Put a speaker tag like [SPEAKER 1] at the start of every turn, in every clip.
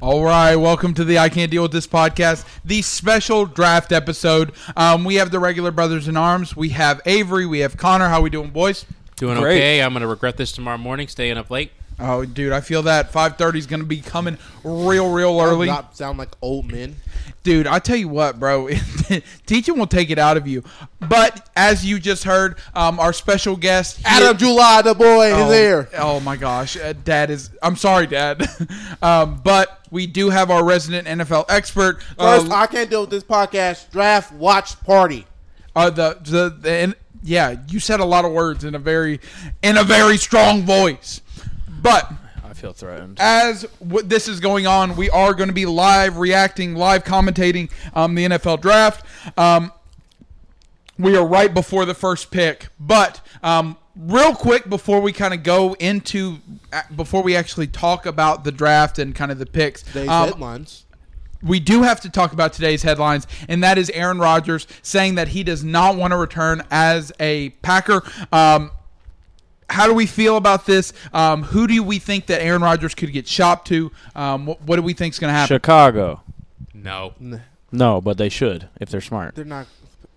[SPEAKER 1] All right, welcome to the I Can't Deal with This podcast, the special draft episode. Um, we have the regular brothers in arms. We have Avery. We have Connor. How we doing, boys?
[SPEAKER 2] Doing
[SPEAKER 3] Great.
[SPEAKER 2] okay. I'm gonna regret this tomorrow morning, staying up late.
[SPEAKER 1] Oh, dude, I feel that 5:30 is going to be coming real, real
[SPEAKER 4] Oh,
[SPEAKER 1] early.
[SPEAKER 4] Not sound like old men.
[SPEAKER 1] Dude, I tell you what, bro, teaching will take it out of you. But as you just heard, um, our special guest
[SPEAKER 4] Adam July, the boy,
[SPEAKER 1] Oh,
[SPEAKER 4] is there.
[SPEAKER 1] Oh my gosh, uh, Dad is. I'm sorry, Dad. um, but we do have our resident NFL expert. uh,
[SPEAKER 4] First, I can't deal with this podcast. Draft watch party.
[SPEAKER 1] uh, the the, the and, yeah, you said a lot of words in a very in a very strong voice. But
[SPEAKER 3] I feel threatened.
[SPEAKER 1] as w- this is going on, we are going to be live reacting, live commentating um, the NFL draft. Um, we are right before the first pick, but um, real quick before we kind of go into a- before we actually talk about the draft and kind of the picks,
[SPEAKER 4] They
[SPEAKER 1] um,
[SPEAKER 4] headlines.
[SPEAKER 1] we do have to talk about today's headlines, and that is Aaron Rodgers saying that he does not want to return as a Packer. Um, how do we feel about this? Um, who do we think that Aaron Rodgers could get shopped to? Um, what, what do we think is going to happen?
[SPEAKER 3] Chicago.
[SPEAKER 2] No,
[SPEAKER 3] No, but they should if they're smart.
[SPEAKER 4] They're not.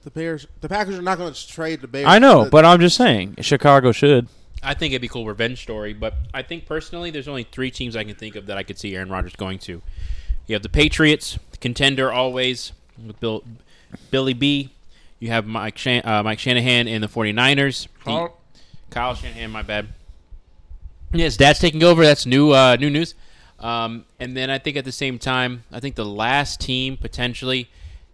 [SPEAKER 4] The Bears, the Packers are not going to trade the Bears.
[SPEAKER 3] I know,
[SPEAKER 4] The-
[SPEAKER 3] but I'm just saying Chicago should.
[SPEAKER 2] I think it'd be a cool revenge story, but I think personally, there's only three teams I can think of that I could see Aaron Rodgers going to. You have the Patriots, the contender always with Bill, Billy B. You have Mike Shan- uh, Mike Shanahan and the 49ers. The-
[SPEAKER 1] Carl-
[SPEAKER 2] Kyle Shanahan, my bad. Yes, Dad's taking over. That's new uh, new news. Um, and then I think at the same time, I think the last team potentially,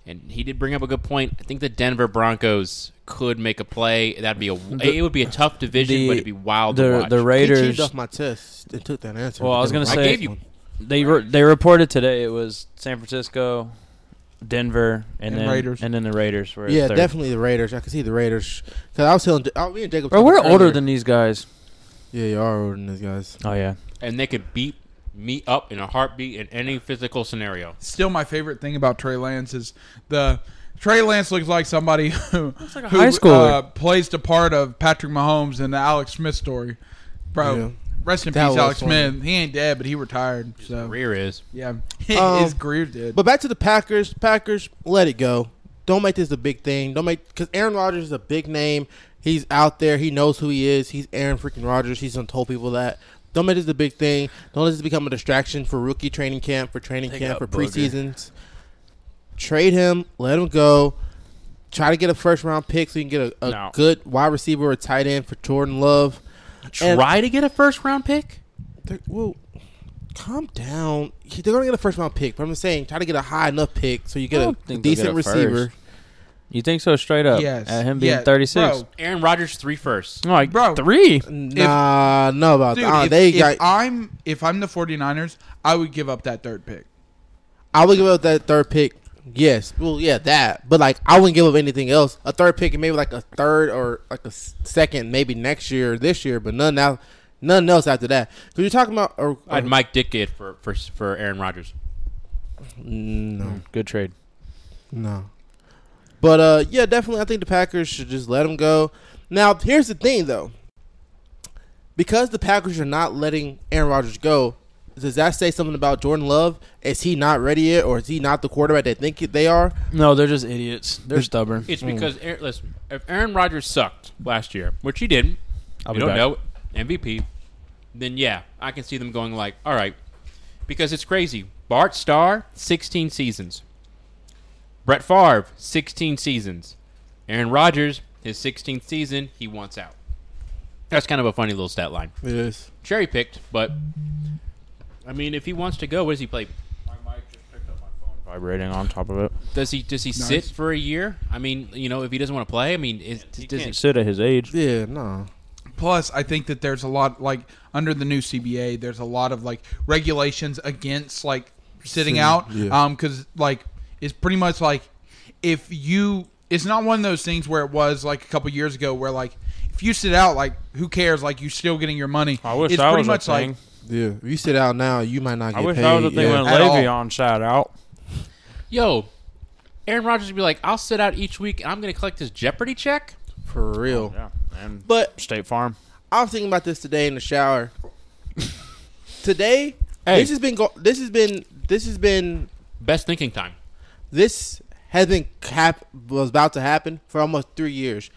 [SPEAKER 2] and he did bring up a good point. I think the Denver Broncos could make a play. That'd be a it would be a tough division,
[SPEAKER 3] the-
[SPEAKER 2] but it'd be wild to
[SPEAKER 3] The
[SPEAKER 2] watch.
[SPEAKER 3] the
[SPEAKER 4] He
[SPEAKER 3] Raiders.
[SPEAKER 4] cheated off my test and took that answer.
[SPEAKER 3] Well, I was gonna
[SPEAKER 2] I
[SPEAKER 3] say-
[SPEAKER 2] gave you
[SPEAKER 3] They re- they reported today it was San Francisco, Denver, and,
[SPEAKER 1] And
[SPEAKER 3] then
[SPEAKER 1] Raiders.
[SPEAKER 3] and then the Raiders were at
[SPEAKER 4] yeah,
[SPEAKER 3] third.
[SPEAKER 4] definitely the Raiders. I could see the Raiders because I was telling I, me and Jacob.
[SPEAKER 3] Bro,
[SPEAKER 4] talked
[SPEAKER 3] we're
[SPEAKER 4] earlier.
[SPEAKER 3] older than these guys.
[SPEAKER 4] Yeah, you are older than these guys.
[SPEAKER 3] Oh yeah,
[SPEAKER 2] and they could beat me up in a heartbeat in any physical scenario.
[SPEAKER 1] Still, my favorite thing about Trey Lance is the Trey Lance looks like somebody who,
[SPEAKER 3] like a
[SPEAKER 1] who
[SPEAKER 3] high schooler.
[SPEAKER 1] Uh, plays the part of Patrick Mahomes in the Alex Smith story, bro.
[SPEAKER 4] Yeah.
[SPEAKER 1] Rest in
[SPEAKER 4] That
[SPEAKER 1] peace,
[SPEAKER 4] was
[SPEAKER 1] Alex
[SPEAKER 4] funny.
[SPEAKER 1] Smith. He ain't dead, but he retired. So
[SPEAKER 2] Career is
[SPEAKER 1] Yeah,
[SPEAKER 4] Um,
[SPEAKER 1] his career did.
[SPEAKER 4] But back to the Packers. Packers, let it go. Don't make this a big thing. Don't make because Aaron Rodgers is a big name. He's out there. He knows who he is. He's Aaron freaking Rodgers. He's done told people that. Don't make this a big thing. Don't let this become a distraction for rookie training camp, for training camp, for
[SPEAKER 3] got booger.
[SPEAKER 4] preseasons. Trade him. Let him go. Try to get a first round pick so you can get a, a
[SPEAKER 3] No.
[SPEAKER 4] good wide receiver or tight end for Jordan Love. And-
[SPEAKER 2] try to get a first round pick.
[SPEAKER 4] they're- well, calm down. He- They're gonna get a first round pick, but I'm just saying, try to get a high enough pick so you
[SPEAKER 3] I
[SPEAKER 4] get a,
[SPEAKER 3] don't think they'll get
[SPEAKER 4] decent
[SPEAKER 3] a
[SPEAKER 4] receiver.
[SPEAKER 3] first. you think so? Straight up,
[SPEAKER 1] Yes.
[SPEAKER 3] At him being
[SPEAKER 1] Yeah,
[SPEAKER 3] 36.
[SPEAKER 1] bro.
[SPEAKER 2] Aaron Rodgers three firsts.
[SPEAKER 3] No, like
[SPEAKER 1] Bro.
[SPEAKER 3] three.
[SPEAKER 4] Nah, no about
[SPEAKER 1] Dude,
[SPEAKER 4] that. Uh,
[SPEAKER 1] if,
[SPEAKER 4] they
[SPEAKER 1] if
[SPEAKER 4] got. I,
[SPEAKER 1] I'm if I'm the 49ers, I would give up that third pick.
[SPEAKER 4] would give up that third pick. Yes, well, yeah, that. But like, I wouldn't give up anything else. A third pick, and maybe like a third or like a s- second, maybe next year, or this year, but none now, none else after that. Because you're talking about. Or,
[SPEAKER 2] I'd Mike Dick it for for for Aaron Rodgers.
[SPEAKER 4] no,
[SPEAKER 3] Good trade.
[SPEAKER 4] No. But uh, yeah, definitely, I think the Packers should just let him go. Now, here's the thing, though. Because the Packers are not letting Aaron Rodgers go, does that say something about Jordan Love? Is he not ready yet, or is he not the quarterback they think they are?
[SPEAKER 3] No, they're just idiots. They're stubborn.
[SPEAKER 2] It's because Aaron, listen, if Aaron Rodgers sucked last year, which he didn't,
[SPEAKER 3] I'll
[SPEAKER 2] you
[SPEAKER 3] be
[SPEAKER 2] don't
[SPEAKER 3] back.
[SPEAKER 2] know MVP. Then yeah, I can see them going like, all right, because it's crazy. Bart Starr, sixteen seasons. Brett Favre, sixteen seasons. Aaron Rodgers, his sixteenth season, he wants out. That's kind of a funny little stat line.
[SPEAKER 4] It is.
[SPEAKER 2] Cherry picked, but I mean, if he wants to go, what does he play?
[SPEAKER 3] Vibrating on top of it.
[SPEAKER 2] Does he does he sit for a year? I mean, you know, if he doesn't want to play, I mean, is, does he
[SPEAKER 3] Can't sit at his age.
[SPEAKER 4] Yeah, no.
[SPEAKER 1] Plus, I think that there's a lot like under the new CBA, there's a lot of like regulations against like sitting out. Um 'cause
[SPEAKER 4] yeah.
[SPEAKER 1] because like it's pretty much like if you, it's not one of those things where it was like a couple years ago where like if you sit out, like who cares? Like you're still getting your money.
[SPEAKER 3] I wish
[SPEAKER 1] it's
[SPEAKER 3] I
[SPEAKER 1] pretty
[SPEAKER 3] was
[SPEAKER 1] much
[SPEAKER 3] a
[SPEAKER 1] like
[SPEAKER 3] thing.
[SPEAKER 4] Yeah, if you sit out now, you might not
[SPEAKER 3] I
[SPEAKER 4] get
[SPEAKER 3] wish
[SPEAKER 4] paid.
[SPEAKER 3] I was a thing
[SPEAKER 4] yeah.
[SPEAKER 3] when
[SPEAKER 1] At all.
[SPEAKER 3] Le'Veon sat out.
[SPEAKER 2] yo, Aaron Rodgers would be like, I'll sit out each week and I'm going to collect this Jeopardy check.
[SPEAKER 4] for real.
[SPEAKER 3] Yeah, and
[SPEAKER 4] But
[SPEAKER 3] State Farm.
[SPEAKER 4] I was thinking about this today in the shower. today,
[SPEAKER 3] Hey.
[SPEAKER 4] this has been go- this has been this has been
[SPEAKER 2] Best thinking time.
[SPEAKER 4] this has been cap was about to happen for almost three years,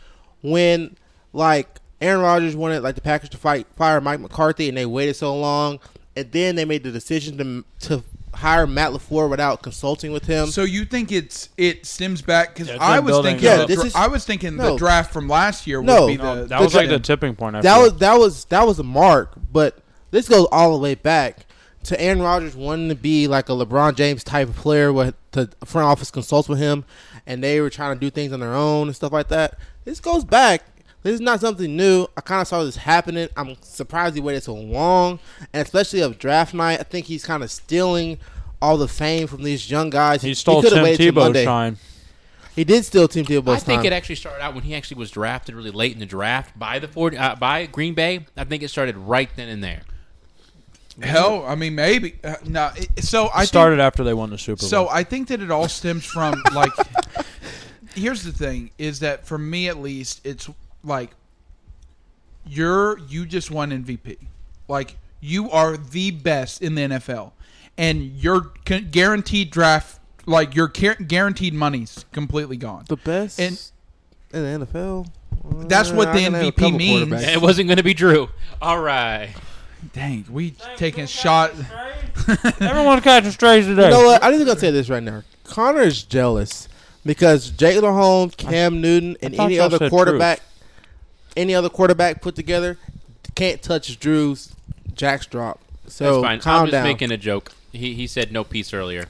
[SPEAKER 4] when like Aaron Rodgers wanted like the Packers to fight fire Mike McCarthy and they waited so long, and then they made the decision to to hire Matt Lafleur without consulting with him.
[SPEAKER 1] So you think it's it stems back because
[SPEAKER 3] Yeah, it's
[SPEAKER 1] I
[SPEAKER 3] been
[SPEAKER 1] was
[SPEAKER 3] building
[SPEAKER 1] thinking
[SPEAKER 3] up.
[SPEAKER 1] the
[SPEAKER 4] Yeah, this
[SPEAKER 1] dra-
[SPEAKER 4] is-
[SPEAKER 1] I was thinking the
[SPEAKER 4] no.
[SPEAKER 1] draft from last year would
[SPEAKER 4] No.
[SPEAKER 1] be
[SPEAKER 4] No,
[SPEAKER 1] the
[SPEAKER 3] That was like the
[SPEAKER 1] trend.
[SPEAKER 3] tipping point. I
[SPEAKER 4] that
[SPEAKER 3] feel.
[SPEAKER 4] was that was that was a mark, but this goes all the way back to Aaron Rodgers wanting to be like a LeBron James type of player where the front office consults with him and they were trying to do things on their own and stuff like that. This goes back. This is not something new. I kind of saw this happening. I'm surprised he waited so long, and especially of draft night. I think he's kind of stealing all the fame from these young guys.
[SPEAKER 3] he stole
[SPEAKER 4] could've
[SPEAKER 3] Tim
[SPEAKER 4] waited till
[SPEAKER 3] Tebow's
[SPEAKER 4] Monday.
[SPEAKER 3] shine.
[SPEAKER 4] He did steal Tim Tebow's
[SPEAKER 2] I think
[SPEAKER 4] time.
[SPEAKER 2] it actually started out when he actually was drafted really late in the draft by the Ford, uh, by Green Bay. I think it started right then and there.
[SPEAKER 1] Hell, I mean maybe uh, no. it- so I think
[SPEAKER 3] started after they won the Super Bowl.
[SPEAKER 1] So I think that it all stems from like. here's the thing: is that for me at least, it's like you're you just won MVP, like you are the best in the NFL, and your gu- guaranteed draft, like your car- guaranteed money's completely gone.
[SPEAKER 4] the best
[SPEAKER 1] And-
[SPEAKER 4] in the NFL.
[SPEAKER 1] That's what the
[SPEAKER 4] I can have a
[SPEAKER 1] MVP
[SPEAKER 4] couple
[SPEAKER 1] means.
[SPEAKER 4] quarterbacks.
[SPEAKER 2] It wasn't going to be Drew. All right.
[SPEAKER 1] Dang, we taking shot.
[SPEAKER 3] Everyone catching strays today.
[SPEAKER 4] You know what? I'm just gonna say this right now. Connor is jealous because Jalen Holmes, Cam Newton, and
[SPEAKER 3] thought
[SPEAKER 4] any
[SPEAKER 3] y'all
[SPEAKER 4] other
[SPEAKER 3] said
[SPEAKER 4] quarterback, any other quarterback put together, can't touch Drew's Jack's drop.
[SPEAKER 2] That's
[SPEAKER 4] So
[SPEAKER 2] fine.
[SPEAKER 4] calm
[SPEAKER 2] I'm just
[SPEAKER 4] down.
[SPEAKER 2] making a joke. He, he said no peace earlier.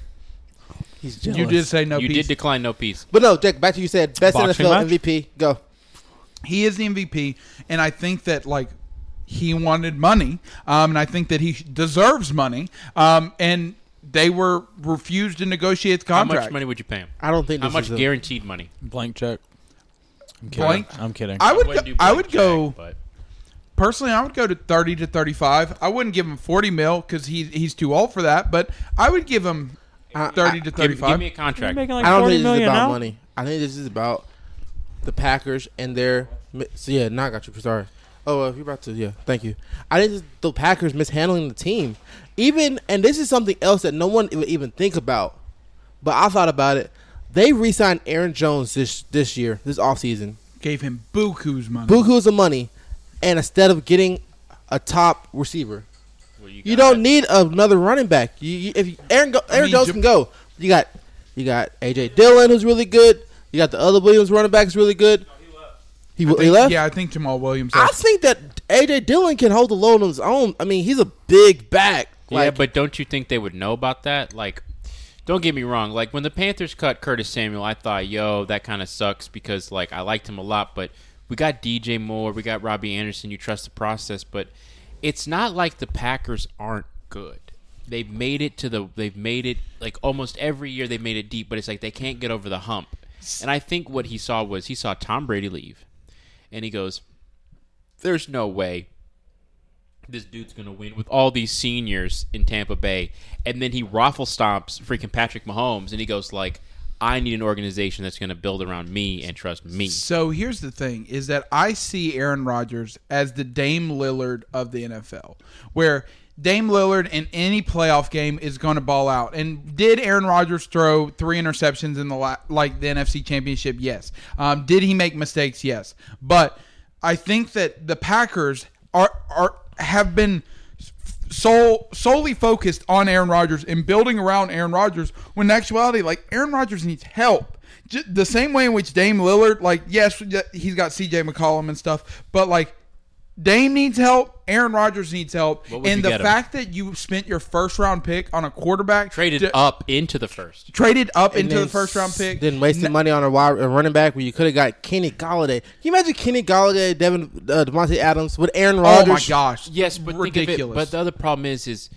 [SPEAKER 4] He's jealous.
[SPEAKER 1] You did say no.
[SPEAKER 2] you
[SPEAKER 1] peace.
[SPEAKER 2] did decline no peace.
[SPEAKER 4] but no, Jack. Back to you said best
[SPEAKER 3] Boxing
[SPEAKER 4] NFL
[SPEAKER 3] match?
[SPEAKER 4] MVP. Go.
[SPEAKER 1] he is the MVP, and I think that like he wanted money, um, and I think that he deserves money, um, and they were refused to negotiate the
[SPEAKER 2] How
[SPEAKER 1] contract.
[SPEAKER 2] much money would you pay him?
[SPEAKER 4] I don't think
[SPEAKER 2] How
[SPEAKER 4] this
[SPEAKER 2] much
[SPEAKER 4] is a-
[SPEAKER 2] guaranteed money?
[SPEAKER 3] Blank check. I'm kidding.
[SPEAKER 1] Blank?
[SPEAKER 3] I'm kidding.
[SPEAKER 1] I would.
[SPEAKER 2] wouldn't
[SPEAKER 1] Go,
[SPEAKER 2] do
[SPEAKER 1] I
[SPEAKER 2] blank
[SPEAKER 1] would
[SPEAKER 2] check,
[SPEAKER 1] go
[SPEAKER 2] but-
[SPEAKER 1] personally. I would go to thirty to thirty-five. I wouldn't give him forty mil because he he's too old for that. But I would give him
[SPEAKER 4] I-
[SPEAKER 1] thirty to
[SPEAKER 2] Give- Give,
[SPEAKER 1] thirty-five.
[SPEAKER 2] me a contract.
[SPEAKER 4] I don't think this is about money. I think this is about the Packers and their. mi- So yeah, not got you. Sorry. Oh, uh, if you're about to, yeah, thank you. I think this is the Packers mishandling the team. Even and this is something else that no one would even think about, but I thought about it. They re-signed Aaron Jones this this year, this offseason.
[SPEAKER 1] Gave him buku's money.
[SPEAKER 4] Buku's the money, and instead of getting a top receiver,
[SPEAKER 2] Well,
[SPEAKER 4] you
[SPEAKER 2] got
[SPEAKER 4] don't need another running back. You, you if you, Aaron go, Aaron
[SPEAKER 1] mean,
[SPEAKER 4] Jones
[SPEAKER 1] Ja-
[SPEAKER 4] can go. You got you got AJ Dillon who's really good. You got the other Williams running back who's really good. He,
[SPEAKER 1] I
[SPEAKER 4] w-
[SPEAKER 1] think-
[SPEAKER 4] he left.
[SPEAKER 1] Yeah, I think Jamal Williams.
[SPEAKER 4] I
[SPEAKER 1] left.
[SPEAKER 4] think that AJ Dillon can hold the load on his own. I mean, he's a big back.
[SPEAKER 2] yeah,
[SPEAKER 4] Like,
[SPEAKER 2] but don't you think they would know about that? Like, don't get me wrong. Like when the Panthers cut Curtis Samuel, I thought, yo, that kind of sucks because like I liked him a lot, but we got DJ Moore, we got Robbie Anderson. You trust the process, but it's not like the Packers aren't good. They've made it to the. They've made it like almost every year. They've made it deep, but it's like they can't get over the hump. And I think what he saw was he saw Tom Brady leave, and he goes, "There's no way this dude's gonna win with all these seniors in Tampa Bay, and then he raffle stomps freaking Patrick Mahomes, and he goes like, "I need an organization that's gonna build around me and trust me."
[SPEAKER 1] So here's the thing: is that I see Aaron Rodgers as the Dame Lillard of the NFL, where Dame Lillard in any playoff game is going to ball out. And did Aaron Rodgers throw three interceptions in the la- like the NFC Championship? Yes. Um, did he make mistakes? Yes. But I think that the Packers are are have been sole solely focused on Aaron Rodgers and building around Aaron Rodgers when in actuality like Aaron Rodgers needs help. J- the same way in which Dame Lillard like yes y- he's got CJ McCollum and stuff, but like Dame needs help, Aaron Rodgers needs help,
[SPEAKER 2] What would
[SPEAKER 1] and
[SPEAKER 2] you
[SPEAKER 1] the
[SPEAKER 2] get him?
[SPEAKER 1] fact that you spent your first round pick on a quarterback
[SPEAKER 2] Traded
[SPEAKER 1] to-
[SPEAKER 2] up into the first.
[SPEAKER 1] traded up
[SPEAKER 4] and
[SPEAKER 1] into
[SPEAKER 4] then
[SPEAKER 1] the first round pick.
[SPEAKER 4] Then wasting money on a, wide, a running back where you could have got Kenny Galladay. Can you imagine Kenny Galladay, Devin uh, Devontae Adams with Aaron
[SPEAKER 1] oh
[SPEAKER 4] Rodgers?
[SPEAKER 1] my gosh!
[SPEAKER 2] Yes, but Think of it,
[SPEAKER 1] ridiculous.
[SPEAKER 2] but the other problem is, is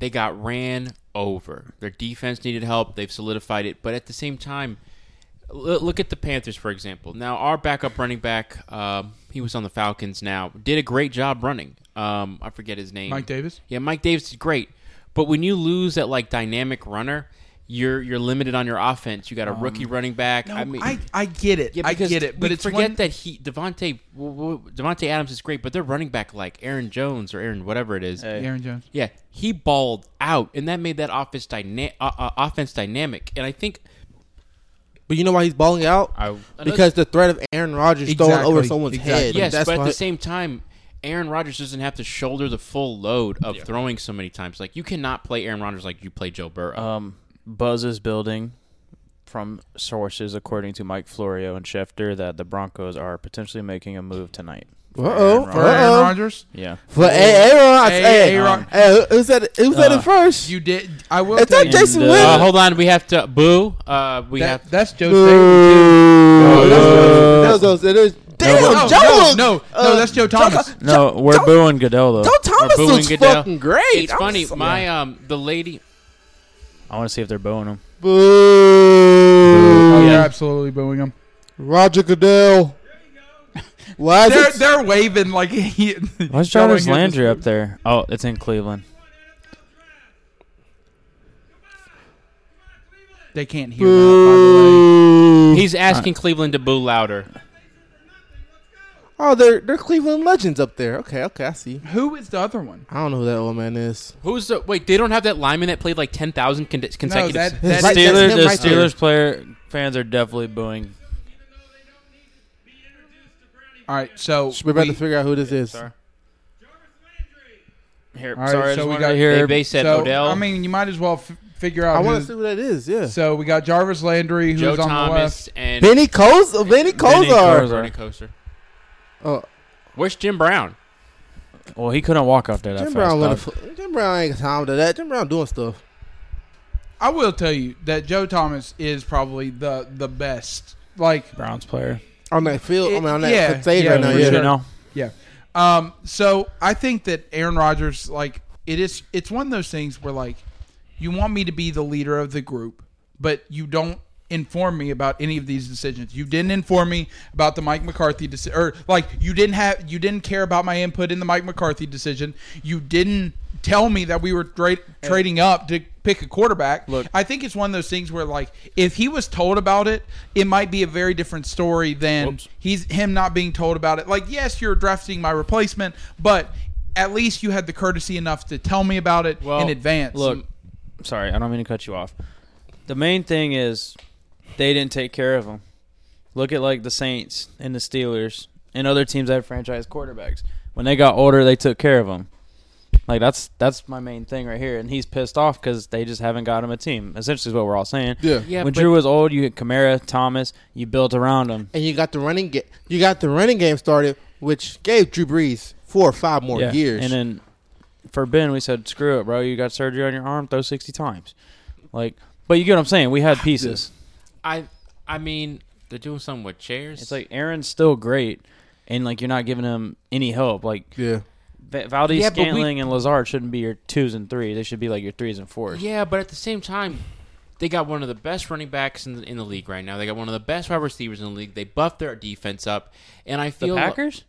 [SPEAKER 2] they got ran over. Their defense needed help. They've solidified it, but at the same time, l- look at the Panthers for example. Now our backup running back, um, he was on the Falcons. Now did a great job running. Um, I forget his name.
[SPEAKER 1] Mike Davis?
[SPEAKER 2] Yeah, Mike Davis is great, but when you lose that like dynamic runner, You're you're limited on your offense. You got a rookie running back.
[SPEAKER 1] Um, No,
[SPEAKER 2] I mean,
[SPEAKER 1] I, I get it.
[SPEAKER 2] yeah,
[SPEAKER 1] I
[SPEAKER 2] because
[SPEAKER 1] get it. But
[SPEAKER 2] we
[SPEAKER 1] it's
[SPEAKER 2] forget
[SPEAKER 1] one,
[SPEAKER 2] that he Devonte Devonte Adams is great, but they're running back like Aaron Jones or Aaron whatever it is.
[SPEAKER 3] Hey,
[SPEAKER 1] Aaron Jones.
[SPEAKER 2] Yeah, he balled out, and that made that offense dyna- uh, uh, offense dynamic. And I think
[SPEAKER 4] But you know why he's balling out?
[SPEAKER 2] I
[SPEAKER 4] because the threat of Aaron Rodgers throwing
[SPEAKER 1] Exactly.
[SPEAKER 4] over someone's
[SPEAKER 1] Exactly.
[SPEAKER 4] head.
[SPEAKER 2] yes,
[SPEAKER 4] that's
[SPEAKER 2] but at
[SPEAKER 4] why,
[SPEAKER 2] the same time, Aaron Rodgers doesn't have to shoulder the full load of throwing so many times. Like you cannot play Aaron Rodgers like you play Joe Burrow.
[SPEAKER 3] Um, buzz is building from sources according to Mike Florio and Schefter that the Broncos are potentially making a move tonight.
[SPEAKER 4] Uh-oh.
[SPEAKER 1] For
[SPEAKER 4] Uh-oh.
[SPEAKER 1] Aaron Rodgers,
[SPEAKER 3] Yeah.
[SPEAKER 4] for A- Aaron,
[SPEAKER 1] Hey,
[SPEAKER 4] hey,
[SPEAKER 1] Aaron.
[SPEAKER 4] hey, who said it, who said
[SPEAKER 3] Uh,
[SPEAKER 4] it first?
[SPEAKER 1] you did. I will.
[SPEAKER 4] It's
[SPEAKER 1] tell
[SPEAKER 4] not
[SPEAKER 1] you,
[SPEAKER 4] Jason
[SPEAKER 3] And, uh,
[SPEAKER 2] uh,
[SPEAKER 4] Witten.
[SPEAKER 2] hold on, we have to boo. Uh, we
[SPEAKER 1] that-
[SPEAKER 2] have
[SPEAKER 1] that's Joe Staley. too. Oh,
[SPEAKER 4] Boo.
[SPEAKER 3] Uh,
[SPEAKER 4] That's Joe- It is. Damn,
[SPEAKER 1] No, no,
[SPEAKER 4] Joe.
[SPEAKER 1] no,
[SPEAKER 4] look-
[SPEAKER 1] no, no, that's Joe Thomas.
[SPEAKER 3] No, we're
[SPEAKER 4] don't-
[SPEAKER 3] booing Godell though.
[SPEAKER 4] Joe Thomas
[SPEAKER 2] booing
[SPEAKER 4] looks
[SPEAKER 2] Goodell.
[SPEAKER 4] fucking great.
[SPEAKER 2] It's
[SPEAKER 4] I'm
[SPEAKER 2] funny.
[SPEAKER 4] so-
[SPEAKER 2] My um, the lady.
[SPEAKER 3] I want to see if they're booing him.
[SPEAKER 4] Boo.
[SPEAKER 1] Oh,
[SPEAKER 3] Yeah.
[SPEAKER 1] They're absolutely booing him.
[SPEAKER 4] Roger Goodell. Why
[SPEAKER 1] They're,
[SPEAKER 4] is it?
[SPEAKER 1] they're waving like he.
[SPEAKER 3] Why's
[SPEAKER 1] showing
[SPEAKER 3] Jarvis
[SPEAKER 1] his-
[SPEAKER 3] Landry up there? Oh, it's in Cleveland.
[SPEAKER 1] They can't hear that,
[SPEAKER 2] He's asking Cleveland to boo louder.
[SPEAKER 4] Oh, they're they're Cleveland legends up there. Okay, okay, I see.
[SPEAKER 1] by the way. Who is the other one?
[SPEAKER 4] I don't know who that old man is.
[SPEAKER 2] Who's the wait? They don't have that lineman that played like ten thousand con- consecutive.
[SPEAKER 1] that-
[SPEAKER 3] The
[SPEAKER 1] that-
[SPEAKER 4] Right, that's
[SPEAKER 3] Steelers,
[SPEAKER 4] him
[SPEAKER 3] the
[SPEAKER 4] right there.
[SPEAKER 3] Steelers player fans are definitely booing.
[SPEAKER 1] All right, so
[SPEAKER 4] We're about
[SPEAKER 1] we-
[SPEAKER 4] to figure out who this is.
[SPEAKER 3] Here,
[SPEAKER 1] All right,
[SPEAKER 3] sorry, I
[SPEAKER 1] so
[SPEAKER 3] just
[SPEAKER 1] we
[SPEAKER 3] wanted
[SPEAKER 1] got-
[SPEAKER 3] to
[SPEAKER 2] they,
[SPEAKER 3] hear.
[SPEAKER 2] they said
[SPEAKER 1] so,
[SPEAKER 2] Odell.
[SPEAKER 1] I mean, you might as well f- figure out.
[SPEAKER 4] I
[SPEAKER 1] who-
[SPEAKER 4] want to see who that is. Yeah,
[SPEAKER 1] So we got Jarvis Landry, who's
[SPEAKER 2] Joe
[SPEAKER 1] on the
[SPEAKER 2] Thomas
[SPEAKER 1] left.
[SPEAKER 2] and
[SPEAKER 4] Benny Kozar. Benny uh,
[SPEAKER 3] Benny
[SPEAKER 4] Kozar.
[SPEAKER 3] Kozar.
[SPEAKER 2] Bernie Kosar.
[SPEAKER 1] Uh,
[SPEAKER 4] Oh,
[SPEAKER 2] Where's Jim Brown?
[SPEAKER 3] well, he couldn't walk up there that
[SPEAKER 4] Jim
[SPEAKER 3] fast.
[SPEAKER 4] Brown.
[SPEAKER 3] dog.
[SPEAKER 4] let him- Jim Brown ain't got time to that. Jim Brown doing stuff.
[SPEAKER 1] I will tell you that Joe Thomas is probably the the best. Like,
[SPEAKER 3] Browns player.
[SPEAKER 4] On that field, I
[SPEAKER 1] It-
[SPEAKER 4] mean, on that
[SPEAKER 1] yeah,
[SPEAKER 4] stage
[SPEAKER 1] yeah,
[SPEAKER 4] right now.
[SPEAKER 1] for
[SPEAKER 4] Yeah.
[SPEAKER 1] sure.
[SPEAKER 3] You know,
[SPEAKER 1] yeah. Um. So I think that Aaron Rodgers, like, it is. It's one of those things where, like, you want me to be the leader of the group, but you don't inform me about any of these decisions. You didn't inform me about the Mike McCarthy decision, or like, you didn't have, you didn't care about my input in the Mike McCarthy decision. You didn't tell me that we were tra- trading up to pick a quarterback.
[SPEAKER 3] Look-
[SPEAKER 1] I think it's one of those things where like if he was told about it, it might be a very different story than
[SPEAKER 2] Whoops.
[SPEAKER 1] he's him not being told about it. Like yes, you're drafting my replacement, but at least you had the courtesy enough to tell me about it in advance.
[SPEAKER 3] Look, sorry, I don't mean to cut you off. The main thing is they didn't take care of him. Look at like the Saints and the Steelers and other teams that have franchise quarterbacks. When they got older, they took care of him. Like that's that's my main thing right here, and he's pissed off because they just haven't got him a team. Essentially, is what we're all saying.
[SPEAKER 4] Yeah.
[SPEAKER 2] Yeah,
[SPEAKER 3] when
[SPEAKER 2] but-
[SPEAKER 3] Drew was old, you had Kamara, Thomas, you built around him.
[SPEAKER 4] and you got the running game. You got the running game started, which gave Drew Brees four or five more
[SPEAKER 3] Yeah.
[SPEAKER 4] years.
[SPEAKER 3] And then for Ben, we said, "Screw it, bro. You got surgery on your arm. Throw sixty times." Like, but you get what I'm saying. We had pieces.
[SPEAKER 2] I I mean they're doing something with chairs.
[SPEAKER 3] It's like Aaron's still great, and like you're not giving him any help. Like
[SPEAKER 4] yeah,
[SPEAKER 3] Va- Valdez,
[SPEAKER 2] Yeah, but we-
[SPEAKER 3] Scantling, and Lazard shouldn't be your twos and threes. They should be like your threes and fours.
[SPEAKER 2] yeah, but at the same time, they got one of the best running backs in the, in the league right now. They got one of the best wide receivers in the league. They buffed their defense up, and I
[SPEAKER 3] The
[SPEAKER 2] feel
[SPEAKER 3] Packers.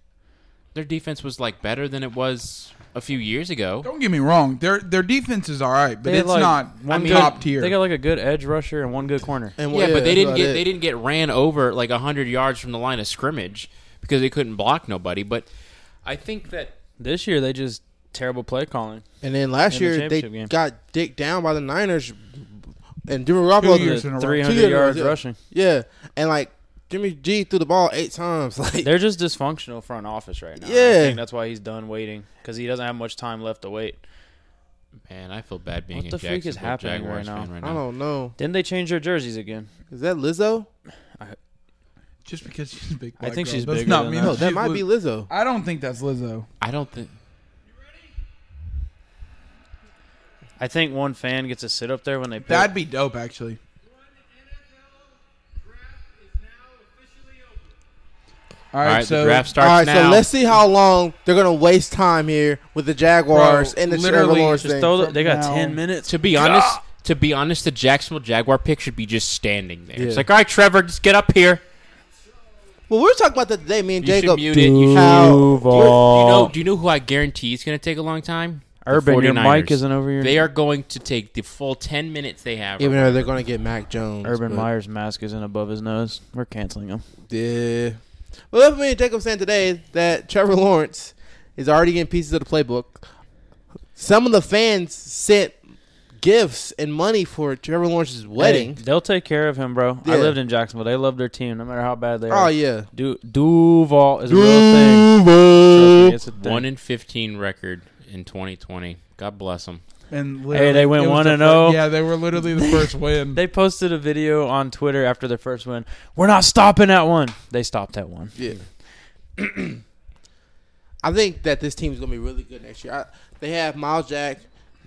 [SPEAKER 2] their defense was like better than it was a few years ago.
[SPEAKER 1] don't get me wrong, their their defense is all right, but
[SPEAKER 3] They
[SPEAKER 1] it's
[SPEAKER 3] like
[SPEAKER 1] not
[SPEAKER 3] one
[SPEAKER 2] mean,
[SPEAKER 1] top tier.
[SPEAKER 3] They got like a good edge rusher and one good corner.
[SPEAKER 4] and
[SPEAKER 2] Yeah, but they
[SPEAKER 4] that's
[SPEAKER 2] didn't
[SPEAKER 4] about
[SPEAKER 2] get
[SPEAKER 4] it.
[SPEAKER 2] they didn't get ran over like hundred yards from the line of scrimmage because they couldn't block nobody. But I think that
[SPEAKER 3] This year they just terrible play calling.
[SPEAKER 4] And then last
[SPEAKER 3] in the
[SPEAKER 4] year they
[SPEAKER 3] championship game.
[SPEAKER 4] got dicked down by the Niners, and Jimmy
[SPEAKER 1] Two years in a
[SPEAKER 4] Garoppolo.
[SPEAKER 1] row.
[SPEAKER 3] Three
[SPEAKER 4] Two
[SPEAKER 3] hundred
[SPEAKER 4] years,
[SPEAKER 3] yards
[SPEAKER 4] yeah.
[SPEAKER 3] rushing.
[SPEAKER 4] Yeah, and like Jimmy G threw the ball eight times. Like
[SPEAKER 3] They're just dysfunctional front office right now. I
[SPEAKER 4] Yeah.
[SPEAKER 3] think that's why he's done waiting because he doesn't have much time left to wait.
[SPEAKER 2] man, I feel bad being
[SPEAKER 3] What
[SPEAKER 2] a
[SPEAKER 3] the freak is
[SPEAKER 2] Jacksonville
[SPEAKER 3] happening right
[SPEAKER 2] Jaguars
[SPEAKER 3] now?
[SPEAKER 2] fan right now.
[SPEAKER 4] I don't know.
[SPEAKER 3] Didn't they change their jerseys again?
[SPEAKER 4] Is that Lizzo?
[SPEAKER 1] Just because she's a big,
[SPEAKER 3] I
[SPEAKER 1] black
[SPEAKER 3] think
[SPEAKER 1] girl
[SPEAKER 3] she's
[SPEAKER 1] does
[SPEAKER 3] bigger
[SPEAKER 1] not
[SPEAKER 3] than
[SPEAKER 1] mean
[SPEAKER 3] that.
[SPEAKER 4] No, that
[SPEAKER 1] she
[SPEAKER 4] might
[SPEAKER 1] was-
[SPEAKER 4] be Lizzo.
[SPEAKER 1] I don't think that's Lizzo.
[SPEAKER 2] I don't think
[SPEAKER 3] I think one fan gets to sit up there when they pick.
[SPEAKER 1] That'd be dope, actually. All right,
[SPEAKER 2] All right,
[SPEAKER 1] so
[SPEAKER 2] the draft
[SPEAKER 4] All
[SPEAKER 2] starts
[SPEAKER 4] right,
[SPEAKER 2] now.
[SPEAKER 4] so let's see how long they're gonna waste time here with the Jaguars
[SPEAKER 1] Bro,
[SPEAKER 4] and the Trevor
[SPEAKER 1] literally,
[SPEAKER 4] Lawrence
[SPEAKER 1] just
[SPEAKER 4] thing.
[SPEAKER 3] Throw the- they got
[SPEAKER 1] Now-
[SPEAKER 3] ten minutes.
[SPEAKER 2] to be honest, to be honest, the Jacksonville Jaguar pick should be just standing there.
[SPEAKER 4] Yeah.
[SPEAKER 2] It's like, all right, Trevor, just get up here.
[SPEAKER 4] well, we were talking about that today. Me and
[SPEAKER 2] You should
[SPEAKER 4] Jacob.
[SPEAKER 2] mute it. You should.
[SPEAKER 4] How-
[SPEAKER 2] Do you know? Do you know who I guarantee is going to take a long time?
[SPEAKER 3] Oh. Urban, your
[SPEAKER 2] 49ers.
[SPEAKER 3] mic isn't over your.
[SPEAKER 2] They are going to take the full 10 minutes they have.
[SPEAKER 4] Even though they're going to get Mac Jones.
[SPEAKER 3] Urban
[SPEAKER 4] but-
[SPEAKER 3] Meyer's mask isn't above his nose. We're canceling him.
[SPEAKER 4] Yeah. Well, that's me and Jacob saying today that Trevor Lawrence is already getting pieces of the playbook. Some of the fans sent gifts and money for Trevor Lawrence's wedding.
[SPEAKER 3] Hey, they'll take care of him, bro.
[SPEAKER 4] Yeah.
[SPEAKER 3] I lived in Jacksonville. They love their team, no matter how bad they
[SPEAKER 4] Oh
[SPEAKER 3] are.
[SPEAKER 4] yeah.
[SPEAKER 3] Du- Duval is a real thing. Trust me, it's a thing.
[SPEAKER 2] One in 15 record in 2020. God bless them.
[SPEAKER 1] And
[SPEAKER 3] Hey, they went
[SPEAKER 1] it was
[SPEAKER 3] 1
[SPEAKER 1] the
[SPEAKER 3] and
[SPEAKER 1] fir-
[SPEAKER 3] 0.
[SPEAKER 1] Yeah, they were literally the first win.
[SPEAKER 3] They posted a video on Twitter after their first win. We're not stopping at one. They stopped at one.
[SPEAKER 4] Yeah. I think that this team's gonna be really good next year. I, they have Miles Jack,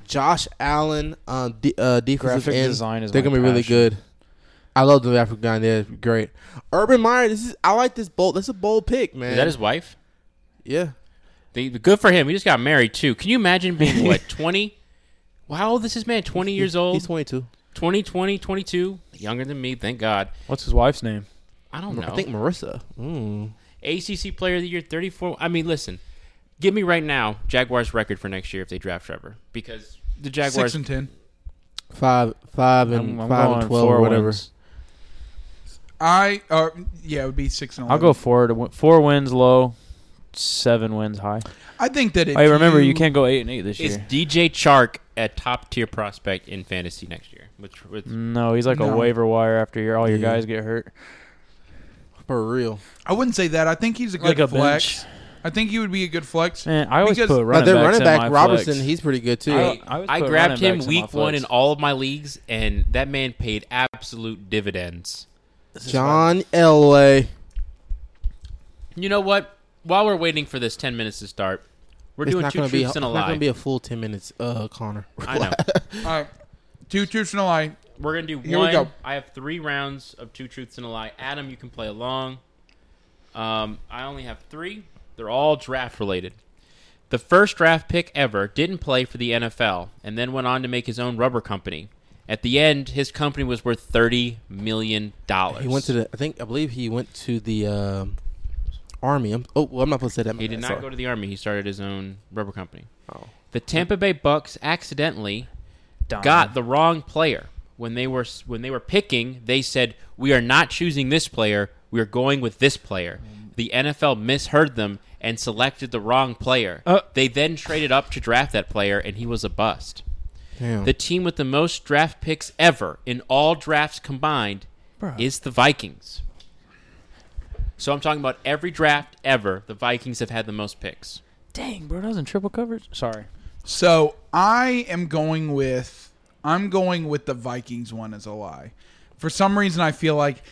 [SPEAKER 4] Josh Allen, um, d- uh, defensive
[SPEAKER 3] Graphic
[SPEAKER 4] end.
[SPEAKER 3] design is
[SPEAKER 4] They're
[SPEAKER 3] my
[SPEAKER 4] gonna be really
[SPEAKER 3] passion.
[SPEAKER 4] good. I love the graphic design. They're great. Urban Meyer, this is I like this bold. That's a bold pick, man.
[SPEAKER 2] Is that his wife?
[SPEAKER 4] yeah.
[SPEAKER 2] They, good for him. He just got married, too. Can you imagine being, what, 20? Wow, this is man 20 years
[SPEAKER 4] He's
[SPEAKER 2] old.
[SPEAKER 4] twenty two.
[SPEAKER 2] 20, 20, 22. Younger than me, thank God.
[SPEAKER 3] What's his wife's name?
[SPEAKER 2] I don't know.
[SPEAKER 4] I think Marissa. Mm.
[SPEAKER 2] ACC Player of the Year, 34. I mean, listen, give me right now Jaguars record for next year if they draft Trevor because the Jaguars
[SPEAKER 1] Six and ten.
[SPEAKER 4] Five, five, and
[SPEAKER 3] I'm, I'm
[SPEAKER 4] five
[SPEAKER 3] going
[SPEAKER 4] and twelve
[SPEAKER 3] four
[SPEAKER 4] or whatever.
[SPEAKER 3] wins.
[SPEAKER 1] I uh, yeah, it would be six and.
[SPEAKER 3] I'll
[SPEAKER 1] 11.
[SPEAKER 3] go four to win. four wins low, seven wins high.
[SPEAKER 1] I think that. If
[SPEAKER 3] I remember Oh, you can't go eight and eight this
[SPEAKER 2] is
[SPEAKER 3] year.
[SPEAKER 2] DJ Chark a top tier prospect in fantasy next year. Which, which
[SPEAKER 3] No, he's like
[SPEAKER 1] No.
[SPEAKER 3] a waiver wire after year. All your
[SPEAKER 4] Yeah.
[SPEAKER 3] guys get hurt.
[SPEAKER 4] For real.
[SPEAKER 1] I wouldn't say that. I think he's a good
[SPEAKER 3] Like a Eh.
[SPEAKER 1] flex. I think he would be a good flex.
[SPEAKER 3] Man, I always
[SPEAKER 1] Because-
[SPEAKER 3] put
[SPEAKER 4] Now,
[SPEAKER 3] running
[SPEAKER 4] their
[SPEAKER 3] backs
[SPEAKER 4] running
[SPEAKER 3] in my
[SPEAKER 4] back
[SPEAKER 3] flex.
[SPEAKER 4] Robertson, he's pretty good too.
[SPEAKER 2] I,
[SPEAKER 3] I always
[SPEAKER 2] I
[SPEAKER 3] put
[SPEAKER 2] grabbed
[SPEAKER 3] running
[SPEAKER 2] him
[SPEAKER 3] backs in my
[SPEAKER 2] week one
[SPEAKER 3] flex.
[SPEAKER 2] in all of my leagues, and that man paid absolute dividends.
[SPEAKER 4] John Elway.
[SPEAKER 2] You know what? While we're waiting for this 10 minutes to start, we're
[SPEAKER 4] It's
[SPEAKER 2] doing
[SPEAKER 4] not
[SPEAKER 2] two
[SPEAKER 4] gonna be.
[SPEAKER 2] truths
[SPEAKER 4] It's
[SPEAKER 2] and a
[SPEAKER 4] not
[SPEAKER 2] lie.
[SPEAKER 4] gonna be a full ten minutes, uh, Connor.
[SPEAKER 2] I know.
[SPEAKER 1] All right, two truths and a lie.
[SPEAKER 2] We're gonna do
[SPEAKER 1] Here we
[SPEAKER 2] one.
[SPEAKER 1] go.
[SPEAKER 2] I have three rounds of two truths and a lie. Adam, you can play along. Um, I only have three. They're all draft related. The first draft pick ever didn't play for the NFL and then went on to make his own rubber company. At the end, his company was worth thirty million dollars.
[SPEAKER 4] He went to the. I think I believe he went to the um, army. I'm, oh, well, I'm not supposed to say that.
[SPEAKER 2] He did not
[SPEAKER 4] Sorry.
[SPEAKER 2] go to the army. He started his own rubber company.
[SPEAKER 4] Oh.
[SPEAKER 2] The Tampa Bay Bucks accidentally
[SPEAKER 3] Done.
[SPEAKER 2] got the wrong player when they were when they were picking. They said we are not choosing this player. We are going with this player. The NFL misheard them and selected the wrong player.
[SPEAKER 3] Uh.
[SPEAKER 2] they then traded up to draft that player, and he was a bust.
[SPEAKER 4] Damn.
[SPEAKER 2] The team with the most draft picks ever in all drafts combined
[SPEAKER 3] Bruh.
[SPEAKER 2] is the Vikings. So I'm talking about every draft ever. The Vikings have had the most picks.
[SPEAKER 3] Dang, bro, that was in triple coverage. Sorry.
[SPEAKER 1] So I am going with I'm going with the Vikings one as a lie. For some reason, I feel like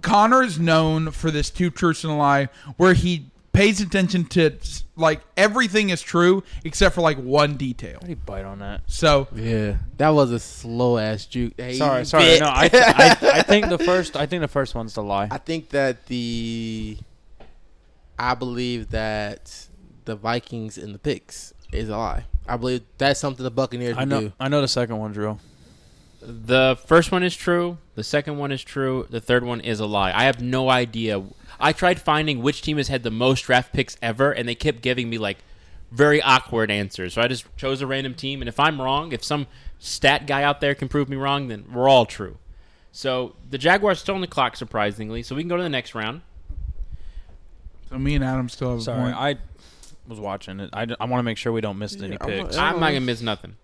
[SPEAKER 1] Connor is known for this two truths and a lie, where he pays attention to like everything is true except for like one detail.
[SPEAKER 3] How do you bite on that?
[SPEAKER 1] So
[SPEAKER 4] yeah, that was a slow ass juke. Hey,
[SPEAKER 3] Sorry,
[SPEAKER 4] you
[SPEAKER 3] sorry.
[SPEAKER 4] bit.
[SPEAKER 3] No, I, I, I think the first. I think the first one's the lie.
[SPEAKER 4] I think that the. I believe that the Vikings and the picks is a lie. I believe that's something the Buccaneers
[SPEAKER 3] I
[SPEAKER 4] would
[SPEAKER 3] know.
[SPEAKER 4] do.
[SPEAKER 3] I know the second one's real.
[SPEAKER 2] The first one is true. The second one is true. The third one is a lie. I have no idea. I tried finding which team has had the most draft picks ever, and they kept giving me like very awkward answers. So I just chose a random team, and if I'm wrong, if some stat guy out there can prove me wrong, then we're all true. So the Jaguars still on the clock, surprisingly. So we can go to the next round.
[SPEAKER 1] So me and Adam still have
[SPEAKER 3] Sorry,
[SPEAKER 1] a point.
[SPEAKER 3] I was watching it. I, want to make sure we don't miss any
[SPEAKER 4] I'm not-
[SPEAKER 3] picks.
[SPEAKER 2] I'm not gonna miss nothing.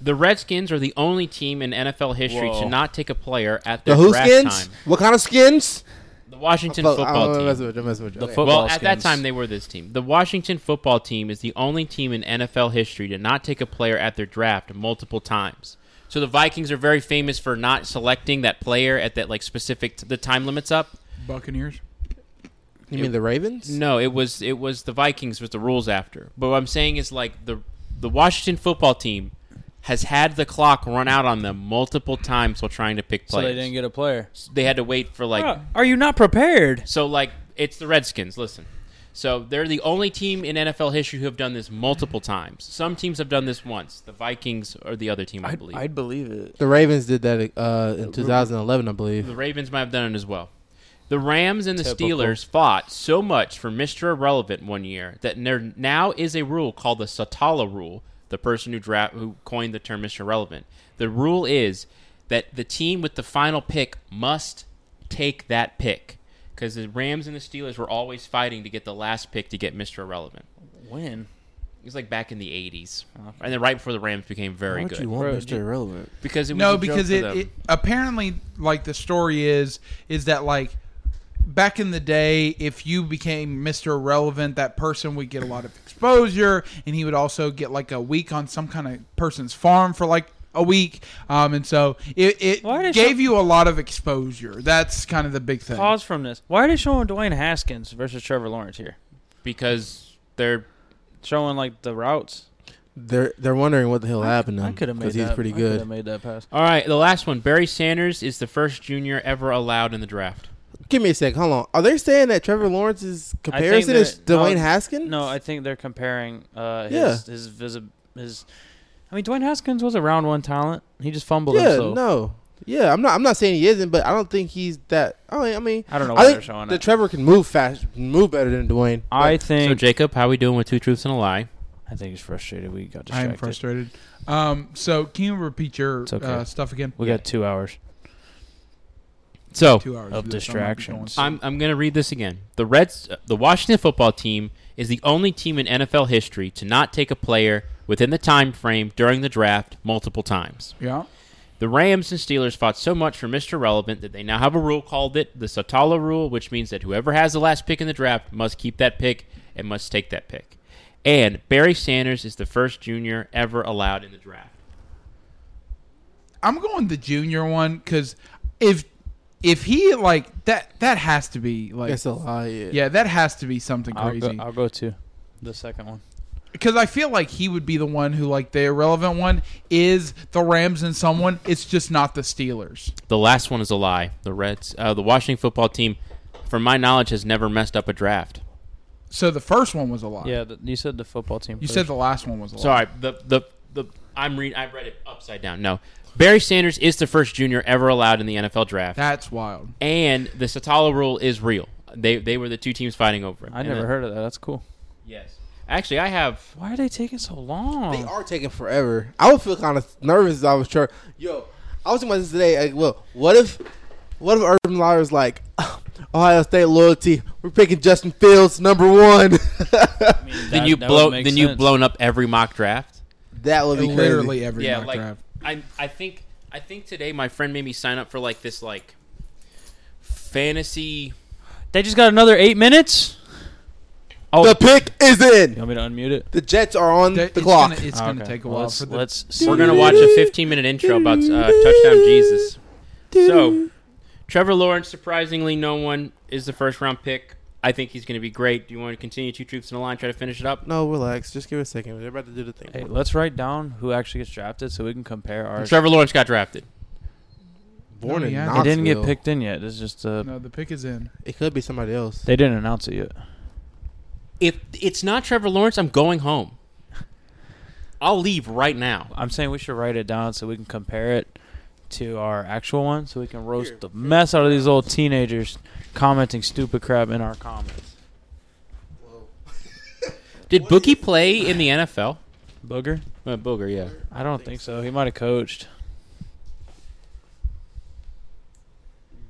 [SPEAKER 2] The Redskins are the only team in NFL history
[SPEAKER 3] Whoa.
[SPEAKER 2] to not take a player at
[SPEAKER 4] The
[SPEAKER 2] their
[SPEAKER 4] who
[SPEAKER 2] draft
[SPEAKER 4] skins?
[SPEAKER 2] time.
[SPEAKER 4] What kind of skins? uh,
[SPEAKER 2] The Washington
[SPEAKER 4] Fo-
[SPEAKER 2] football
[SPEAKER 4] I'm
[SPEAKER 2] team.
[SPEAKER 4] messing with you, I'm messing with you.
[SPEAKER 3] The
[SPEAKER 4] Okay.
[SPEAKER 3] football
[SPEAKER 2] Well, at that
[SPEAKER 3] skins.
[SPEAKER 2] time, they were this team. The Washington football team is the only team in NFL history to not take a player at their draft multiple times. So the Vikings are very famous for not selecting that player at that like specific the time limits up.
[SPEAKER 1] Buccaneers.
[SPEAKER 4] You mean the Ravens?
[SPEAKER 2] No, it was it was the Vikings with the rules after. But what I'm saying is like the the Washington football team has had the clock run out on them multiple times while trying to pick
[SPEAKER 3] so
[SPEAKER 2] players.
[SPEAKER 3] they didn't get a player.
[SPEAKER 2] They had to wait for like
[SPEAKER 3] are you not prepared?
[SPEAKER 2] So like it's the Redskins, listen. So they're the only team in NFL history who have done this multiple times. Some teams have done this once. The Vikings are the other team, I believe.
[SPEAKER 3] believe it.
[SPEAKER 4] The Ravens did that uh, in 2011, I
[SPEAKER 2] the
[SPEAKER 4] believe.
[SPEAKER 2] Ravens might have done it as well. The Rams and the
[SPEAKER 3] Typical.
[SPEAKER 2] Steelers fought so much for Mr. Irrelevant one year that there now is a rule called the Satala rule the person who draft who coined the term mission relevant. The rule is that the team with the final pick must take that pick because the Rams and the Steelers were always fighting to get the last pick to get Mr. Irrelevant.
[SPEAKER 3] When?
[SPEAKER 2] It was like back in the 80s.
[SPEAKER 1] Oh.
[SPEAKER 2] And then right before the Rams became very good.
[SPEAKER 3] Bro,
[SPEAKER 4] Mr. Irrelevant?
[SPEAKER 2] because it was
[SPEAKER 1] no
[SPEAKER 2] a joke
[SPEAKER 1] because
[SPEAKER 2] for
[SPEAKER 1] it,
[SPEAKER 2] them.
[SPEAKER 1] it apparently like the story is is that like back in the day if you became mr relevant that person would get a lot of exposure and he would also get like a week on some kind of person's farm for like a week um, and so it,
[SPEAKER 3] Why
[SPEAKER 1] it
[SPEAKER 3] did
[SPEAKER 1] gave you a lot of exposure that's kind of the big thing
[SPEAKER 3] Pause from this. Why are they showing Dwayne Haskins versus Trevor Lawrence here?
[SPEAKER 2] because they're
[SPEAKER 3] Showing like the routes.
[SPEAKER 4] They're they're wondering what the hell happened to
[SPEAKER 3] I
[SPEAKER 4] him
[SPEAKER 3] could have made
[SPEAKER 4] because
[SPEAKER 3] that.
[SPEAKER 4] he's pretty
[SPEAKER 3] I could
[SPEAKER 4] good.
[SPEAKER 3] have made that pass.
[SPEAKER 2] All right, the last one. Barry Sanders is the first junior ever allowed in the draft.
[SPEAKER 4] Give me a sec. Hold on. Are they saying that Trevor Lawrence's comparison is
[SPEAKER 3] that- no,
[SPEAKER 4] Dwayne Haskins?
[SPEAKER 3] No, I think they're comparing uh, his
[SPEAKER 4] Yeah.
[SPEAKER 3] his visi- his. I mean, Dwayne Haskins was a round one talent. He just fumbled
[SPEAKER 4] yeah,
[SPEAKER 3] himself.
[SPEAKER 4] no, yeah. I'm not. I'm not saying he isn't, but I don't think he's that. I mean, I mean,
[SPEAKER 3] I don't know
[SPEAKER 4] I
[SPEAKER 3] why they're
[SPEAKER 4] think
[SPEAKER 3] showing
[SPEAKER 4] that
[SPEAKER 3] it.
[SPEAKER 4] Trevor can move fast, move better than Dwayne.
[SPEAKER 3] I
[SPEAKER 2] So
[SPEAKER 3] think.
[SPEAKER 2] Jacob, how we doing with two truths and a lie?
[SPEAKER 3] I think he's frustrated. We got
[SPEAKER 1] i
[SPEAKER 3] distracted.
[SPEAKER 1] am frustrated um, so can you repeat your
[SPEAKER 3] It's okay.
[SPEAKER 1] uh, stuff again
[SPEAKER 3] We got two hours.
[SPEAKER 2] So
[SPEAKER 1] two hours
[SPEAKER 3] Of
[SPEAKER 1] of this, so I'm gonna keep going.
[SPEAKER 3] distractions.
[SPEAKER 2] I'm I'm gonna read this again. The Reds, uh, the Washington football team, is the only team in NFL history to not take a player within the time frame during the draft multiple times.
[SPEAKER 1] yeah
[SPEAKER 2] The Rams and Steelers fought so much for Mr. Relevant that they now have a rule called it the Satala rule, which means that whoever has the last pick in the draft must keep that pick and must take that pick. And Barry Sanders is the first junior ever allowed in the draft.
[SPEAKER 1] I'm going the junior one because if if he like that that has to be like
[SPEAKER 4] That's a lie. Yeah.
[SPEAKER 1] yeah that has to be something
[SPEAKER 3] I'll go,
[SPEAKER 1] crazy
[SPEAKER 3] I'll go to the second one.
[SPEAKER 1] because I feel like he would be the one who like the irrelevant one is the Rams and someone it's just not the Steelers
[SPEAKER 2] The last one is a lie. The Reds, uh, the Washington football team, from my knowledge, has never messed up a draft.
[SPEAKER 1] so the first one was a lie
[SPEAKER 3] Yeah, the, you said the football team.
[SPEAKER 1] you
[SPEAKER 3] first.
[SPEAKER 1] said the last one was a lie
[SPEAKER 2] Sorry, the the the I'm read I read it upside down. No, Barry Sanders is the first junior ever allowed in the NFL draft,
[SPEAKER 1] that's wild
[SPEAKER 2] and the Satala rule is real. They they were the two teams fighting over it.
[SPEAKER 3] I never heard of that. That's cool.
[SPEAKER 2] Yes, actually, I have.
[SPEAKER 3] Why are they taking so long?
[SPEAKER 1] Um,
[SPEAKER 4] They are taking forever. I would feel kind of nervous if I was sure. Yo, I was thinking about this today. Like, well, what if, what if Urban Meyer's like, Ohio State loyalty? We're picking Justin Fields number one.
[SPEAKER 2] then you blow then you've blown up every mock draft.
[SPEAKER 4] that would be crazy.
[SPEAKER 1] literally every
[SPEAKER 2] yeah,
[SPEAKER 1] mock
[SPEAKER 2] like
[SPEAKER 1] draft
[SPEAKER 2] I I think I think today my friend made me sign up for like this like fantasy.
[SPEAKER 3] They just got another eight minutes. Oh,
[SPEAKER 4] The pick is
[SPEAKER 3] you
[SPEAKER 4] in.
[SPEAKER 3] want me to unmute it?
[SPEAKER 4] The Jets are on
[SPEAKER 1] That-
[SPEAKER 4] the
[SPEAKER 1] it's
[SPEAKER 4] clock.
[SPEAKER 1] gonna, it's
[SPEAKER 3] Oh,
[SPEAKER 1] gonna
[SPEAKER 3] okay.
[SPEAKER 1] take a
[SPEAKER 3] Well,
[SPEAKER 1] while
[SPEAKER 3] let's,
[SPEAKER 1] for the
[SPEAKER 3] let's see.
[SPEAKER 2] We're gonna watch a 15 minute intro about uh, touchdown Jesus. So, Trevor Lawrence, surprisingly, no one is the first round pick. I think he's going to be great. Do you want to continue two troops in a line, try to finish it up?
[SPEAKER 4] no, relax. Just give it a second. They're about to do the thing.
[SPEAKER 3] Hey, let's write down who actually gets drafted so we can compare our.
[SPEAKER 2] Trevor Lawrence got drafted.
[SPEAKER 4] Born
[SPEAKER 1] No,
[SPEAKER 4] in
[SPEAKER 1] yeah.
[SPEAKER 3] They didn't get
[SPEAKER 4] Knoxville.
[SPEAKER 3] picked in yet. It's just uh,
[SPEAKER 1] no the pick is in
[SPEAKER 4] It could be somebody else.
[SPEAKER 3] they didn't announce it yet.
[SPEAKER 2] If it's not Trevor Lawrence, I'm going home. I'll leave right now.
[SPEAKER 3] I'm saying we should write it down so we can compare it to our actual one, so we can roast the mess out of these old teenagers commenting stupid crap in our comments.
[SPEAKER 2] Did Boogie play in the NFL?
[SPEAKER 3] Booger?
[SPEAKER 2] Uh, Booger, yeah.
[SPEAKER 3] I don't think so. He might have coached.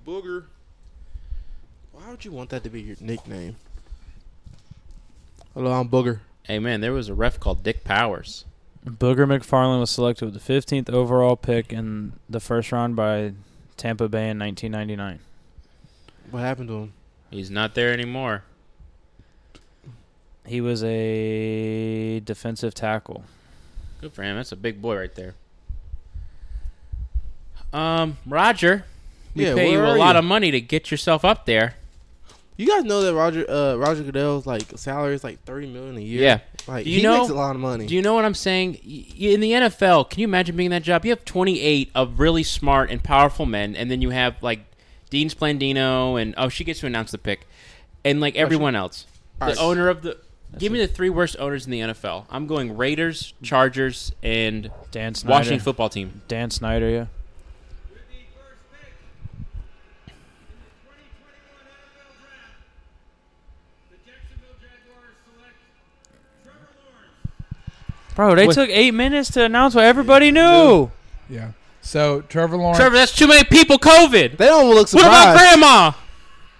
[SPEAKER 4] Booger. Why would you want that to be your nickname? Hello, I'm Booger.
[SPEAKER 2] Hey, man, there was a ref called Dick Powers.
[SPEAKER 3] Booger McFarland was selected with the 15th overall pick in the first round by Tampa Bay in 1999.
[SPEAKER 4] What happened to him?
[SPEAKER 2] He's not there anymore.
[SPEAKER 3] He was a defensive tackle.
[SPEAKER 2] Good for him. That's a big boy right there. Um, Roger, we
[SPEAKER 4] Yeah,
[SPEAKER 2] pay you
[SPEAKER 4] where
[SPEAKER 2] a
[SPEAKER 4] are
[SPEAKER 2] lot
[SPEAKER 4] you?
[SPEAKER 2] of money to get yourself up there.
[SPEAKER 4] You guys know that Roger uh, Roger Goodell's like salary is like thirty million a year.
[SPEAKER 2] Yeah.
[SPEAKER 4] like
[SPEAKER 2] Do you
[SPEAKER 4] he
[SPEAKER 2] know-
[SPEAKER 4] makes a lot of money.
[SPEAKER 2] Do you know what I'm saying? Y- In the NFL, can you imagine being in that job? You have 28 of really smart and powerful men, and then you have like Dean Splandino, and oh, she gets to announce the pick, and like everyone else. The
[SPEAKER 4] Alright.
[SPEAKER 2] owner of the. Give me the three worst owners in the NFL. I'm going Raiders, Chargers, and
[SPEAKER 3] Dan Snyder.
[SPEAKER 2] Washington football team.
[SPEAKER 3] Dan Snyder, yeah. Bro, they
[SPEAKER 1] With-
[SPEAKER 3] took eight minutes to announce what everybody knew.
[SPEAKER 1] Yeah. So Trevor Lawrence.
[SPEAKER 2] Trevor, that's too many people. COVID.
[SPEAKER 4] They don't look
[SPEAKER 2] What
[SPEAKER 4] surprised.
[SPEAKER 2] about grandma?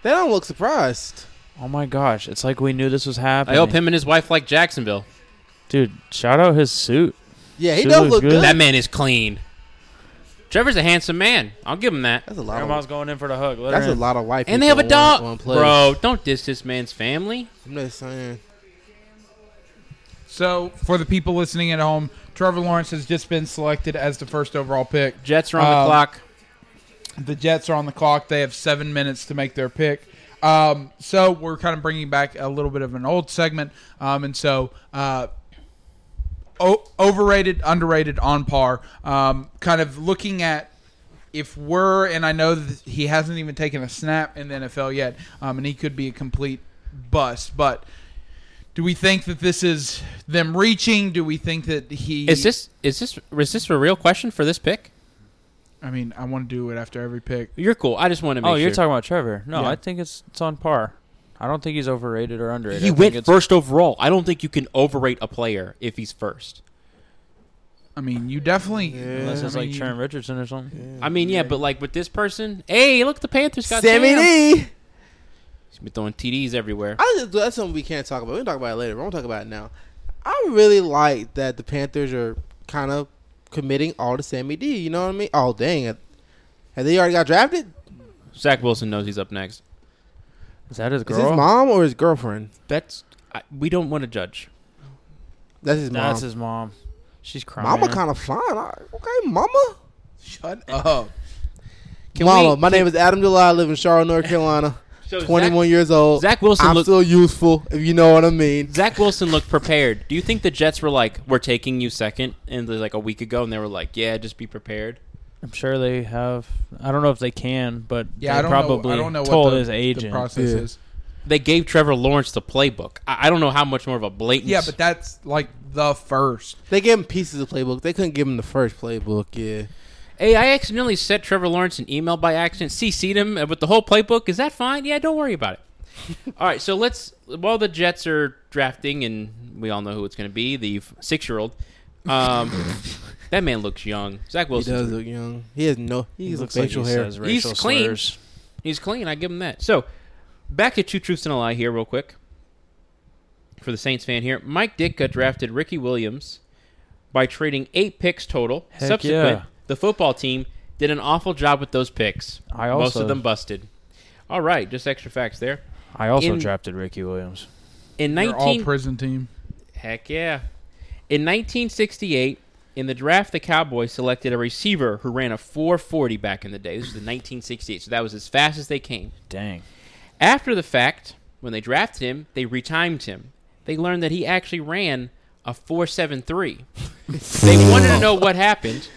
[SPEAKER 4] They don't look surprised.
[SPEAKER 3] Oh my gosh, it's like we knew this was happening.
[SPEAKER 2] I hope him and his wife like Jacksonville.
[SPEAKER 3] Dude, shout out his suit.
[SPEAKER 4] Yeah, he
[SPEAKER 3] She
[SPEAKER 4] don't
[SPEAKER 3] looks
[SPEAKER 4] look
[SPEAKER 3] good.
[SPEAKER 4] good.
[SPEAKER 2] That man is clean. Trevor's a handsome man. I'll give him that.
[SPEAKER 4] that's a lot.
[SPEAKER 3] Grandma's
[SPEAKER 4] of,
[SPEAKER 3] going in for the hug. Let her
[SPEAKER 4] that's a
[SPEAKER 3] in.
[SPEAKER 4] lot of white.
[SPEAKER 2] And they have a
[SPEAKER 4] people in one-
[SPEAKER 2] dog.
[SPEAKER 4] one place.
[SPEAKER 2] Bro, don't diss this man's family.
[SPEAKER 4] I'm just saying.
[SPEAKER 1] so for the people listening at home, Trevor Lawrence has just been selected as the first overall pick.
[SPEAKER 2] Jets are on
[SPEAKER 1] Um,
[SPEAKER 2] the clock.
[SPEAKER 1] The Jets are on the clock. They have seven minutes to make their pick. Um, so we're kind of bringing back a little bit of an old segment. Um, and so uh, o- overrated, underrated, on par. Um, kind of looking at if we're, and I know that he hasn't even taken a snap in the NFL yet, um, and he could be a complete bust. But do we think that this is them reaching? Do we think that he
[SPEAKER 2] Is this is this is this a real question for this pick?
[SPEAKER 1] I mean, I want to do it after every pick.
[SPEAKER 2] You're cool. I just want to make
[SPEAKER 3] Oh, you're
[SPEAKER 2] sure.
[SPEAKER 3] talking about Trevor. No,
[SPEAKER 1] Yeah.
[SPEAKER 3] I think it's it's on par. I don't think he's overrated or underrated.
[SPEAKER 2] He
[SPEAKER 3] I think
[SPEAKER 2] went
[SPEAKER 3] it's-
[SPEAKER 2] first overall. I don't think you can overrate a player if he's first.
[SPEAKER 1] I mean, you definitely.
[SPEAKER 3] Unless it's
[SPEAKER 1] I mean,
[SPEAKER 3] like
[SPEAKER 1] you-
[SPEAKER 3] Trent Richardson or something.
[SPEAKER 2] I mean, yeah, but like with this person, hey, look, the Panthers got
[SPEAKER 4] Sammy
[SPEAKER 2] Sam.
[SPEAKER 4] D.
[SPEAKER 2] He's been throwing TDs everywhere.
[SPEAKER 4] I think that's something we can't talk about. We can talk about it later. But I'm gonna talk about it now. I really like that the Panthers are kind of committing all to Sammy D. You know what I mean? Oh dang it! Have they already got drafted?
[SPEAKER 2] Zach Wilson knows he's up next.
[SPEAKER 3] Is that his
[SPEAKER 4] Is
[SPEAKER 3] girl?
[SPEAKER 4] his mom or his girlfriend?
[SPEAKER 2] That's I, we don't want to judge.
[SPEAKER 4] That's his mom.
[SPEAKER 3] That's his mom. She's crying.
[SPEAKER 4] mama kind of fine. I, okay, mama.
[SPEAKER 1] Shut up.
[SPEAKER 2] Can
[SPEAKER 4] mama,
[SPEAKER 2] we-
[SPEAKER 4] my name is Adam July. I live in Charlotte, North Carolina.
[SPEAKER 2] So Zach-
[SPEAKER 4] 21 years old.
[SPEAKER 2] Zach Wilson
[SPEAKER 4] I'm
[SPEAKER 2] look-
[SPEAKER 4] still youthful, if you know what I mean.
[SPEAKER 2] Zach Wilson looked prepared. Do you think the Jets were like, "We're taking you second and like a week ago, and they were like, "Yeah, just be prepared."
[SPEAKER 3] I'm sure they have. I don't know if they can, but
[SPEAKER 1] Yeah,
[SPEAKER 3] they
[SPEAKER 1] I don't
[SPEAKER 3] probably
[SPEAKER 1] know. I don't know
[SPEAKER 3] told
[SPEAKER 1] what the,
[SPEAKER 3] his
[SPEAKER 1] the
[SPEAKER 3] agent.
[SPEAKER 1] process
[SPEAKER 4] Yeah.
[SPEAKER 1] is.
[SPEAKER 2] They gave Trevor Lawrence the playbook. I, I don't know how much more of a blatant.
[SPEAKER 1] Yeah, but that's like the first.
[SPEAKER 4] They gave him pieces of playbook. They couldn't give him the first playbook, yeah.
[SPEAKER 2] hey, I accidentally sent Trevor Lawrence an email by accident, CC'd him with the whole playbook. Is that fine? Yeah, don't worry about it. all right, so let's. While the Jets are drafting, and we all know who it's going to be, the f- six-year-old. Um, that man looks young. Zach
[SPEAKER 4] He
[SPEAKER 2] Wilson.
[SPEAKER 4] does look young. He has no he,
[SPEAKER 3] He
[SPEAKER 4] looks
[SPEAKER 3] looks like he
[SPEAKER 4] facial hair.
[SPEAKER 3] says racial
[SPEAKER 2] He's clean.
[SPEAKER 3] slurs.
[SPEAKER 2] He's clean. I give him that. So, back to two truths and a lie here, real quick. For the Saints fan here, Mike Ditka drafted Ricky Williams by trading eight picks total.
[SPEAKER 3] Heck
[SPEAKER 2] Subsequent,
[SPEAKER 3] yeah.
[SPEAKER 2] the football team did an awful job with those picks.
[SPEAKER 3] I
[SPEAKER 2] most
[SPEAKER 3] also-
[SPEAKER 2] of them busted. All right, just extra facts there.
[SPEAKER 3] I also
[SPEAKER 2] In-
[SPEAKER 3] drafted Ricky Williams.
[SPEAKER 2] In
[SPEAKER 1] They're all
[SPEAKER 2] nineteen,
[SPEAKER 1] prison team.
[SPEAKER 2] heck yeah, in nineteen sixty-eight. In the draft, the Cowboys selected a receiver who ran a 440 back in the day. This was the 1968, so that was as fast as they came.
[SPEAKER 3] Dang.
[SPEAKER 2] After the fact, when they drafted him, they retimed him. They learned that he actually ran a 473. they wanted to know what happened.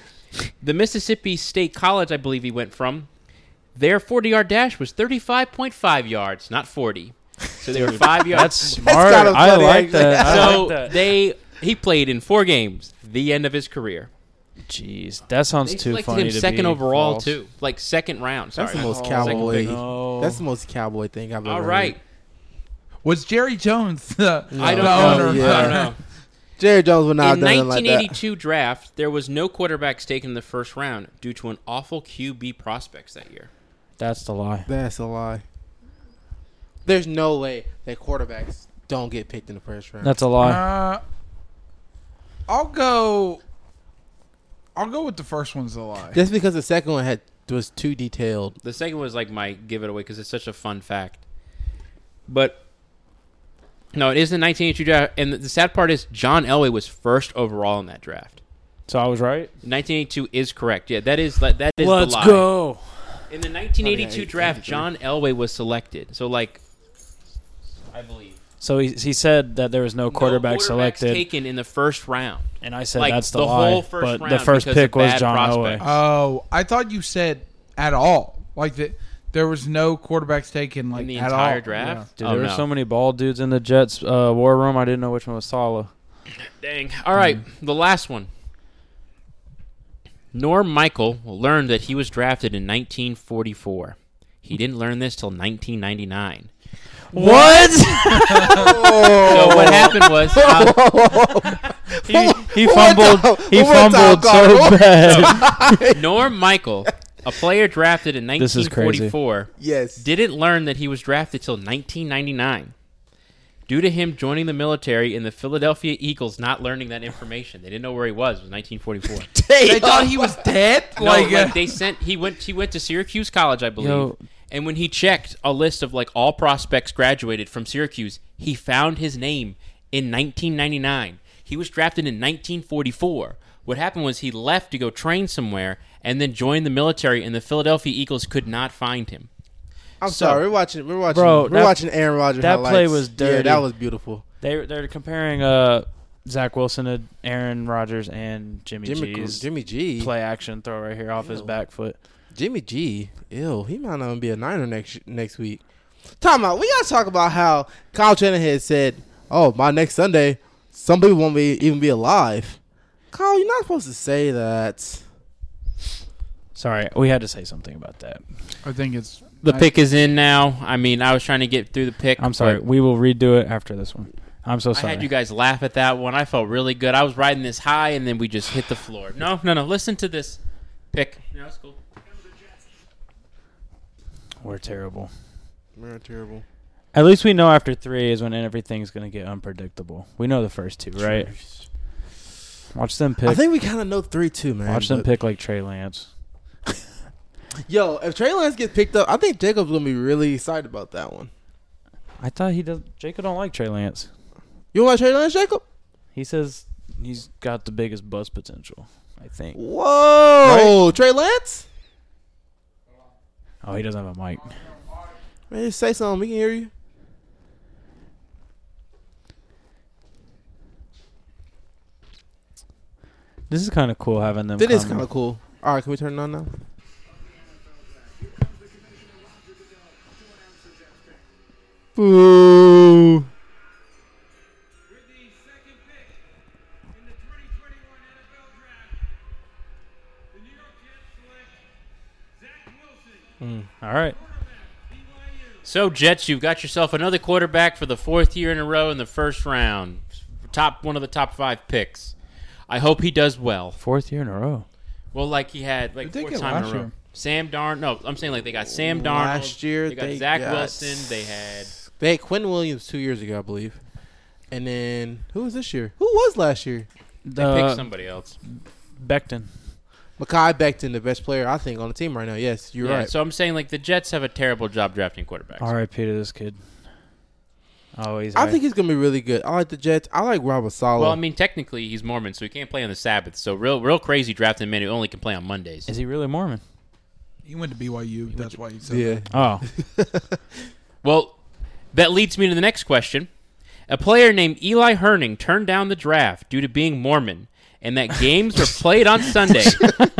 [SPEAKER 2] The Mississippi State College, I believe he went from, their 40 yard dash was 35.5 yards, not 40. So they were five
[SPEAKER 3] That's
[SPEAKER 2] yards.
[SPEAKER 3] smart.
[SPEAKER 4] kinda
[SPEAKER 3] I
[SPEAKER 4] funny,
[SPEAKER 3] like
[SPEAKER 4] actually.
[SPEAKER 3] that. I
[SPEAKER 2] so
[SPEAKER 3] like that.
[SPEAKER 2] they he played in four games, the end of his career.
[SPEAKER 3] Jeez, that sounds
[SPEAKER 2] They
[SPEAKER 3] too
[SPEAKER 2] selected
[SPEAKER 3] funny
[SPEAKER 2] him
[SPEAKER 3] to
[SPEAKER 2] second
[SPEAKER 3] be
[SPEAKER 2] overall,
[SPEAKER 3] false.
[SPEAKER 2] too. Like second round. Sorry.
[SPEAKER 4] That's the most
[SPEAKER 2] Second
[SPEAKER 4] cowboy.
[SPEAKER 2] pick.
[SPEAKER 3] No.
[SPEAKER 4] That's the most cowboy thing I've ever
[SPEAKER 2] All right.
[SPEAKER 4] heard.
[SPEAKER 1] Was Jerry Jones the,
[SPEAKER 2] I
[SPEAKER 1] the
[SPEAKER 2] don't know.
[SPEAKER 1] owner?
[SPEAKER 3] Oh,
[SPEAKER 2] I
[SPEAKER 4] Yeah.
[SPEAKER 2] don't know.
[SPEAKER 4] Jerry Jones would not
[SPEAKER 2] in
[SPEAKER 4] have done nothing like that.
[SPEAKER 2] 1982 draft, there was no quarterbacks taken in the first round due to an awful QB prospects that year.
[SPEAKER 3] That's the lie.
[SPEAKER 4] That's a lie. There's no way that quarterbacks don't get picked in the first round.
[SPEAKER 3] That's a lie.
[SPEAKER 1] Uh, I'll go. I'll go with the first one's a lie.
[SPEAKER 4] Just because the second one had was too detailed.
[SPEAKER 2] The second was like my give it away because it's such a fun fact. But no, it is the 1982 draft, and the sad part is John Elway was first overall in that draft.
[SPEAKER 3] So I was right.
[SPEAKER 2] 1982 is correct. Yeah, that is that is
[SPEAKER 3] Let's
[SPEAKER 2] the lie.
[SPEAKER 3] go.
[SPEAKER 2] In the 1982
[SPEAKER 4] Oh, yeah,
[SPEAKER 2] draft,
[SPEAKER 4] 83.
[SPEAKER 2] John Elway was selected. So like, I believe
[SPEAKER 3] So he, he said that there was no
[SPEAKER 2] No
[SPEAKER 3] quarterback
[SPEAKER 2] quarterbacks
[SPEAKER 3] selected,
[SPEAKER 2] taken in the first round.
[SPEAKER 3] and I said
[SPEAKER 2] like,
[SPEAKER 3] that's the,
[SPEAKER 2] the
[SPEAKER 3] lie.
[SPEAKER 2] whole first
[SPEAKER 3] but the
[SPEAKER 2] round
[SPEAKER 3] first
[SPEAKER 2] because of
[SPEAKER 3] pick was
[SPEAKER 2] bad
[SPEAKER 3] John
[SPEAKER 2] prospects.
[SPEAKER 3] Elway.
[SPEAKER 1] oh, I thought you said at all. Like that, there was no quarterbacks taken. Like
[SPEAKER 2] In the
[SPEAKER 1] at
[SPEAKER 2] entire
[SPEAKER 1] all.
[SPEAKER 2] draft?
[SPEAKER 3] Dude,
[SPEAKER 2] Oh,
[SPEAKER 3] there were
[SPEAKER 2] no.
[SPEAKER 3] so many bald dudes in the Jets uh, war room. I didn't know which one was Sala.
[SPEAKER 2] Dang. All right,
[SPEAKER 3] Hmm.
[SPEAKER 2] the last one. Norm Michael learned that he was drafted in 1944. He didn't learn this till 1999.
[SPEAKER 3] What?
[SPEAKER 2] Oh,
[SPEAKER 3] Oh.
[SPEAKER 2] So what happened was, uh,
[SPEAKER 4] hold, on,
[SPEAKER 3] He
[SPEAKER 4] One
[SPEAKER 3] fumbled.
[SPEAKER 4] time-
[SPEAKER 3] He
[SPEAKER 4] one time,
[SPEAKER 3] fumbled
[SPEAKER 4] God,
[SPEAKER 3] so
[SPEAKER 4] one
[SPEAKER 3] bad.
[SPEAKER 2] Norm Michael, a player drafted in
[SPEAKER 3] This is crazy.
[SPEAKER 2] 1944,
[SPEAKER 4] Yes.
[SPEAKER 2] didn't learn that he was drafted till 1999 due to him joining the military and the Philadelphia Eagles not learning that information. They didn't know where he was. It was 1944.
[SPEAKER 1] They thought he was dead.
[SPEAKER 2] No,
[SPEAKER 1] like,
[SPEAKER 2] like,
[SPEAKER 1] uh,
[SPEAKER 2] they sent he went he went to Syracuse College, I believe.
[SPEAKER 3] Yo.
[SPEAKER 2] And when he checked a list of like all prospects graduated from Syracuse, he found his name in 1999. He was drafted in 1944. What happened was he left to go train somewhere and then joined the military and the Philadelphia Eagles could not find him.
[SPEAKER 4] I'm
[SPEAKER 2] So-
[SPEAKER 4] sorry. We're watching. We're watching.
[SPEAKER 3] Bro,
[SPEAKER 4] we're
[SPEAKER 3] that-
[SPEAKER 4] watching Aaron Rodgers.
[SPEAKER 3] that
[SPEAKER 4] highlights.
[SPEAKER 3] play was
[SPEAKER 4] Yeah,
[SPEAKER 3] dirty.
[SPEAKER 4] that was beautiful.
[SPEAKER 3] they they're comparing uh Zach Wilson to Aaron Rodgers and Jimmy,
[SPEAKER 4] Jimmy,
[SPEAKER 3] G's
[SPEAKER 4] Jimmy G.
[SPEAKER 3] play action throw right here off his
[SPEAKER 4] Ew.
[SPEAKER 3] back foot.
[SPEAKER 4] Jimmy G. Ew. He might not even be a Niner next next week. Time out. We gotta talk about how Kyle Shanahan said, "Oh, my next Sunday, some people won't be even be alive." Kyle, you're not supposed to say that.
[SPEAKER 3] Sorry, we had to say something about that.
[SPEAKER 1] I think it's
[SPEAKER 2] The
[SPEAKER 1] I-
[SPEAKER 2] pick is in now. I mean, I was trying to get through the pick.
[SPEAKER 3] I'm sorry.
[SPEAKER 2] but
[SPEAKER 3] We will redo it after this one. I'm so
[SPEAKER 2] I
[SPEAKER 3] sorry.
[SPEAKER 2] had you guys laugh at that one. I felt really good. I was riding this high and then we just hit the floor. No, no, no. Listen to this pick. No, it's cool.
[SPEAKER 3] We're terrible.
[SPEAKER 4] We're terrible.
[SPEAKER 3] At least we know after three is when everything's gonna get unpredictable. We know the first two, right? Watch them
[SPEAKER 4] I
[SPEAKER 3] pick.
[SPEAKER 4] think we kind of know three two, man.
[SPEAKER 3] Watch them
[SPEAKER 4] but-
[SPEAKER 3] pick like Trey Lance.
[SPEAKER 4] Yo, if Trey Lance gets picked up, I think Jacob's gonna be really excited about that one.
[SPEAKER 3] I thought he does. Jacob don't like Trey Lance.
[SPEAKER 4] You want Trey Lance, Jacob?
[SPEAKER 3] He says he's got the biggest bust potential. I think.
[SPEAKER 4] Whoa, Trey Lance.
[SPEAKER 3] Oh, he doesn't have a mic.
[SPEAKER 4] Man, say something. We can hear you.
[SPEAKER 3] This is kind of cool having them.
[SPEAKER 4] That is
[SPEAKER 3] come.
[SPEAKER 4] kind of cool. All right, can we turn it on now? Boo.
[SPEAKER 5] with the second pick in the 2021 NFL Draft, the New York Jets select Zach Wilson,
[SPEAKER 3] All right.
[SPEAKER 5] quarterback, BYU.
[SPEAKER 2] So, Jets, you've got yourself another quarterback for the fourth year in a row in the first round. Top one of the top five picks. I hope he does well.
[SPEAKER 3] Fourth year in a row.
[SPEAKER 2] Well, like he had like
[SPEAKER 1] They did
[SPEAKER 2] four
[SPEAKER 1] get
[SPEAKER 2] time in
[SPEAKER 1] last
[SPEAKER 2] a row.
[SPEAKER 1] year.
[SPEAKER 2] Sam Darn. No, I'm saying like they got Sam Darn
[SPEAKER 4] Last year,
[SPEAKER 2] They got Zach Wilson. They had
[SPEAKER 4] they had Quinn Williams two years ago, I believe. And then who was this year? Who was last year?
[SPEAKER 2] they
[SPEAKER 3] Uh,
[SPEAKER 2] picked somebody else.
[SPEAKER 3] Becton.
[SPEAKER 4] Makai Becton, the best player I think on the team right now. Yes, you're
[SPEAKER 2] Yeah,
[SPEAKER 4] right.
[SPEAKER 2] So I'm saying like the Jets have a terrible job drafting quarterbacks.
[SPEAKER 3] R.I.P. to this kid. Oh, he's.
[SPEAKER 4] I think he's gonna be really good. I like the Jets. I like Robert Sala.
[SPEAKER 2] Well, I mean, technically he's Mormon, so he can't play on the Sabbath. So real, real crazy drafting man who only can play on Mondays.
[SPEAKER 3] Is he really Mormon?
[SPEAKER 1] he went to BYU. That's why he said
[SPEAKER 4] yeah.
[SPEAKER 1] that.
[SPEAKER 3] Oh,
[SPEAKER 2] Well, that leads me to the next question. A player named Eli Herning turned down the draft due to being Mormon and that games were played on Sunday.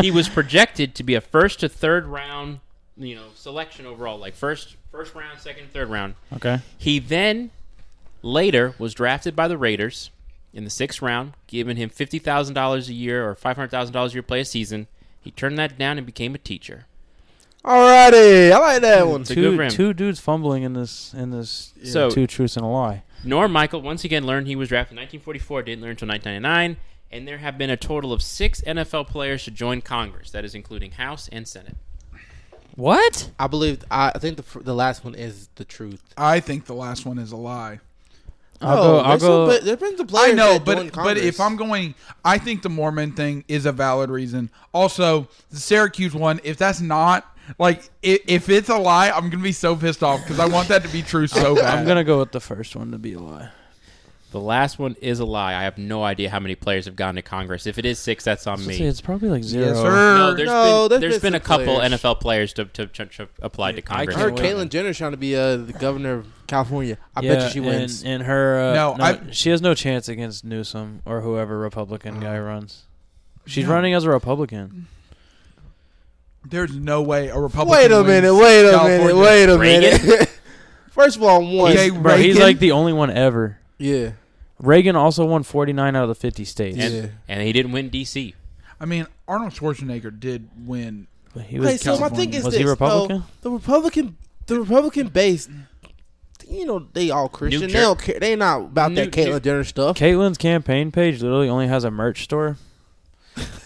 [SPEAKER 2] he was projected to be a first to third round, you know, selection overall, like first first round, second, third round.
[SPEAKER 3] okay.
[SPEAKER 2] He then later was drafted by the Raiders in the sixth round, giving him fifty thousand dollars a year or five hundred thousand dollars a year play a season. He turned that down and became a teacher.
[SPEAKER 4] Alrighty, I like that one.
[SPEAKER 2] a good
[SPEAKER 3] Two
[SPEAKER 2] rim.
[SPEAKER 3] two dudes fumbling in this in this
[SPEAKER 2] So-
[SPEAKER 3] two truths and a lie.
[SPEAKER 2] Norm Michael once again learned he was drafted in 1944, didn't learn until 1999, and there have been a total of six NFL players to join Congress. That is including House and Senate.
[SPEAKER 3] What?
[SPEAKER 4] I believe. I, I think the fir- the last one is the truth.
[SPEAKER 1] I think the last one is a lie.
[SPEAKER 4] No,
[SPEAKER 3] I'll go. I'll
[SPEAKER 4] Oh, there's some-
[SPEAKER 3] go.
[SPEAKER 4] but there's been some
[SPEAKER 1] I
[SPEAKER 4] players
[SPEAKER 1] know,
[SPEAKER 4] that
[SPEAKER 1] but
[SPEAKER 4] joined
[SPEAKER 1] but if
[SPEAKER 4] Congress.
[SPEAKER 1] I'm going, I think the Mormon thing is a valid reason. Also, the Syracuse one, if that's not like if, if it's a lie, I'm gonna be so pissed off because I want that to be true so bad.
[SPEAKER 3] I'm gonna go with the first one to be a lie.
[SPEAKER 2] The last one is a lie. I have no idea how many players have gone to Congress. If it is six, that's on me.
[SPEAKER 3] It's probably like zero.
[SPEAKER 1] yes, sir.
[SPEAKER 2] No, there's been,
[SPEAKER 4] No, there's
[SPEAKER 2] there's
[SPEAKER 4] been
[SPEAKER 2] been a
[SPEAKER 4] some
[SPEAKER 2] couple
[SPEAKER 4] players.
[SPEAKER 2] NFL players to, to, to, to apply to
[SPEAKER 3] I
[SPEAKER 2] Congress.
[SPEAKER 4] I heard
[SPEAKER 3] Can't win.
[SPEAKER 4] Caitlyn Jenner's trying to be uh, the governor of California. I
[SPEAKER 3] Yeah,
[SPEAKER 4] bet you she wins.
[SPEAKER 3] And, and her uh,
[SPEAKER 1] No,
[SPEAKER 3] no,
[SPEAKER 1] I-
[SPEAKER 3] she has no chance against Newsom or whoever Republican guy
[SPEAKER 4] Mm.
[SPEAKER 3] runs. She's
[SPEAKER 1] No.
[SPEAKER 3] running as a Republican.
[SPEAKER 1] There's no way a Republican.
[SPEAKER 4] wait a
[SPEAKER 1] wins
[SPEAKER 4] minute, wait a
[SPEAKER 1] California.
[SPEAKER 4] minute, wait a
[SPEAKER 2] Reagan?
[SPEAKER 4] minute. First of all, one.
[SPEAKER 1] Okay,
[SPEAKER 3] Bro, he's
[SPEAKER 1] Reagan?
[SPEAKER 3] like the only one ever.
[SPEAKER 4] yeah.
[SPEAKER 3] Reagan also won 49 out of the 50 states.
[SPEAKER 2] and,
[SPEAKER 4] Yeah.
[SPEAKER 2] and he didn't win D.C.
[SPEAKER 1] I mean, Arnold Schwarzenegger did win.
[SPEAKER 3] But he was
[SPEAKER 4] Okay, so my
[SPEAKER 3] California.
[SPEAKER 4] thing is
[SPEAKER 3] was
[SPEAKER 4] this. Oh.
[SPEAKER 3] he Republican?
[SPEAKER 4] though, the Republican, the Republican base, you know they all Christian. They
[SPEAKER 2] Jer-
[SPEAKER 4] don't care. They not about
[SPEAKER 2] New
[SPEAKER 4] that
[SPEAKER 2] Jer-
[SPEAKER 4] Caitlyn Jenner stuff.
[SPEAKER 3] Caitlyn's campaign page literally only has a merch store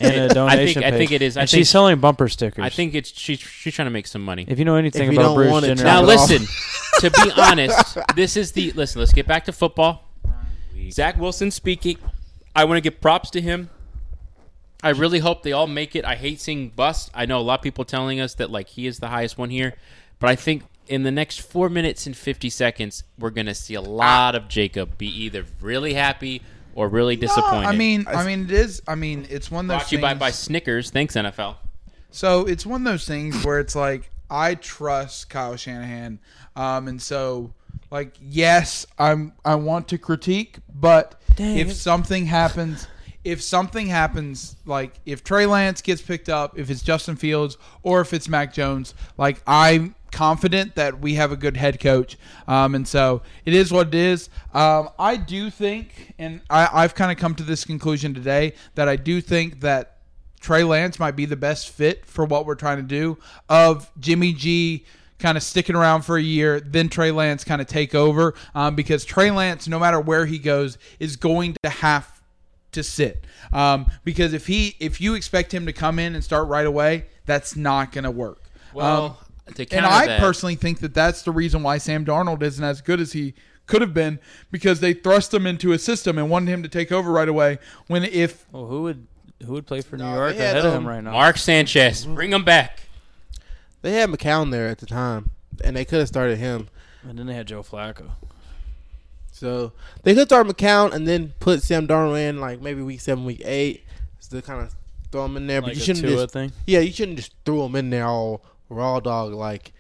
[SPEAKER 3] and a donation
[SPEAKER 2] I
[SPEAKER 3] page.
[SPEAKER 2] think it is. I
[SPEAKER 3] and
[SPEAKER 2] think-
[SPEAKER 3] she's selling bumper stickers.
[SPEAKER 2] I think it's she's she's trying to make some money.
[SPEAKER 3] if you know anything
[SPEAKER 4] If you
[SPEAKER 3] about
[SPEAKER 4] don't
[SPEAKER 3] Bruce
[SPEAKER 4] want it,
[SPEAKER 3] Jenner,
[SPEAKER 4] chop
[SPEAKER 2] Now
[SPEAKER 4] it
[SPEAKER 2] listen, to be honest, this is the listen. Let's get back to football. Zach Wilson speaking. I want to give props to him. I really hope they all make it. I hate seeing bust. I know a lot of people telling us that like he is the highest one here, but I think in the next four minutes and fifty seconds, we're gonna see a lot of Jacob be either really happy or really disappointed.
[SPEAKER 1] I mean, I mean, it is. I mean, it's one of those
[SPEAKER 2] brought to you
[SPEAKER 1] things. Um,
[SPEAKER 2] by, by Snickers. Thanks NFL.
[SPEAKER 1] So it's one of those things where it's like I trust Kyle Shanahan, um, and so like yes, I'm I want to critique, but if something happens, if something happens, like if Trey Lance gets picked up, if it's Justin Fields or if it's Mac Jones, like I'm confident that we have a good head coach, um, and so it is what it is. Um, I do think, and I, I've kind of come to this conclusion today that I do think that Trey Lance might be the best fit for what we're trying to do of Jimmy G kind of sticking around for a year, then Trey Lance kind of take over um, because Trey Lance, no matter where he goes, is going to have to sit um, because if he if you expect him to come in and start right away, that's not going to work. Um,
[SPEAKER 2] Well, to
[SPEAKER 1] and
[SPEAKER 2] counter
[SPEAKER 1] I
[SPEAKER 2] that,
[SPEAKER 1] personally think that that's the reason why Sam Darnold isn't as good as he could have been because they thrust him into a system and wanted him to take over right away. When if
[SPEAKER 3] well, who would who would play for New
[SPEAKER 4] No,
[SPEAKER 3] York
[SPEAKER 4] they had,
[SPEAKER 3] ahead of
[SPEAKER 4] um,
[SPEAKER 3] him right now?
[SPEAKER 2] Mark Sanchez, bring him back.
[SPEAKER 4] They had McCown there at the time, and they could have started him.
[SPEAKER 3] and then they had Joe Flacco.
[SPEAKER 4] So they could start McCown and then put Sam Darnold in like maybe week seven, week eight, just to kind of throw him in there.
[SPEAKER 3] Like
[SPEAKER 4] but you
[SPEAKER 3] a
[SPEAKER 4] shouldn't
[SPEAKER 3] Tua
[SPEAKER 4] just
[SPEAKER 3] thing.
[SPEAKER 4] yeah, you shouldn't just throw him in there all raw dog like,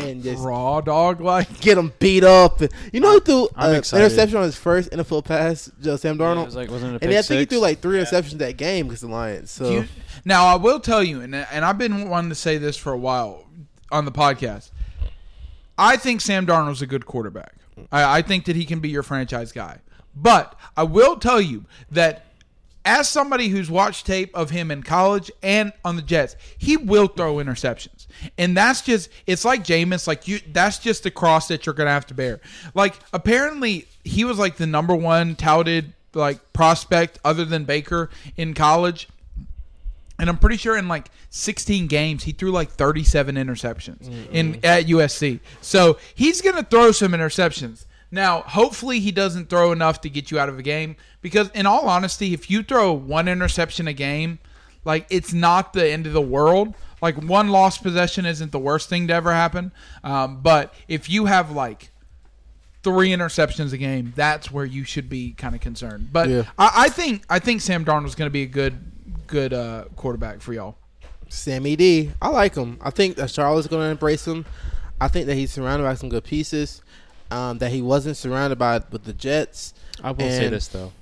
[SPEAKER 4] and just
[SPEAKER 1] raw dog like
[SPEAKER 4] get him beat up. You know, he threw
[SPEAKER 3] I'm
[SPEAKER 4] an
[SPEAKER 3] excited.
[SPEAKER 4] interception on his first NFL pass, Joe Sam
[SPEAKER 3] Yeah,
[SPEAKER 4] Darnold.
[SPEAKER 3] it was like wasn't it a
[SPEAKER 4] and
[SPEAKER 3] pick
[SPEAKER 4] I think he
[SPEAKER 3] six?
[SPEAKER 4] threw like three interceptions that game because the Lions. So
[SPEAKER 1] Do you- now I will tell you, and and I've been wanting to say this for a while on the podcast. I think Sam Darnold's a good quarterback. I, I think that he can be your franchise guy. But I will tell you that as somebody who's watched tape of him in college and on the Jets, he will throw interceptions. And that's just it's like Jameis, like you that's just the cross that you're gonna have to bear. Like apparently he was like the number one touted like prospect other than Baker in college. And I'm pretty sure in like 16 games, he threw like 37 interceptions in at USC. So he's going to throw some interceptions. Now, hopefully, he doesn't throw enough to get you out of a game because, in all honesty, if you throw one interception a game, like it's not the end of the world. Like one lost possession isn't the worst thing to ever happen. Um, but if you have like three interceptions a game, that's where you should be kind of concerned. But
[SPEAKER 4] Yeah.
[SPEAKER 1] I, I think I think Sam Darnold's going to be a good good uh, quarterback for y'all.
[SPEAKER 4] Sammy E D, I like him. I think that Charlotte's going to embrace him. I think that he's surrounded by some good pieces. Um, that he wasn't surrounded by with the Jets.
[SPEAKER 2] I will say
[SPEAKER 4] And-
[SPEAKER 2] this though.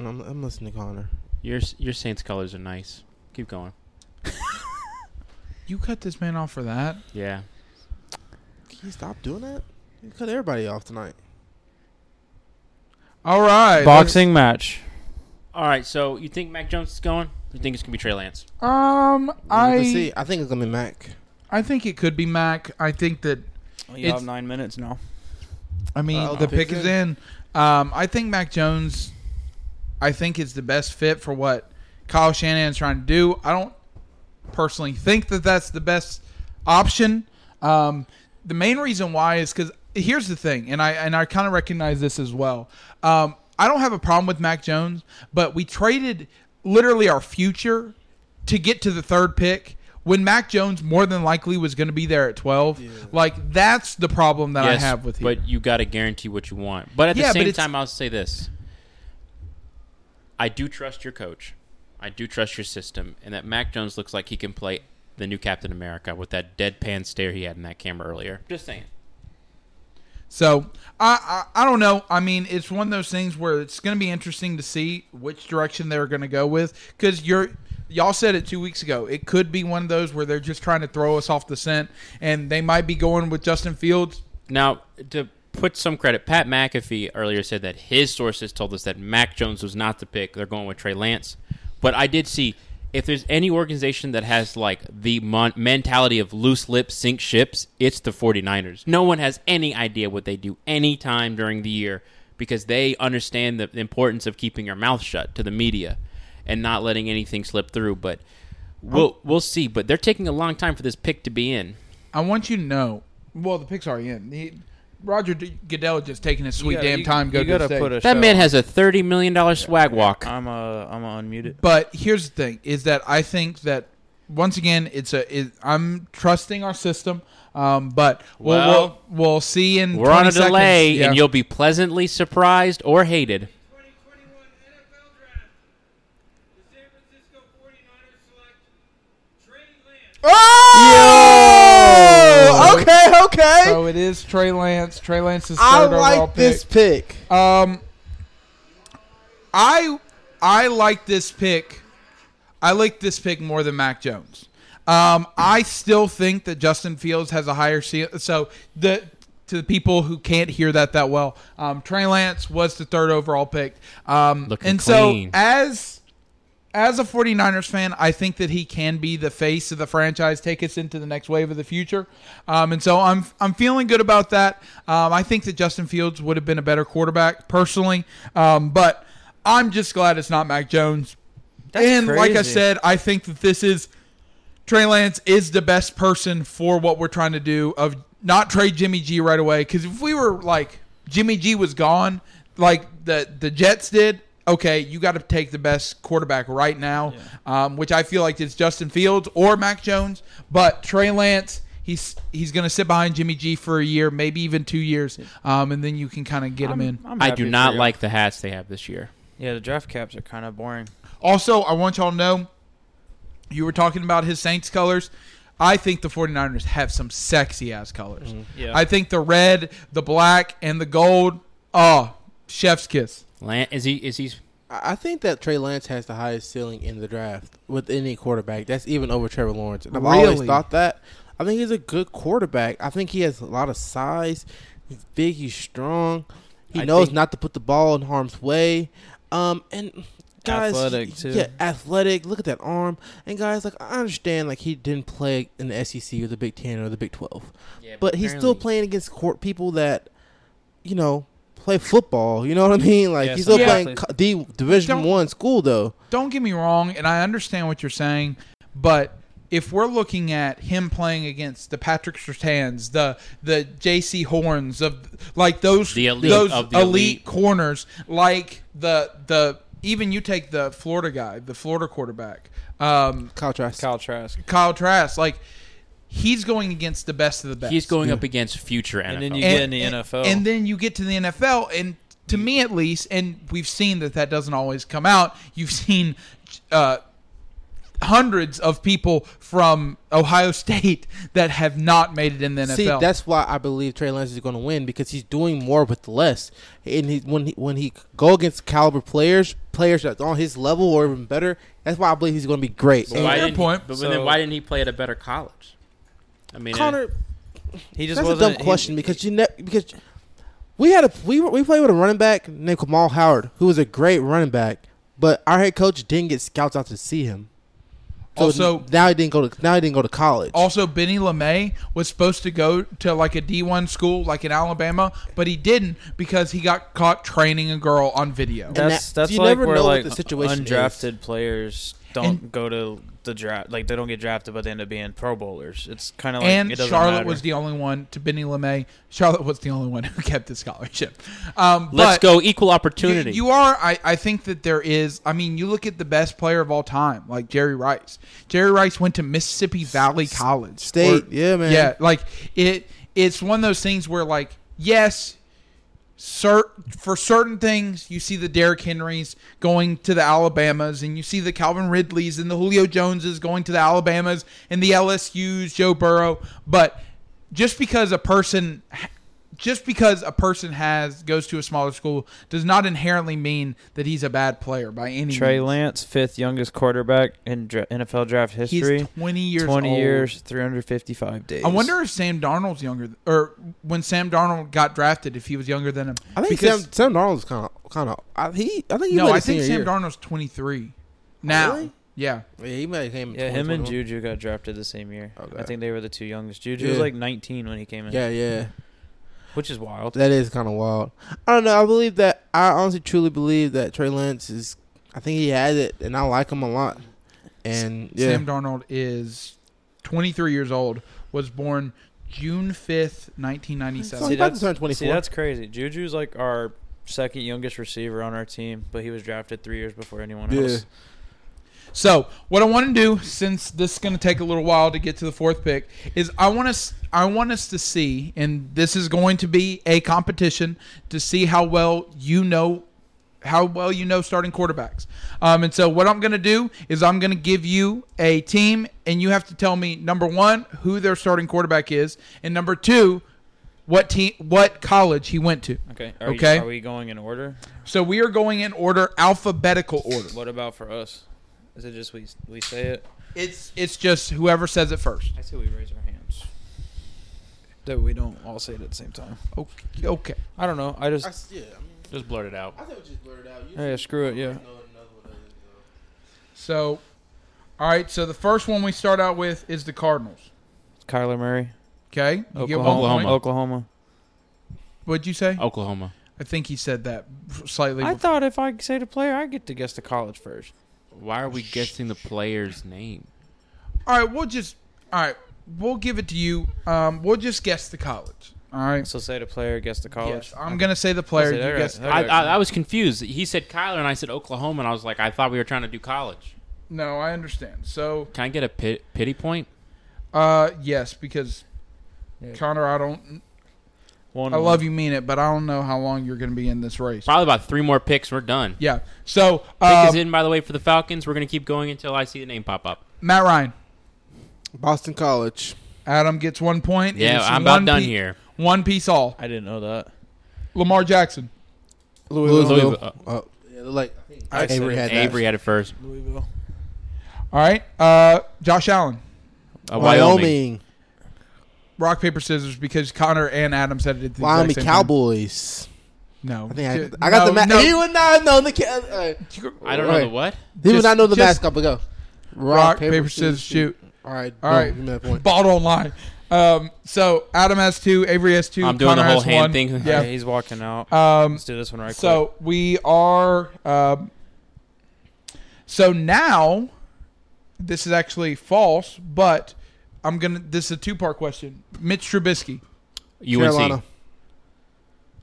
[SPEAKER 4] And I'm, I'm listening to Connor.
[SPEAKER 2] Your your Saints colors are nice. Keep going.
[SPEAKER 1] You cut this man off for that?
[SPEAKER 2] Yeah.
[SPEAKER 4] Can you stop doing that? You cut everybody off tonight.
[SPEAKER 1] All right,
[SPEAKER 3] Boxing match.
[SPEAKER 2] All right. So you think Mac Jones is going? You think it's gonna be Trey Lance?
[SPEAKER 1] Let's- Um,
[SPEAKER 4] I see.
[SPEAKER 1] I
[SPEAKER 4] I think it's gonna be Mac.
[SPEAKER 1] I think it could be Mac. I think that
[SPEAKER 3] You
[SPEAKER 1] It's-
[SPEAKER 3] have nine minutes now.
[SPEAKER 1] I mean
[SPEAKER 4] Uh,
[SPEAKER 1] the
[SPEAKER 4] pick
[SPEAKER 1] pick is in. Um, I think Mac Jones. I think is the best fit for what Kyle Shanahan's trying to do. I don't personally think that that's the best option. Um, the main reason why is because here's the thing, and I and I kind of recognize this as well. Um, I don't have a problem with Mac Jones, but we traded literally our future to get to the third pick when Mac Jones more than likely was going to be there at twelve. Like that's the problem that I have with him.
[SPEAKER 2] But you got to guarantee what you want. But at
[SPEAKER 1] Yeah,
[SPEAKER 2] the
[SPEAKER 1] but
[SPEAKER 2] same
[SPEAKER 1] it's-
[SPEAKER 2] time, I'll say this: I do trust your coach. I do trust your system, and that Mac Jones looks like he can play the new Captain America with that deadpan stare he had in that camera earlier. Just saying.
[SPEAKER 1] So I, I I don't know. I mean, it's one of those things where it's going to be interesting to see which direction they're going to go with because you're y'all said it two weeks ago. It could be one of those where they're just trying to throw us off the scent, and they might be going with Justin Fields.
[SPEAKER 2] Now, to put some credit, Pat McAfee earlier said that his sources told us that Mac Jones was not the pick. They're going with Trey Lance. But I did see if there's any organization that has like the mon- mentality of loose lips sink ships, it's the 49ers. No one has any idea what they do any time during the year because they understand the importance of keeping your mouth shut to the media and not letting anything slip through, but we'll we'll see, but they're taking a long time for this pick to be in.
[SPEAKER 1] I want you to know. Well, the pick's already in. He, Roger D- Goodell just taking his sweet
[SPEAKER 3] You gotta-
[SPEAKER 1] damn
[SPEAKER 3] you-
[SPEAKER 1] time.
[SPEAKER 3] You
[SPEAKER 1] Go to
[SPEAKER 3] gotta
[SPEAKER 1] the state.
[SPEAKER 3] put a
[SPEAKER 2] That
[SPEAKER 3] show
[SPEAKER 2] man
[SPEAKER 3] up.
[SPEAKER 2] has a 30 million dollar swag walk.
[SPEAKER 3] I'm uh, I'm gonna unmute it.
[SPEAKER 1] But here's the thing: is that I think that once again, it's a. It, I'm trusting our system, um, but we'll,
[SPEAKER 2] Well,
[SPEAKER 1] we'll we'll see in.
[SPEAKER 2] We're on
[SPEAKER 1] 20
[SPEAKER 2] a
[SPEAKER 1] seconds.
[SPEAKER 2] delay
[SPEAKER 1] Yeah.
[SPEAKER 2] and you'll be pleasantly surprised or hated.
[SPEAKER 5] 2021 NFL Draft. The San Francisco 49ers select Trey Lance.
[SPEAKER 1] Oh!
[SPEAKER 4] Okay, okay.
[SPEAKER 1] So it is Trey Lance. Trey Lance is third
[SPEAKER 4] I
[SPEAKER 1] overall
[SPEAKER 4] like
[SPEAKER 1] pick.
[SPEAKER 4] this pick.
[SPEAKER 1] Um, I I like this pick. I like this pick more than Mac Jones. Um, I still think that Justin Fields has a higher ceiling. So the to the people who can't hear that that well, um, Trey Lance was the third overall pick. Um,
[SPEAKER 2] Looking
[SPEAKER 1] and
[SPEAKER 2] clean.
[SPEAKER 1] so as as a 49ers fan, I think that he can be the face of the franchise, take us into the next wave of the future. Um, and so I'm I'm feeling good about that. Um, I think that Justin Fields would have been a better quarterback personally, um, but I'm just glad it's not Mac Jones. and like I
[SPEAKER 3] crazy.
[SPEAKER 1] said, I think that this is Trey Lance is the best person for what we're trying to do of not trade Jimmy G right away because if we were like Jimmy G was gone, like the the Jets did, okay, you got to take the best quarterback right now, um, which I feel like it's Justin Fields or Mac Jones, but Trey Lance. He's, he's going to sit behind Jimmy G for a year, maybe even two years, um, and then you can kind of get him in.
[SPEAKER 3] I'm
[SPEAKER 2] I
[SPEAKER 3] happy
[SPEAKER 2] do
[SPEAKER 3] for
[SPEAKER 2] not
[SPEAKER 3] you.
[SPEAKER 2] like the hats they have this year.
[SPEAKER 3] Yeah, the draft caps are kind of boring.
[SPEAKER 1] Also, I want y'all to know you were talking about his Saints colors. I think the 49ers have some sexy ass colors.
[SPEAKER 2] Mm-hmm.
[SPEAKER 3] Yeah.
[SPEAKER 1] I think the red, the black, and the gold. Oh, chef's kiss.
[SPEAKER 2] Lan is he is he
[SPEAKER 4] I I think that Trey Lance has the highest ceiling in the draft with any quarterback. That's even over Trevor Lawrence. And I've always
[SPEAKER 1] Really?
[SPEAKER 4] thought that. I think he's a good quarterback. I think he has a lot of size. He's big. He's strong. He
[SPEAKER 2] I
[SPEAKER 4] knows
[SPEAKER 2] think-
[SPEAKER 4] not to put the ball in harm's way. Um and guys,
[SPEAKER 3] Athletic, too.
[SPEAKER 4] yeah, athletic. Look at that arm. And guys, like I understand, like he didn't play in the SEC or the Big Ten or the Big Twelve, but he's still playing against court people that, you know, play football. You know what I mean? Like
[SPEAKER 3] Yeah,
[SPEAKER 4] he's still
[SPEAKER 1] some
[SPEAKER 4] playing
[SPEAKER 3] athletes.
[SPEAKER 4] co- D Division
[SPEAKER 1] Don't-
[SPEAKER 4] One school though.
[SPEAKER 1] Don't get me wrong, and I understand what you're saying, but if we're looking at him playing against the Patrick Sertans, the the J.C. Horns of like those
[SPEAKER 2] The elite
[SPEAKER 1] those
[SPEAKER 2] of the elite.
[SPEAKER 1] corners, like the the even you take the Florida guy, the Florida quarterback. Um,
[SPEAKER 4] Kyle Trask.
[SPEAKER 3] Kyle Trask.
[SPEAKER 1] Kyle Trask, like he's going against the best of the best.
[SPEAKER 2] He's going up against future NFL.
[SPEAKER 3] And then you-
[SPEAKER 1] and,
[SPEAKER 3] get in the
[SPEAKER 1] and-
[SPEAKER 3] NFL.
[SPEAKER 1] and then you get to the NFL, and to me at least, and we've seen that that doesn't always come out. You've seen uh, hundreds of people from Ohio State that have not made it in the NFL.
[SPEAKER 4] See, that's why I believe Trey Lance is going to win because he's doing more with less. And he, when he, when he go against caliber players, players that's on his level or even better, that's why I believe he's going to be great.
[SPEAKER 1] But why-
[SPEAKER 4] And
[SPEAKER 1] fair
[SPEAKER 2] didn't
[SPEAKER 1] point.
[SPEAKER 2] He, but
[SPEAKER 3] So-
[SPEAKER 2] then why didn't he play at a better college? I mean, uh,
[SPEAKER 4] Connor,
[SPEAKER 3] He just
[SPEAKER 4] that's a
[SPEAKER 3] wasn't,
[SPEAKER 4] dumb
[SPEAKER 3] he-
[SPEAKER 4] question because you ne- because we had a we were- we played with a running back named Kamal Howard who was a great running back, but our head coach didn't get scouts out to see him. So
[SPEAKER 1] Also-
[SPEAKER 4] now he didn't go to now he didn't go to college.
[SPEAKER 1] also, Benny LeMay was supposed to go to like a D1 school, like in Alabama, but he didn't because he got caught training a girl on video.
[SPEAKER 3] That's
[SPEAKER 4] that-
[SPEAKER 3] that's
[SPEAKER 4] you
[SPEAKER 3] like
[SPEAKER 4] never
[SPEAKER 3] where
[SPEAKER 4] know what
[SPEAKER 3] like
[SPEAKER 4] the situation
[SPEAKER 3] undrafted players don't
[SPEAKER 1] And-
[SPEAKER 3] go to the draft, like they don't get drafted, but they end up being Pro Bowlers. It's kind of like
[SPEAKER 1] and
[SPEAKER 3] it doesn't
[SPEAKER 1] Charlotte
[SPEAKER 3] matter.
[SPEAKER 1] was the only one to Benny LeMay. Charlotte was the only one who kept the scholarship. Um,
[SPEAKER 2] let's
[SPEAKER 1] but
[SPEAKER 2] go equal
[SPEAKER 1] you-
[SPEAKER 2] opportunity.
[SPEAKER 1] You, are. I, I think that there is. I mean, you look at the best player of all time, like Jerry Rice. Jerry Rice went to Mississippi Valley College.
[SPEAKER 4] State, yeah, man.
[SPEAKER 1] Yeah, like it. It's one of those things where, like, yes, cer- for certain things, you see the Derrick Henrys going to the Alabamas, and you see the Calvin Ridleys and the Julio Joneses going to the Alabamas, and the LSU's Joe Burrow. But just because a person, just because a person has goes to a smaller school, does not inherently mean that he's a bad player by any
[SPEAKER 3] Trey
[SPEAKER 1] means.
[SPEAKER 3] Lance, fifth youngest quarterback in dra- NFL draft history.
[SPEAKER 1] He's twenty years.
[SPEAKER 3] 20
[SPEAKER 1] old.
[SPEAKER 3] years, 355 days.
[SPEAKER 1] I wonder if Sam Darnold's younger, th- or when Sam Darnold got drafted, if he was younger than him.
[SPEAKER 4] I think
[SPEAKER 1] Because-
[SPEAKER 4] Sam Sam Darnold's kind of kind of he I think he
[SPEAKER 1] no,
[SPEAKER 4] played
[SPEAKER 1] I
[SPEAKER 4] his
[SPEAKER 1] think Sam
[SPEAKER 4] senior year.
[SPEAKER 1] Darnold's twenty three now.
[SPEAKER 4] Really?
[SPEAKER 1] Yeah.
[SPEAKER 4] Yeah, he might have came. in
[SPEAKER 3] Yeah, him and
[SPEAKER 4] 2021.
[SPEAKER 3] Juju got drafted the same year.
[SPEAKER 4] Okay.
[SPEAKER 3] I think they were the two youngest. Juju was
[SPEAKER 4] Yeah.
[SPEAKER 3] like 19 when he came in,
[SPEAKER 4] Yeah, yeah,
[SPEAKER 3] which is wild.
[SPEAKER 4] that is kind of wild. I don't know. I believe that. I honestly, truly believe that Trey Lance is. I think he has it, and I like him a lot. And yeah,
[SPEAKER 1] Sam Darnold is 23 years old. Was born June 5th,
[SPEAKER 4] So
[SPEAKER 1] 1997.
[SPEAKER 4] he
[SPEAKER 3] See,
[SPEAKER 4] about to
[SPEAKER 3] that's,
[SPEAKER 4] turn 24.
[SPEAKER 3] see, that's crazy. Juju's like our second youngest receiver on our team, but he was drafted three years before anyone
[SPEAKER 4] Yeah.
[SPEAKER 3] else.
[SPEAKER 1] So, what I want to do, since this is going to take a little while to get to the fourth pick, is I want us, I want us to see, and this is going to be a competition to see how well you know, how well you know starting quarterbacks. Um, and so, what I'm going to do is I'm going to give you a team, and you have to tell me number one who their starting quarterback is, and number two what team, what college he went to.
[SPEAKER 3] Okay. Are
[SPEAKER 1] Okay.
[SPEAKER 3] You, are we going in order?
[SPEAKER 1] So we are going in order, alphabetical order.
[SPEAKER 3] What about for us? Is it just we we say it?
[SPEAKER 1] It's it's just whoever says it first.
[SPEAKER 3] I say we raise our hands. That we don't all say it at the same time.
[SPEAKER 1] Okay. okay.
[SPEAKER 3] I don't know. I just
[SPEAKER 4] yeah,
[SPEAKER 2] Just blurt it out.
[SPEAKER 4] I think we just blurred out.
[SPEAKER 3] Yeah, yeah, screw it, yeah.
[SPEAKER 1] So, all right. So the first one we start out with is the Cardinals.
[SPEAKER 3] Kyler Murray,
[SPEAKER 1] Okay. You get one
[SPEAKER 3] Oklahoma,
[SPEAKER 1] point.
[SPEAKER 3] Oklahoma.
[SPEAKER 1] What'd you say?
[SPEAKER 2] Oklahoma.
[SPEAKER 1] I think he said that slightly.
[SPEAKER 3] I
[SPEAKER 1] before.
[SPEAKER 3] thought if I say the player, I get to guess the college first.
[SPEAKER 2] Why are we guessing the player's name?
[SPEAKER 1] all right. We'll just. All right. We'll give it to you. Um, we'll just guess the college. All right.
[SPEAKER 3] So say the player, guess the college.
[SPEAKER 1] Yes, I'm gonna say the player.
[SPEAKER 3] That's it,
[SPEAKER 1] You
[SPEAKER 3] all
[SPEAKER 1] guess.
[SPEAKER 3] right.
[SPEAKER 2] I, I, I was confused. He said Kyler, and I said Oklahoma, and I was like, I thought we were trying to do college.
[SPEAKER 1] No, I understand. So,
[SPEAKER 2] Can I get a pit, pity point?
[SPEAKER 1] uh, yes, because
[SPEAKER 3] Yeah. Mm-hmm.
[SPEAKER 1] Connor, I don't.
[SPEAKER 3] One
[SPEAKER 1] I love you, mean it, but I don't know how long you're gonna be in this race.
[SPEAKER 2] Probably about three more picks. We're done.
[SPEAKER 1] Yeah. So,
[SPEAKER 2] Pick
[SPEAKER 1] uh,
[SPEAKER 2] is in, by the way, for the Falcons. We're going to keep going until I see the name pop up.
[SPEAKER 1] Matt Ryan.
[SPEAKER 4] Boston College.
[SPEAKER 1] Adam gets one point.
[SPEAKER 2] Yeah,
[SPEAKER 1] It's
[SPEAKER 2] I'm about
[SPEAKER 1] one
[SPEAKER 2] done
[SPEAKER 1] pe-
[SPEAKER 2] here.
[SPEAKER 1] One piece all.
[SPEAKER 3] I didn't know that.
[SPEAKER 1] Lamar Jackson.
[SPEAKER 4] Louisville.
[SPEAKER 2] Louisville.
[SPEAKER 4] Oh, yeah, they're like I think
[SPEAKER 3] I
[SPEAKER 4] Avery
[SPEAKER 3] said
[SPEAKER 4] had that.
[SPEAKER 2] Avery had it first.
[SPEAKER 3] Louisville.
[SPEAKER 1] All right. Uh, Josh Allen.
[SPEAKER 2] Uh, Wyoming.
[SPEAKER 4] Wyoming.
[SPEAKER 1] Rock paper scissors because Connor and Adam said it. At the exact
[SPEAKER 4] Wyoming
[SPEAKER 1] same
[SPEAKER 4] Cowboys.
[SPEAKER 1] Time. No,
[SPEAKER 4] I think
[SPEAKER 1] Ju-
[SPEAKER 4] I, I got
[SPEAKER 1] no,
[SPEAKER 4] the ma-
[SPEAKER 1] no.
[SPEAKER 4] He would not know the. Ca- uh,
[SPEAKER 2] I don't know
[SPEAKER 4] Right.
[SPEAKER 2] the what.
[SPEAKER 4] He would
[SPEAKER 1] Just-
[SPEAKER 4] not know the
[SPEAKER 1] just-
[SPEAKER 4] mascot. But go.
[SPEAKER 1] Rock, paper, scissors, shoot.
[SPEAKER 4] All right.
[SPEAKER 1] All
[SPEAKER 4] boom,
[SPEAKER 1] right.
[SPEAKER 4] Oh, Give me that point.
[SPEAKER 1] Ball don't lie. Um, so Adam has two. Avery has two.
[SPEAKER 2] I'm doing
[SPEAKER 1] Connor
[SPEAKER 2] the whole
[SPEAKER 1] has
[SPEAKER 2] hand
[SPEAKER 1] one.
[SPEAKER 2] thing.
[SPEAKER 3] Yeah,
[SPEAKER 1] Yeah.
[SPEAKER 3] he's walking out.
[SPEAKER 1] Um,
[SPEAKER 3] Let's do this one right
[SPEAKER 1] so we are. Um, so now, this is actually false, but I'm gonna. This is a two part question. Mitch Trubisky.
[SPEAKER 2] UNC.
[SPEAKER 4] Carolina.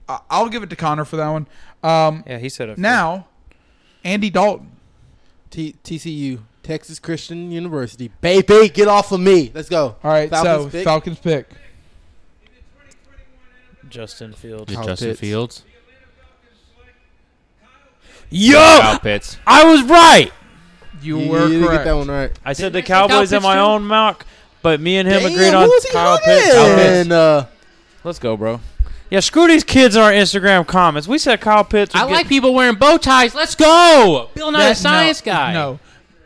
[SPEAKER 1] I- I'll give it to Connor for that one. Um,
[SPEAKER 3] quick. Yeah, he said it.
[SPEAKER 1] now, Andy Dalton.
[SPEAKER 4] T- TCU. Texas Christian University. Baby, get off of me. Let's go.
[SPEAKER 1] All right, so
[SPEAKER 4] Falcons pick.
[SPEAKER 1] Falcons pick.
[SPEAKER 5] In the 2021 NFL
[SPEAKER 3] Justin Fields.
[SPEAKER 2] Is it
[SPEAKER 4] Kyle
[SPEAKER 2] Justin
[SPEAKER 4] Pitts.
[SPEAKER 2] Fields?
[SPEAKER 5] the Atlanta Falcons select Kyle
[SPEAKER 3] Yo,
[SPEAKER 2] Kyle Pitts.
[SPEAKER 3] I was right.
[SPEAKER 1] You
[SPEAKER 4] You-
[SPEAKER 1] were
[SPEAKER 4] you didn't
[SPEAKER 1] correct.
[SPEAKER 4] get that one right.
[SPEAKER 3] I said the
[SPEAKER 2] Kyle
[SPEAKER 3] Cowboys in
[SPEAKER 2] Pitts
[SPEAKER 3] my
[SPEAKER 2] too?
[SPEAKER 3] own mock, but me and him agreed
[SPEAKER 4] Damn,
[SPEAKER 3] on
[SPEAKER 4] who was he
[SPEAKER 3] Kyle
[SPEAKER 4] on
[SPEAKER 3] Pitts. Kyle
[SPEAKER 4] then?
[SPEAKER 3] Pitts.
[SPEAKER 4] Uh,
[SPEAKER 3] Let's go, bro. Yeah, screw these kids on our Instagram comments. We said Kyle Pitts. would
[SPEAKER 2] I
[SPEAKER 3] get-
[SPEAKER 2] like people wearing bow ties. Let's go. Bill Nye,
[SPEAKER 1] That-
[SPEAKER 2] a science
[SPEAKER 1] no,
[SPEAKER 2] guy.
[SPEAKER 1] No,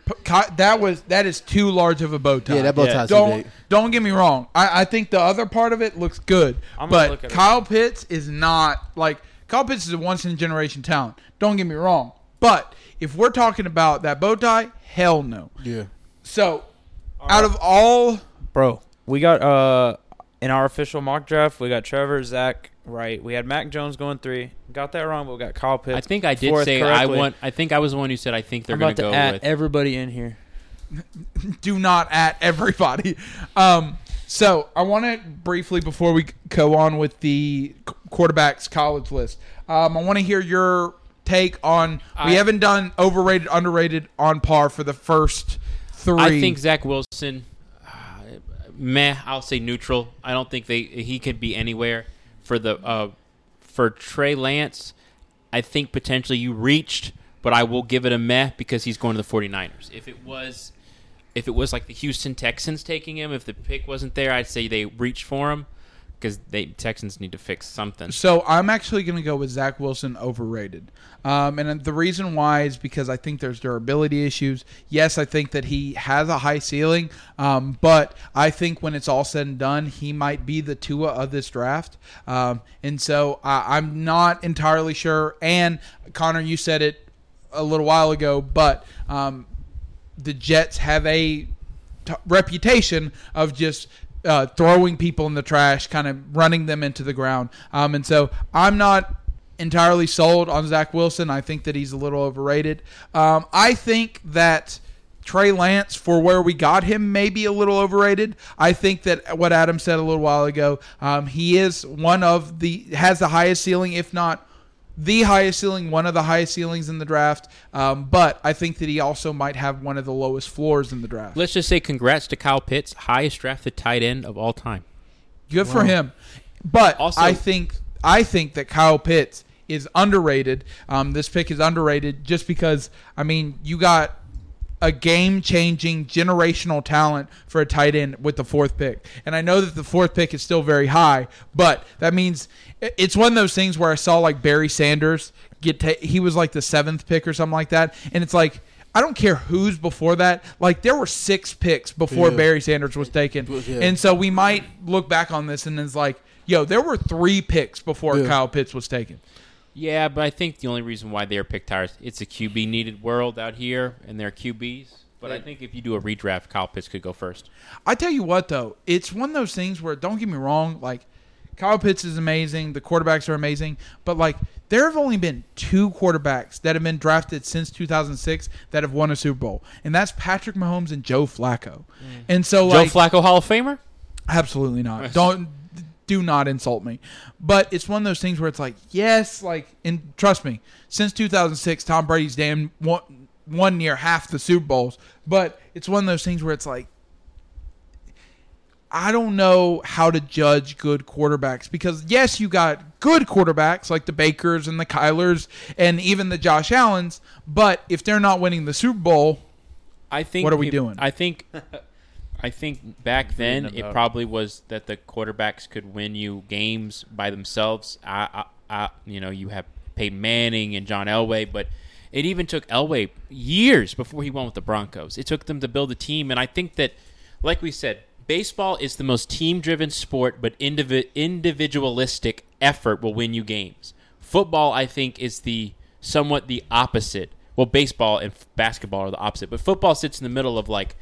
[SPEAKER 1] P- Ki- that was that is too large of a bow tie.
[SPEAKER 4] yeah, that bow
[SPEAKER 3] Yeah.
[SPEAKER 4] tie's too
[SPEAKER 1] don't
[SPEAKER 4] big.
[SPEAKER 1] don't get me wrong. I, I think the other part of it looks good,
[SPEAKER 3] I'm gonna
[SPEAKER 1] but
[SPEAKER 3] look at it.
[SPEAKER 1] Kyle Pitts is not like Kyle Pitts is a once in a generation talent. Don't get me wrong, but if we're talking about that bow tie, hell no.
[SPEAKER 4] Yeah.
[SPEAKER 1] So, out of all
[SPEAKER 3] bro. We got uh in our official mock draft, we got Trevor, Zach, right. We had Mac Jones going three. Got that wrong, but we got Kyle Pitts.
[SPEAKER 2] I think I did
[SPEAKER 3] fourth
[SPEAKER 2] say I
[SPEAKER 3] correctly.
[SPEAKER 2] want. I think I was the one who said I think they're
[SPEAKER 3] I'm
[SPEAKER 2] going
[SPEAKER 3] about
[SPEAKER 2] to
[SPEAKER 3] to
[SPEAKER 2] go
[SPEAKER 3] add
[SPEAKER 2] with.
[SPEAKER 3] everybody in here.
[SPEAKER 1] do not at everybody. Um, so I want to briefly before we go on with the qu- quarterbacks college list. Um, I want to hear your take on.
[SPEAKER 2] I-
[SPEAKER 1] we haven't done overrated, underrated, on par for the first three.
[SPEAKER 2] I think Zach Wilson. Uh, meh. I'll say neutral. I don't think they he could be anywhere for the uh, for Trey Lance. I think potentially you reached, but I will give it a meh because he's going to the 49ers. If it was if it was like the Houston Texans taking him, if the pick wasn't there, I'd say they reached for him because they Texans need to fix something.
[SPEAKER 1] So I'm actually going to go with Zach Wilson overrated, um, and the reason why is because I think there's durability issues. Yes, I think that he has a high ceiling, um, but I think when it's all said and done, he might be the Tua of this draft, um, and so I, I'm not entirely sure. And Connor, you said it a little while ago, but um, the Jets have a t- reputation of just uh, throwing people in the trash, kind of running them into the ground. Um, and so I'm not entirely sold on Zach Wilson. I think that he's a little overrated. Um, I think that. Trey Lance, for where we got him, may be a little overrated. I think that what Adam said a little while ago, um, he is one of the, has the highest ceiling, if not the highest ceiling, one of the highest ceilings in the draft. Um, but I think that he also might have one of the lowest floors in the draft.
[SPEAKER 2] Let's just say congrats to Kyle Pitts, highest drafted tight end of all time.
[SPEAKER 1] Good for him. But
[SPEAKER 2] Also-
[SPEAKER 1] I think I think that Kyle Pitts is underrated. Um, this pick is underrated just because I mean you got a game-changing generational talent for a tight end with the fourth pick, and I know that the fourth pick is still very high, but that means i- it's one of those things where I saw like Barry Sanders get ta- he was like the seventh pick or something like that, and it's like. I don't care who's before that. Like there were six picks before
[SPEAKER 4] Yeah.
[SPEAKER 1] Barry Sanders was taken,
[SPEAKER 4] Yeah.
[SPEAKER 1] and so we might look back on this and it's like, yo, there were three picks before
[SPEAKER 4] Yeah.
[SPEAKER 1] Kyle Pitts was taken.
[SPEAKER 2] Yeah, but I think the only reason why they are picked higher is it's a QB needed world out here, and they're QBs. But I think if you do a redraft, Kyle Pitts could go first.
[SPEAKER 1] I tell you what though, it's one of those things where don't get me wrong, like Kyle Pitts is amazing, the quarterbacks are amazing, but like there have only been two quarterbacks that have been drafted since 2006 that have won a Super Bowl, and that's Patrick Mahomes and Joe
[SPEAKER 4] Mm.
[SPEAKER 1] Flacco. And so like
[SPEAKER 2] Joe Flacco Hall of Famer?
[SPEAKER 1] Absolutely not. Don't do not insult me. But it's one of those things where it's like, yes, like and trust me, since 2006 Tom Brady's damn one, one near half the Super Bowls, but it's one of those things where it's like I don't know how to judge good quarterbacks because yes, you got good quarterbacks like the Bakers and the Kylers and even the Josh Allens, but if they're not winning the Super Bowl,
[SPEAKER 2] I think.
[SPEAKER 1] What are we
[SPEAKER 2] it-
[SPEAKER 1] doing?
[SPEAKER 2] I think. I think back then it probably was that the quarterbacks could win you games by themselves. I, I, I you know, you have Peyton Manning and John Elway, but it even took Elway years before he won with the Broncos. It took them to build a team, and I think that, like we said, baseball is the most team-driven sport, but indivi- individualistic effort will win you games. Football, I think, is the somewhat the opposite. Well, baseball and f- basketball are the opposite, but football sits in the middle of like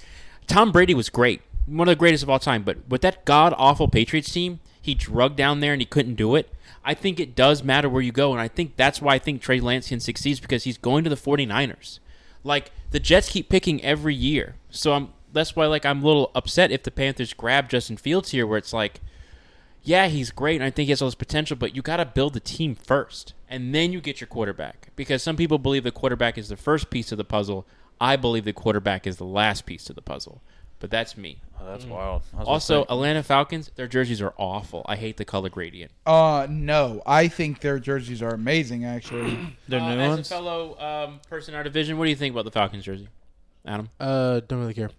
[SPEAKER 2] Tom Brady was great, one of the greatest of all time. But with that god awful Patriots team, he drugged down there and he couldn't do it. I think it does matter where you go, and I think that's why I think Trey Lance can succeed because he's going to the 49ers. Like the Jets keep picking every year, so I'm that's why like I'm a little upset if the Panthers grab Justin Fields here, where it's like yeah, he's great, and I think he has all this potential, but you got to build the team first, and then you get your quarterback. Because some people believe the quarterback is the first piece of the puzzle. I believe the quarterback is the last piece of the puzzle, but that's me.
[SPEAKER 3] Oh, that's wild. I was gonna
[SPEAKER 2] Also,
[SPEAKER 3] say,
[SPEAKER 2] Atlanta Falcons, their jerseys are awful. I hate the color gradient.
[SPEAKER 1] uh no, I think their jerseys are amazing actually.
[SPEAKER 3] they're
[SPEAKER 2] Uh,
[SPEAKER 3] new
[SPEAKER 2] as
[SPEAKER 3] ones.
[SPEAKER 2] a fellow um, person in our division, what do you think about the Falcons jersey, Adam?
[SPEAKER 4] Uh, don't really care.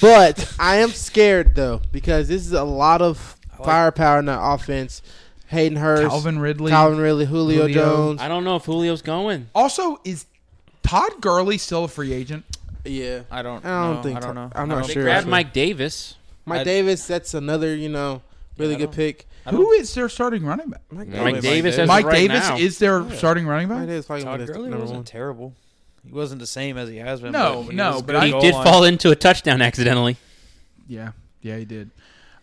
[SPEAKER 4] But I am scared though because this is a lot of firepower in that offense. Hayden Hurst,
[SPEAKER 1] Calvin Ridley.
[SPEAKER 4] Calvin Ridley, Julio,
[SPEAKER 1] Julio.
[SPEAKER 4] Jones.
[SPEAKER 2] I don't know if Julio's going.
[SPEAKER 1] Also, is Todd Gurley still a free agent?
[SPEAKER 4] yeah,
[SPEAKER 3] I don't.
[SPEAKER 4] I don't
[SPEAKER 3] know.
[SPEAKER 4] think
[SPEAKER 3] I don't
[SPEAKER 4] so.
[SPEAKER 3] know.
[SPEAKER 4] I'm
[SPEAKER 3] I
[SPEAKER 4] not
[SPEAKER 3] don't-
[SPEAKER 2] They
[SPEAKER 4] sure.
[SPEAKER 2] grabbed
[SPEAKER 4] actually.
[SPEAKER 2] Mike Davis.
[SPEAKER 4] Mike
[SPEAKER 3] I-
[SPEAKER 4] Davis. That's another you know really
[SPEAKER 3] Yeah, I
[SPEAKER 4] good
[SPEAKER 3] don't-
[SPEAKER 4] pick.
[SPEAKER 3] I don't-
[SPEAKER 1] Who is their starting running back?
[SPEAKER 4] Mike
[SPEAKER 2] Mike
[SPEAKER 3] Mike
[SPEAKER 2] Davis,
[SPEAKER 3] Davis.
[SPEAKER 2] as
[SPEAKER 1] Mike
[SPEAKER 2] of right
[SPEAKER 1] Davis
[SPEAKER 2] now.
[SPEAKER 1] is their starting running
[SPEAKER 4] Mike
[SPEAKER 1] back.
[SPEAKER 4] Davis probably
[SPEAKER 3] Todd
[SPEAKER 4] gonna be the
[SPEAKER 3] Gurley
[SPEAKER 4] number
[SPEAKER 3] wasn't
[SPEAKER 4] one.
[SPEAKER 3] terrible. He wasn't the same as he has been.
[SPEAKER 1] No,
[SPEAKER 3] but he
[SPEAKER 1] no,
[SPEAKER 3] was
[SPEAKER 1] but
[SPEAKER 3] good
[SPEAKER 1] I-
[SPEAKER 2] He
[SPEAKER 3] goal
[SPEAKER 2] did
[SPEAKER 3] line.
[SPEAKER 2] fall into a touchdown accidentally.
[SPEAKER 1] Yeah, yeah, he did.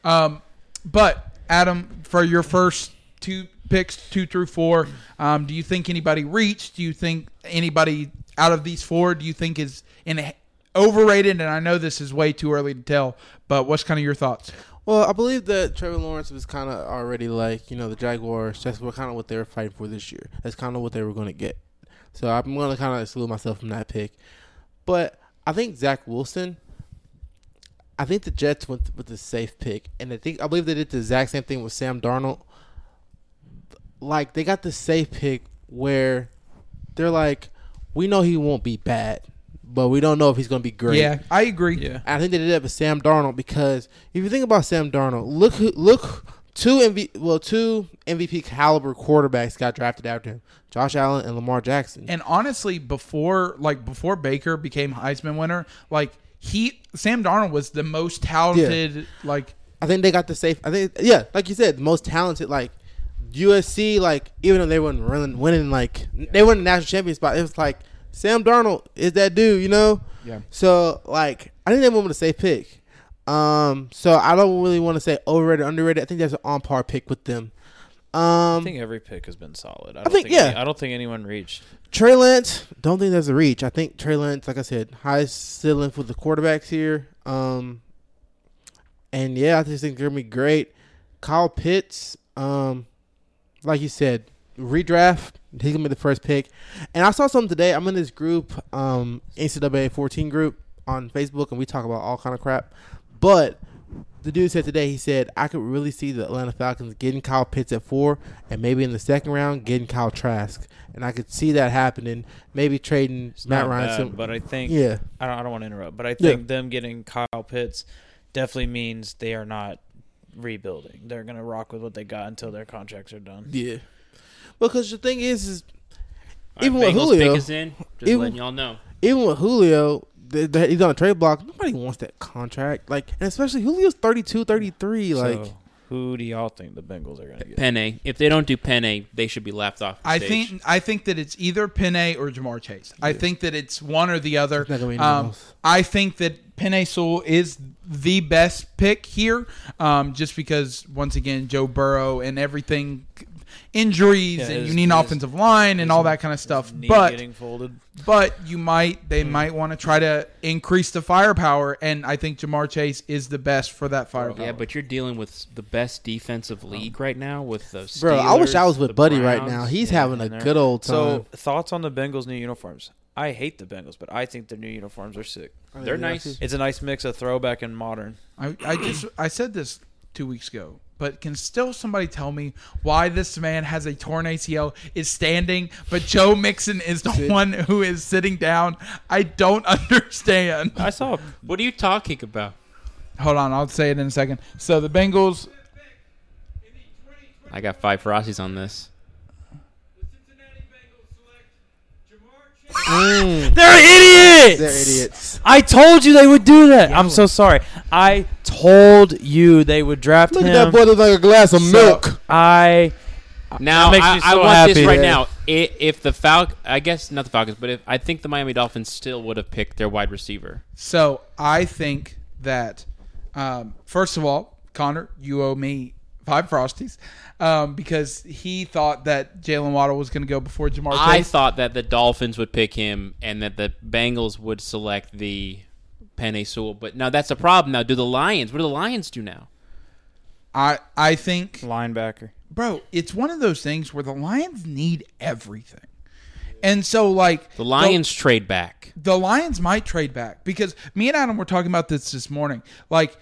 [SPEAKER 1] Um, but Adam, for your first two picks, two through four, um, do you think anybody reached? Do you think anybody out of these four? Do you think is in overrated? And I know this is way too early to tell, but what's kind of your thoughts?
[SPEAKER 4] Well, I believe that Trevor Lawrence was kind of already like you know the Jaguars. That's what kind of what they were fighting for this year. That's kind of what they were going to get. So I'm going to kind of exclude myself from that pick. But I think Zach Wilson. I think the Jets went with the safe pick, and I think I believe they did the exact same thing with Sam Darnold. Like they got the safe pick where they're like, we know he won't be bad, but we don't know if he's going to be great.
[SPEAKER 1] Yeah, I agree.
[SPEAKER 3] Yeah.
[SPEAKER 4] I think they did that with Sam Darnold because if you think about Sam Darnold, look who- look two MV, well two MVP caliber quarterbacks got drafted after him: Josh Allen and Lamar Jackson.
[SPEAKER 1] And honestly, before like before Baker became Heisman winner, like he Sam Darnold was the most talented. Like
[SPEAKER 4] I think they got the safe. I think yeah, like you said, the most talented like USC. Like even though they weren't running, winning like they weren't a national champion spot, it was like Sam Darnold is that dude, you know.
[SPEAKER 1] Yeah.
[SPEAKER 4] So like I think that one was a safe pick. Um, so I don't really want to say overrated, underrated. I think that's an on par pick with them. Um,
[SPEAKER 3] I think every pick has been solid.
[SPEAKER 4] don't
[SPEAKER 3] I don't
[SPEAKER 4] think
[SPEAKER 3] think,
[SPEAKER 4] think any- yeah.
[SPEAKER 3] I don't think anyone reached.
[SPEAKER 4] Trey Lance, don't think that's a reach. I think Trey Lance, like I said, high ceiling for the quarterbacks here. Um, and yeah, I just think they're gonna be great. Kyle Pitts, um, like you said, redraft. He's gonna be the first pick. And I saw something today. I'm in this group, um, NCAA 14 group on Facebook, and we talk about all kind of crap. But the dude said today, he said, I could really see the Atlanta Falcons getting Kyle Pitts at four, and maybe in the second round getting Kyle Trask, and I could see that happening. Maybe trading Matt Ryan. some-
[SPEAKER 3] but I think
[SPEAKER 4] yeah,
[SPEAKER 3] I don't, I don't want to interrupt, but I
[SPEAKER 4] Yeah.
[SPEAKER 3] think them getting Kyle Pitts definitely means they are not rebuilding. They're going to rock with what they got until their contracts are done.
[SPEAKER 4] yeah. Because the thing is, is
[SPEAKER 2] All
[SPEAKER 4] Even with
[SPEAKER 2] Bengals
[SPEAKER 4] Julio.
[SPEAKER 2] pick is in. Just
[SPEAKER 4] Even-
[SPEAKER 2] letting y'all know.
[SPEAKER 4] even with Julio, th- th- he's on a trade block. Nobody wants that contract. Like, and especially Julio's 32, 33. like,
[SPEAKER 3] So, who do y'all think the Bengals are going to get?
[SPEAKER 2] Penne. If they don't do Penne, they should be laughed off. The
[SPEAKER 1] I
[SPEAKER 2] stage.
[SPEAKER 1] think I think that it's either Penne or Jamar Chase. I think that it's one or the other.
[SPEAKER 4] It's not gonna be anyone
[SPEAKER 1] Um,
[SPEAKER 4] else.
[SPEAKER 1] I think that Penne Sewell is the best pick here, um, just because once again Joe Burrow and everything, injuries
[SPEAKER 3] Yeah,
[SPEAKER 1] and
[SPEAKER 3] his-
[SPEAKER 1] you need an
[SPEAKER 3] his-
[SPEAKER 1] offensive line and all that kind of stuff.
[SPEAKER 3] Knee
[SPEAKER 1] But
[SPEAKER 3] getting folded.
[SPEAKER 1] but you might they might want to try to increase the firepower, and I think Jamar Chase is the best for that firepower.
[SPEAKER 2] Yeah, but you're dealing with the best defensive league right now with the Steelers,
[SPEAKER 4] bro, I wish I was
[SPEAKER 2] the
[SPEAKER 4] with Buddy right
[SPEAKER 2] Browns.
[SPEAKER 4] now. He's
[SPEAKER 3] yeah,
[SPEAKER 4] having a
[SPEAKER 3] and they're-
[SPEAKER 4] good old time.
[SPEAKER 3] So, thoughts on the Bengals' new uniforms? I hate the Bengals, but I think their new uniforms are sick.
[SPEAKER 2] They're nice.
[SPEAKER 3] It's a nice mix of throwback and modern.
[SPEAKER 1] I, I just I said this two weeks ago, but can still somebody tell me why this man has a torn ACL is standing, but Joe Mixon is the one who is sitting down? I don't understand.
[SPEAKER 3] I saw
[SPEAKER 2] What are you talking about?
[SPEAKER 1] Hold on, I'll say it in a second. So the Bengals,
[SPEAKER 5] pick in the 2020
[SPEAKER 2] I got five Ferrazzi's on this.
[SPEAKER 5] the Cincinnati Bengals select Jamar Chase.
[SPEAKER 4] Mm,
[SPEAKER 3] They're idiots.
[SPEAKER 4] they're idiots.
[SPEAKER 3] I told you they would do that. I'm so sorry. I told you they would draft
[SPEAKER 4] Look
[SPEAKER 3] him.
[SPEAKER 4] at that boy look like a glass of
[SPEAKER 3] So,
[SPEAKER 4] milk.
[SPEAKER 3] I
[SPEAKER 2] Now
[SPEAKER 3] makes
[SPEAKER 2] I,
[SPEAKER 3] me
[SPEAKER 2] I
[SPEAKER 3] so
[SPEAKER 2] want this
[SPEAKER 3] happy.
[SPEAKER 2] right
[SPEAKER 4] Yeah.
[SPEAKER 2] now. I if the Falc, I guess not the Falcons, but if I think the Miami Dolphins still would have picked their wide receiver.
[SPEAKER 1] so I think that um, first of all, Connor, you owe me five frosties um, because he thought that Jalen Waddle was going to go before Jamar.
[SPEAKER 2] I
[SPEAKER 1] Chase.
[SPEAKER 2] thought that the Dolphins would pick him and that the Bengals would select the Penny Sewell, but now that's a problem. Now, do the Lions? What do the Lions do now?
[SPEAKER 1] I I think
[SPEAKER 3] linebacker.
[SPEAKER 1] bro, it's one of those things where the Lions need everything. And so like
[SPEAKER 2] The Lions trade back.
[SPEAKER 1] the, the Lions might trade back because me and Adam were talking about this this morning. Like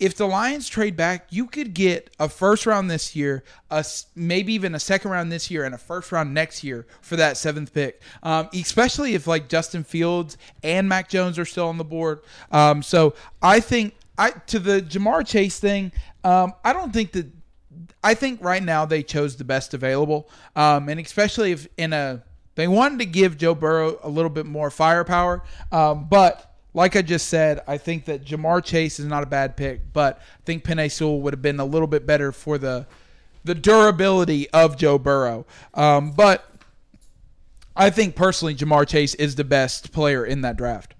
[SPEAKER 1] if the Lions trade back, you could get a first round this year, a s- maybe even a second round this year, and a first round next year for that seventh pick. Um, especially if like Justin Fields and Mac Jones are still on the board. Um, so I think I to the Jamar Chase thing. Um, I don't think that I think right now they chose the best available, um, and especially if in a they wanted to give Joe Burrow a little bit more firepower, um, but like I just said, I think that Jamar Chase is not a bad pick, but I think Penny Sewell would have been a little bit better for the the durability of Joe Burrow. Um, but I think personally, Jamar Chase is the best player in that draft,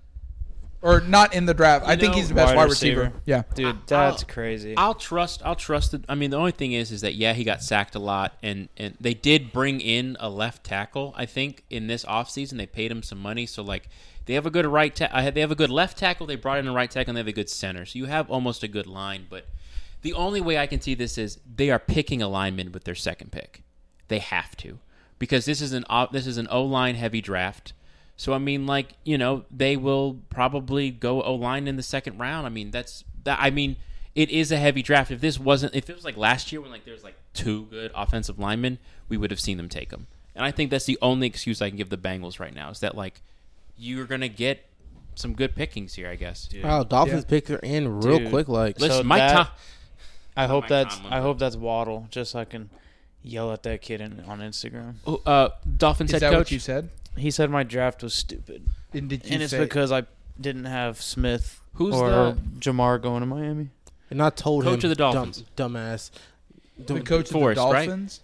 [SPEAKER 1] or not in the draft. I think
[SPEAKER 2] know,
[SPEAKER 1] he's the best
[SPEAKER 3] wide
[SPEAKER 1] wide receiver.
[SPEAKER 3] receiver.
[SPEAKER 1] Yeah,
[SPEAKER 3] Dude,
[SPEAKER 2] that's
[SPEAKER 3] that's crazy.
[SPEAKER 2] I'll trust. I'll trust. The, I mean, the only thing is, is that yeah, he got sacked a lot, and and they did bring in a left tackle. I think in this offseason, they paid him some money, so like they have a good right. Ta- uh, they have a good left tackle. They brought in a right tackle, and they have a good center. So you have almost a good line. But the only way I can see this is they are picking a lineman with their second pick. They have to because this is an o- this is an O line heavy draft. So I mean, like you know, they will probably go O line in the second round. I mean, that's that. I mean, it is a heavy draft. If this wasn't, if it was like last year when like there's like two good offensive linemen, we would have seen them take them. And I think that's the only excuse I can give the Bengals right now is that like you're gonna get some good pickings here, I guess.
[SPEAKER 4] Wow, Dolphins picked their end real
[SPEAKER 3] Dude.
[SPEAKER 4] quick. Like,
[SPEAKER 2] Listen,
[SPEAKER 3] So
[SPEAKER 2] Mike.
[SPEAKER 3] that-
[SPEAKER 2] Tom-
[SPEAKER 3] I
[SPEAKER 4] Oh
[SPEAKER 3] hope that's
[SPEAKER 2] Tomlin.
[SPEAKER 3] I hope that's Waddle, just so I can yell at that kid in, on Instagram.
[SPEAKER 2] who, uh, Dolphins
[SPEAKER 1] is
[SPEAKER 2] head
[SPEAKER 1] that
[SPEAKER 2] coach.
[SPEAKER 1] what you said?
[SPEAKER 3] He said my draft was stupid,
[SPEAKER 1] And did you
[SPEAKER 3] and it's
[SPEAKER 1] say?
[SPEAKER 3] because I didn't have Smith
[SPEAKER 2] Who's
[SPEAKER 3] or
[SPEAKER 2] the-
[SPEAKER 3] Jamar going to Miami.
[SPEAKER 4] and I told
[SPEAKER 2] Coach
[SPEAKER 4] him,
[SPEAKER 2] of the Dolphins.
[SPEAKER 4] dumb, dumbass.
[SPEAKER 1] the coach of the
[SPEAKER 2] Forrest, right?
[SPEAKER 1] Dolphins.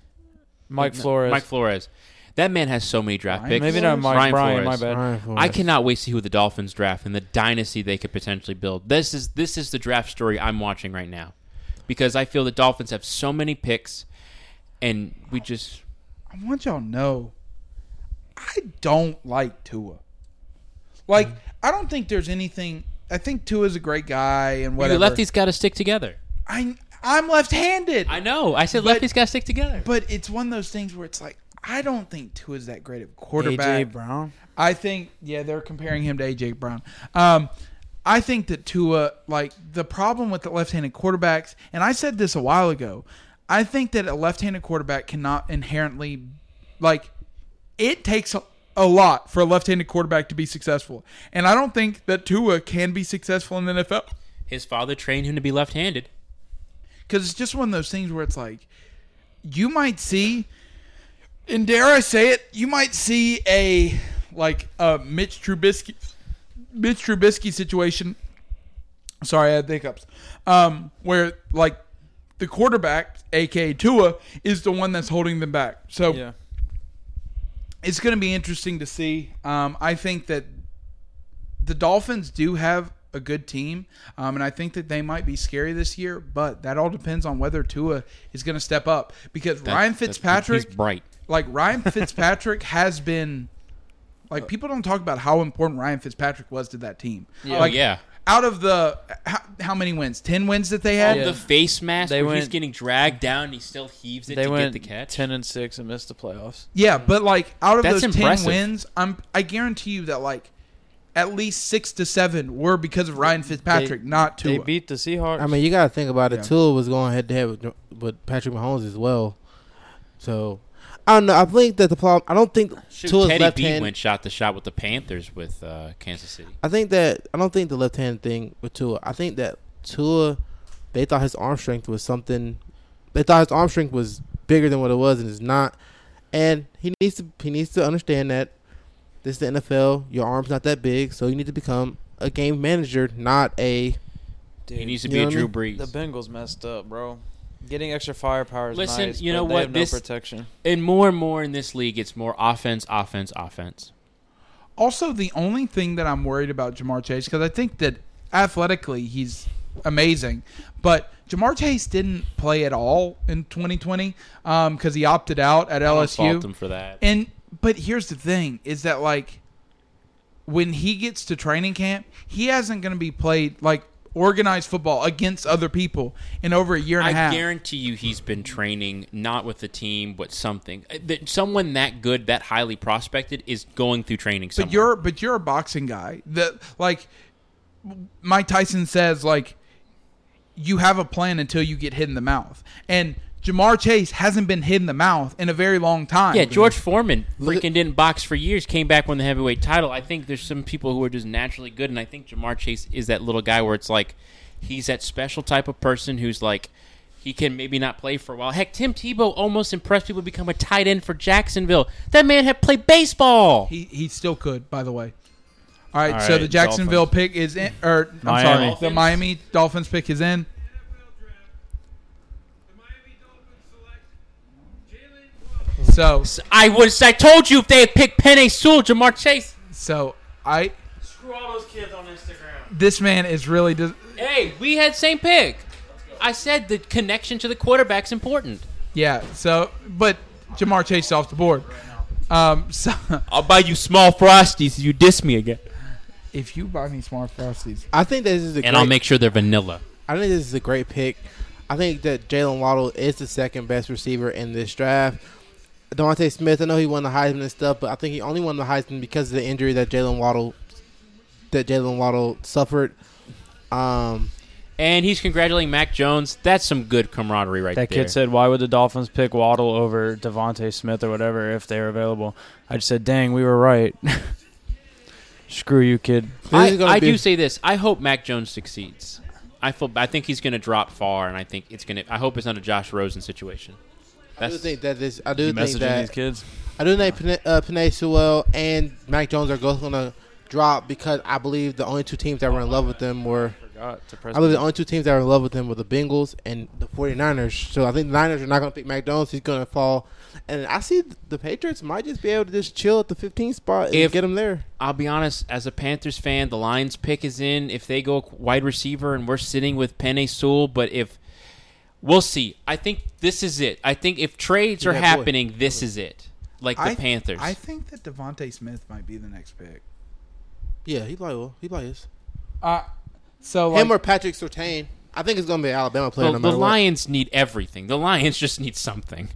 [SPEAKER 3] Mike Flores.
[SPEAKER 2] Mike Flores. That man has so many draft
[SPEAKER 1] Ryan
[SPEAKER 2] picks.
[SPEAKER 3] Maybe not Mike
[SPEAKER 2] Brian
[SPEAKER 3] Brian.
[SPEAKER 2] Flores.
[SPEAKER 3] My bad.
[SPEAKER 2] I cannot wait to see who the Dolphins draft and the dynasty they could potentially build. This is this is the draft story I'm watching right now, because I feel the Dolphins have so many picks, and we just
[SPEAKER 1] I want y'all to know I don't like Tua. Like, I don't think there's anything. I think Tua's a great guy and
[SPEAKER 2] the
[SPEAKER 1] whatever.
[SPEAKER 2] lefties got to stick together.
[SPEAKER 1] I, I'm left handed.
[SPEAKER 2] I know. I said
[SPEAKER 1] But-
[SPEAKER 2] lefties got to stick together.
[SPEAKER 1] But it's one of those things where it's like, I don't think Tua's that great of a quarterback.
[SPEAKER 3] AJ Brown.
[SPEAKER 1] I think, yeah, they're comparing him to AJ Brown. Um, I think that Tua, like the problem with the left-handed quarterbacks, and I said this a while ago, I think that a left-handed quarterback cannot inherently, like, it takes a, a lot for a left-handed quarterback to be successful, and I don't think that Tua can be successful in the NFL
[SPEAKER 2] His father trained him to be left-handed.
[SPEAKER 1] because it's just one of those things where it's like you might see and dare i say it you might see a like a mitch trubisky mitch trubisky situation sorry i had the hiccups um where like the quarterback aka tua is the one that's holding them back so
[SPEAKER 3] Yeah.
[SPEAKER 1] it's going to be interesting to see. Um, I think that the Dolphins do have a good team, um, and I think that they might be scary this year. But that all depends on whether Tua is going to step up because Ryan
[SPEAKER 2] That's- that's-
[SPEAKER 1] Fitzpatrick,
[SPEAKER 2] he's bright.
[SPEAKER 1] like Ryan Fitzpatrick, has been
[SPEAKER 2] Uh,
[SPEAKER 1] like people don't talk about how important Ryan Fitzpatrick was to that team.
[SPEAKER 2] Oh,
[SPEAKER 1] Like,
[SPEAKER 2] yeah.
[SPEAKER 1] Out of the how, how many wins? Ten wins that they had.
[SPEAKER 3] Yeah.
[SPEAKER 2] The face mask.
[SPEAKER 3] They
[SPEAKER 2] where he's
[SPEAKER 3] went-
[SPEAKER 2] getting dragged down. and He still heaves it
[SPEAKER 3] They
[SPEAKER 2] to
[SPEAKER 3] went
[SPEAKER 2] get the catch.
[SPEAKER 3] ten and six and missed the playoffs.
[SPEAKER 1] Yeah, but like out of
[SPEAKER 2] That's
[SPEAKER 1] those
[SPEAKER 2] impressive.
[SPEAKER 1] ten wins, I'm I guarantee you that like at least six to seven were because of Ryan Fitzpatrick, not
[SPEAKER 3] They
[SPEAKER 1] Tua.
[SPEAKER 3] beat the Seahawks.
[SPEAKER 4] I mean, you got to think about it.
[SPEAKER 1] Yeah.
[SPEAKER 4] Tua was going head to head with with Patrick Mahomes as well. So I don't know. I think that the problem. I don't think
[SPEAKER 2] Shoot,
[SPEAKER 4] Tua's
[SPEAKER 2] Teddy
[SPEAKER 4] left
[SPEAKER 2] B
[SPEAKER 4] hand.
[SPEAKER 2] went shot to shot with the Panthers with uh, Kansas City.
[SPEAKER 4] I think that I don't think the left hand thing with Tua. I think that Tua, they thought his arm strength was something. They thought his arm strength was bigger than what it was, and it's not. And he needs to he needs to understand that this is the NFL. Your arm's not that big, so you need to become a game manager, not a.
[SPEAKER 3] Dude,
[SPEAKER 2] he needs to
[SPEAKER 4] you
[SPEAKER 2] be
[SPEAKER 4] know
[SPEAKER 2] a
[SPEAKER 4] what I
[SPEAKER 2] Drew
[SPEAKER 4] mean?
[SPEAKER 2] Brees.
[SPEAKER 3] the Bengals messed up, bro. Getting extra firepower is
[SPEAKER 2] Listen,
[SPEAKER 3] nice,
[SPEAKER 2] you
[SPEAKER 3] but
[SPEAKER 2] know
[SPEAKER 3] they
[SPEAKER 2] what?
[SPEAKER 3] Have no
[SPEAKER 2] This-
[SPEAKER 3] protection.
[SPEAKER 2] and more and more in this league, it's more offense, offense, offense.
[SPEAKER 1] Also, the only thing that I'm worried about Jamar Chase because I think that athletically he's amazing, but Jamar Chase didn't play at all in 2020 because he opted out at
[SPEAKER 2] I don't
[SPEAKER 1] LSU.
[SPEAKER 2] fault him for that.
[SPEAKER 1] And but here's the thing is that like when he gets to training camp, he hasn't going to be played like organized football against other people in over a year and a
[SPEAKER 2] I
[SPEAKER 1] half.
[SPEAKER 2] guarantee you he's been training not with the team, but something. Uh, That someone that good, that highly prospected, is going through training somewhere.
[SPEAKER 1] but you're but you're a boxing guy. The like Mike Tyson says like you have a plan until you get hit in the mouth. And Jamar Chase hasn't been hit in the mouth in a very long time.
[SPEAKER 2] yeah, George Foreman
[SPEAKER 4] Look
[SPEAKER 2] freaking didn't box for years, came back won the heavyweight title. I think there's some people who are just naturally good, and I think Jamar Chase is that little guy where it's like he's that special type of person who's like he can maybe not play for a while. Heck, Tim Tebow almost impressed people to become a tight end for Jacksonville. That man had played baseball.
[SPEAKER 1] He he still could, by the way. All right,
[SPEAKER 3] All
[SPEAKER 1] so
[SPEAKER 3] right,
[SPEAKER 1] the Jacksonville pick is in, or I'm
[SPEAKER 3] Miami.
[SPEAKER 1] sorry, the Miami Dolphins pick is in.
[SPEAKER 5] NFL draft. The Miami Dolphins select Jalen Waddle.
[SPEAKER 1] So
[SPEAKER 2] I was I told you if they had picked Penny Sewell, Jamar Chase.
[SPEAKER 1] so I
[SPEAKER 3] Screw all those kids on Instagram.
[SPEAKER 1] this man is really dis-
[SPEAKER 2] Hey, we had same pick. I said the connection to the quarterback's important.
[SPEAKER 1] yeah. So but Jamar Chase is off the board. Um, so
[SPEAKER 2] I'll buy you small frosties if you diss me again.
[SPEAKER 1] if you buy me smart frosties,
[SPEAKER 4] I think that this is a
[SPEAKER 2] And I'll
[SPEAKER 4] great-
[SPEAKER 2] make sure they're vanilla.
[SPEAKER 4] I think this is a great pick. I think that Jalen Waddle is the second best receiver in this draft. Devontae Smith, I know he won the Heisman and stuff, but I think he only won the Heisman because of the injury that Jalen Waddle that Jalen Waddle suffered. Um,
[SPEAKER 2] And he's congratulating Mac Jones. That's some good camaraderie right
[SPEAKER 3] That
[SPEAKER 2] there.
[SPEAKER 3] kid said, "Why would the Dolphins pick Waddle over Devonte Smith or whatever if they were available?" I just said, "Dang, we were right." Screw you, kid.
[SPEAKER 4] this
[SPEAKER 2] I,
[SPEAKER 4] is gonna
[SPEAKER 2] I
[SPEAKER 4] be-
[SPEAKER 2] do say this. I hope Mac Jones succeeds. I feel. I think he's going to drop far, and I think it's going to. I hope it's not a Josh Rosen situation.
[SPEAKER 4] I do
[SPEAKER 2] That's
[SPEAKER 4] think that this. I do
[SPEAKER 3] You
[SPEAKER 4] think
[SPEAKER 3] messaging
[SPEAKER 4] that
[SPEAKER 3] these kids?
[SPEAKER 4] I do think Panay uh, Panay Sewell and Mac Jones are both going to dropped because I believe the only two teams that were in love with them were
[SPEAKER 3] Forgot to press.
[SPEAKER 4] I believe the only two teams that were in love with him were the Bengals and the 49ers. So I think the Niners are not going to pick McDonald's. He's going to fall. And I see the Patriots might just be able to just chill at the 15th spot and
[SPEAKER 2] If-
[SPEAKER 4] get him there.
[SPEAKER 2] I'll be honest, as a Panthers fan, the Lions pick is in. If they go wide receiver and we're sitting with Penny Sewell, but if we'll see. I think this is it. I think if trades are
[SPEAKER 4] Yeah, boy.
[SPEAKER 2] happening, this is it. Like the
[SPEAKER 1] I th-
[SPEAKER 2] Panthers.
[SPEAKER 1] I think that Devonte Smith might be the next pick.
[SPEAKER 4] Yeah, he probably will. He probably is.
[SPEAKER 1] Uh, so
[SPEAKER 4] Him or Patrick Sertain. I think it's going to be an Alabama player
[SPEAKER 2] the,
[SPEAKER 4] no
[SPEAKER 2] the
[SPEAKER 4] matter what.
[SPEAKER 2] Lions need everything. The Lions just need something.